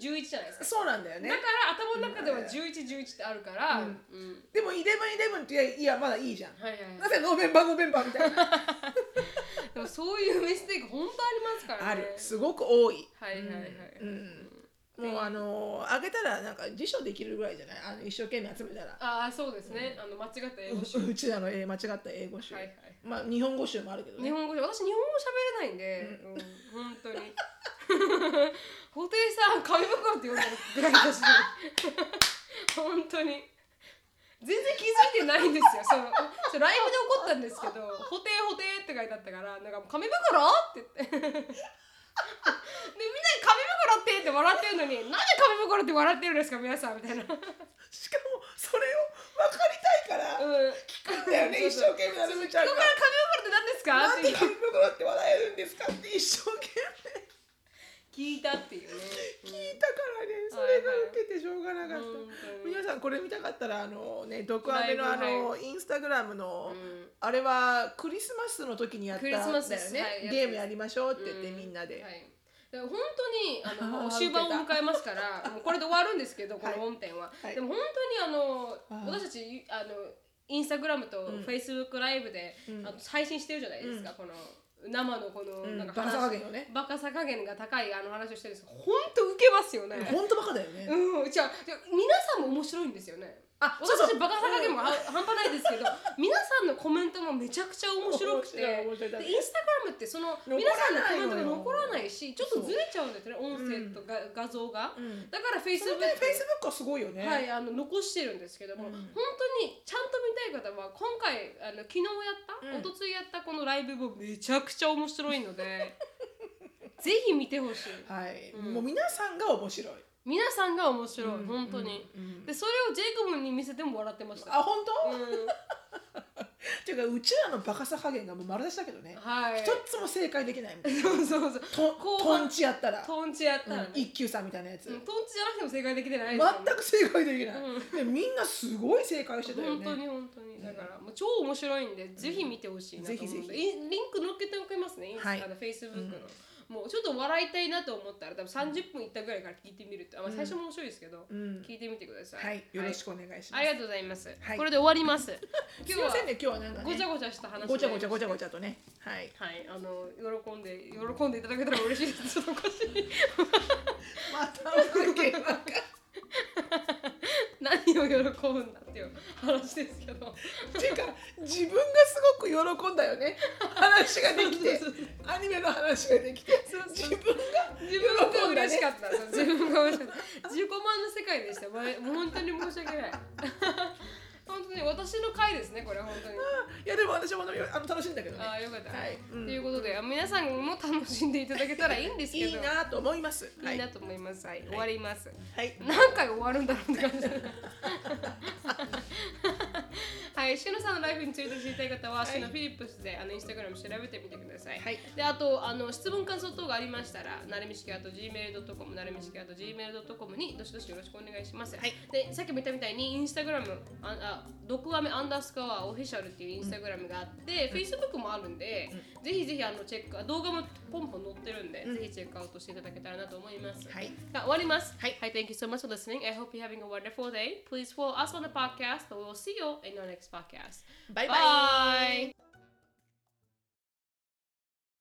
[SPEAKER 1] じゃないですか
[SPEAKER 2] そうなんだよ
[SPEAKER 1] だ
[SPEAKER 2] ね
[SPEAKER 1] か。ら頭の中では1111ってあるから、うん
[SPEAKER 2] でもイレブンイレブンっていやいやまだいいじゃん。
[SPEAKER 1] はいはいは
[SPEAKER 2] ないぜノベンバーノベンバーみたいな。
[SPEAKER 1] でもそういうミステイク本当ありますから
[SPEAKER 2] あ
[SPEAKER 1] ね
[SPEAKER 2] る。すごく多い。
[SPEAKER 1] はいはいはい、
[SPEAKER 2] うん。もうあのあげたらなんか辞書できるぐらいじゃない。あの一生懸命集めたら。
[SPEAKER 1] ああそうですね、あの間違った英語集
[SPEAKER 2] うちらのえー間違った英語集、
[SPEAKER 1] はいはい
[SPEAKER 2] まあ日本語集もあるけど
[SPEAKER 1] 日
[SPEAKER 2] ね
[SPEAKER 1] 本語で私日本語喋れないんで、うん本当に 布袋さん紙袋って呼んでるぐらいだし 本当に全然気づいてないんですよそのそのライブで怒ったんですけど「布袋布袋」って書いてあったからなんか「紙袋?」って言ってでみんなに紙袋ってって笑ってるのに「なんで紙袋って笑ってるんですか皆さん」みたいな。
[SPEAKER 2] しかもそれを分かりたいから、
[SPEAKER 1] うん
[SPEAKER 2] 聞くんだよね一生懸命なるみちゃん
[SPEAKER 1] こ
[SPEAKER 2] が
[SPEAKER 1] こから紙袋って何ですか?」
[SPEAKER 2] な
[SPEAKER 1] って
[SPEAKER 2] んで
[SPEAKER 1] いう
[SPEAKER 2] 紙袋って笑えるんですかって一生懸
[SPEAKER 1] 聞いたっていうね。
[SPEAKER 2] 命聞いたからねそれが受けてしょうがなかった、
[SPEAKER 1] 本当に
[SPEAKER 2] 皆さんこれ見たかったらあのね毒アメの
[SPEAKER 1] ラ
[SPEAKER 2] あ
[SPEAKER 1] イブはい
[SPEAKER 2] のインスタグラムの、
[SPEAKER 1] うん
[SPEAKER 2] あれはクリスマスの時にやった
[SPEAKER 1] クリスマスです
[SPEAKER 2] だよね、
[SPEAKER 1] はい
[SPEAKER 2] ゲームやりましょうって言って、
[SPEAKER 1] う
[SPEAKER 2] みんなで、
[SPEAKER 1] はい、だから本当にあの も
[SPEAKER 2] あ
[SPEAKER 1] う
[SPEAKER 2] ー
[SPEAKER 1] 終盤を迎えますからもうこれで終わるんですけどこ
[SPEAKER 2] はい
[SPEAKER 1] の本編は、
[SPEAKER 2] はい
[SPEAKER 1] でも本当にあの
[SPEAKER 2] あー
[SPEAKER 1] 私たちあのインスタグラムとフェイスブックライブで、あの配信してるじゃないですか、この生のこの、
[SPEAKER 2] ん
[SPEAKER 1] なんか話
[SPEAKER 2] バカさ加減をね
[SPEAKER 1] バカさ加減が高いあの話をしてるんですけど本当ウケますよね、
[SPEAKER 2] 本当バカだよね、
[SPEAKER 1] うん、じゃあじゃあ皆さんも面白いんですよね
[SPEAKER 2] あそうそう
[SPEAKER 1] 私バカさ加減もは半端ないです けど皆さんのコメントもめちゃくちゃ面白くて
[SPEAKER 2] 面白い面白いだね
[SPEAKER 1] でインスタグラムってその
[SPEAKER 2] 残らないのよ
[SPEAKER 1] 皆さんのコメントが残らないしちょっとずれちゃうんですよね音
[SPEAKER 2] う
[SPEAKER 1] 声とか画像が、
[SPEAKER 2] うん
[SPEAKER 1] だからフェイス
[SPEAKER 2] そ
[SPEAKER 1] ブ
[SPEAKER 2] の
[SPEAKER 1] ッ
[SPEAKER 2] 点フェイ
[SPEAKER 1] ク
[SPEAKER 2] スブックはすごいよね、
[SPEAKER 1] はい、あの残してるんですけども、
[SPEAKER 2] うん
[SPEAKER 1] 本当にちゃんと見たい方は今回あの昨日やった、
[SPEAKER 2] うん
[SPEAKER 1] 一昨日やったこのライブもめちゃくちゃ面白いので ぜひ見てほしい
[SPEAKER 2] はい、
[SPEAKER 1] うん
[SPEAKER 2] もう皆さんが面白い。
[SPEAKER 1] 皆さんが面白い、
[SPEAKER 2] うん
[SPEAKER 1] 本当に、
[SPEAKER 2] うんうん
[SPEAKER 1] でそれをジェイコブに見せても笑ってました
[SPEAKER 2] あ、本当、
[SPEAKER 1] うん、
[SPEAKER 2] っていうか、うちらのバカさ加減がもう丸出しだけどね。
[SPEAKER 1] はい
[SPEAKER 2] 一つも正解できないもん。
[SPEAKER 1] そうそうそう
[SPEAKER 2] と
[SPEAKER 1] 後半
[SPEAKER 2] とんちやったら、
[SPEAKER 1] トンチやった
[SPEAKER 2] う
[SPEAKER 1] らね、、
[SPEAKER 2] ん一休さんみたいなやつ。
[SPEAKER 1] うんトンチじゃなくても正解できてないですよね
[SPEAKER 2] 全く正解できない、
[SPEAKER 1] う
[SPEAKER 2] でみんなすごい正解してたよ
[SPEAKER 1] 本
[SPEAKER 2] ね
[SPEAKER 1] 当に本当にだからもう超面白いんでぜひ見てほしいなと思って
[SPEAKER 2] ぜひぜひ
[SPEAKER 1] インリンク載っけておきますねインスタ
[SPEAKER 2] はい
[SPEAKER 1] のフェイスブックのもうちょっと笑いたいなと思ったら多分30分いったぐらいから聞いてみるとあまあ最初も面白いですけど
[SPEAKER 2] うん
[SPEAKER 1] 聞いてみてください
[SPEAKER 2] はいよろしくお願いしま
[SPEAKER 1] あ
[SPEAKER 2] す、
[SPEAKER 1] りがとうございます
[SPEAKER 2] はい
[SPEAKER 1] これで終わります
[SPEAKER 2] す
[SPEAKER 1] 今
[SPEAKER 2] い
[SPEAKER 1] 日
[SPEAKER 2] ま
[SPEAKER 1] は
[SPEAKER 2] せんね今日はなんかね
[SPEAKER 1] ごちゃごちゃした話
[SPEAKER 2] ごちゃごちゃごちゃご
[SPEAKER 1] ちゃ
[SPEAKER 2] ちゃとねはい
[SPEAKER 1] はいあの喜んで喜んでいただけたら嬉しいですちょっとおかしい
[SPEAKER 2] またわけわかんない
[SPEAKER 1] 何を喜ぶんだっていう話ですけ ど
[SPEAKER 2] っていうか自分がすごく喜んだよね話ができて
[SPEAKER 1] そうそうそう
[SPEAKER 2] アニメの話ができて
[SPEAKER 1] そうそう
[SPEAKER 2] 自分が
[SPEAKER 1] 自分が
[SPEAKER 2] 喜んだ
[SPEAKER 1] 嬉し
[SPEAKER 2] ね
[SPEAKER 1] かった。 自分が嬉しかった。自己満の世界でした。わい本当に申し訳ない。 本当に私の回ですね、これ本当に。
[SPEAKER 2] いやでも私もあのあの楽しいんだけどね
[SPEAKER 1] ああ、よかった。
[SPEAKER 2] はい
[SPEAKER 1] と
[SPEAKER 2] うん
[SPEAKER 1] いうことで、あ皆さんも楽しんでいただけたらいいんですけど。
[SPEAKER 2] いいなと思いますはいい
[SPEAKER 1] い
[SPEAKER 2] は
[SPEAKER 1] なと思います。はい、終わります。
[SPEAKER 2] い
[SPEAKER 1] 何回終わるんだろうって感じだなはい、シュノさんのライフについて知りたい方は、
[SPEAKER 2] い
[SPEAKER 1] シュノフィリップスであのインスタグラム調べてみてください。
[SPEAKER 2] はい
[SPEAKER 1] で、あとあの質問感想等がありましたら、なるみしきあと gmail.com、なるみしきあと gmail.com にどしどしよろしくお願いします。
[SPEAKER 2] はい
[SPEAKER 1] で、さっきも言ったみたいにインスタグラム、ああ毒アメアンダースコアオフィシャルっていうインスタグラムがあって、Facebook もあるんで、ぜひぜひあのチェック、動画もポンポン載ってるんで、
[SPEAKER 2] うん
[SPEAKER 1] ぜひチェックアウトしていただけたらなと思います。
[SPEAKER 2] はい
[SPEAKER 1] が終わります。
[SPEAKER 2] はい
[SPEAKER 1] thank you so much for listening. I hope you're having a wonderful day. Please follow us on the podcast. We will see you in our next podcast.
[SPEAKER 2] バイバイ
[SPEAKER 1] Bye.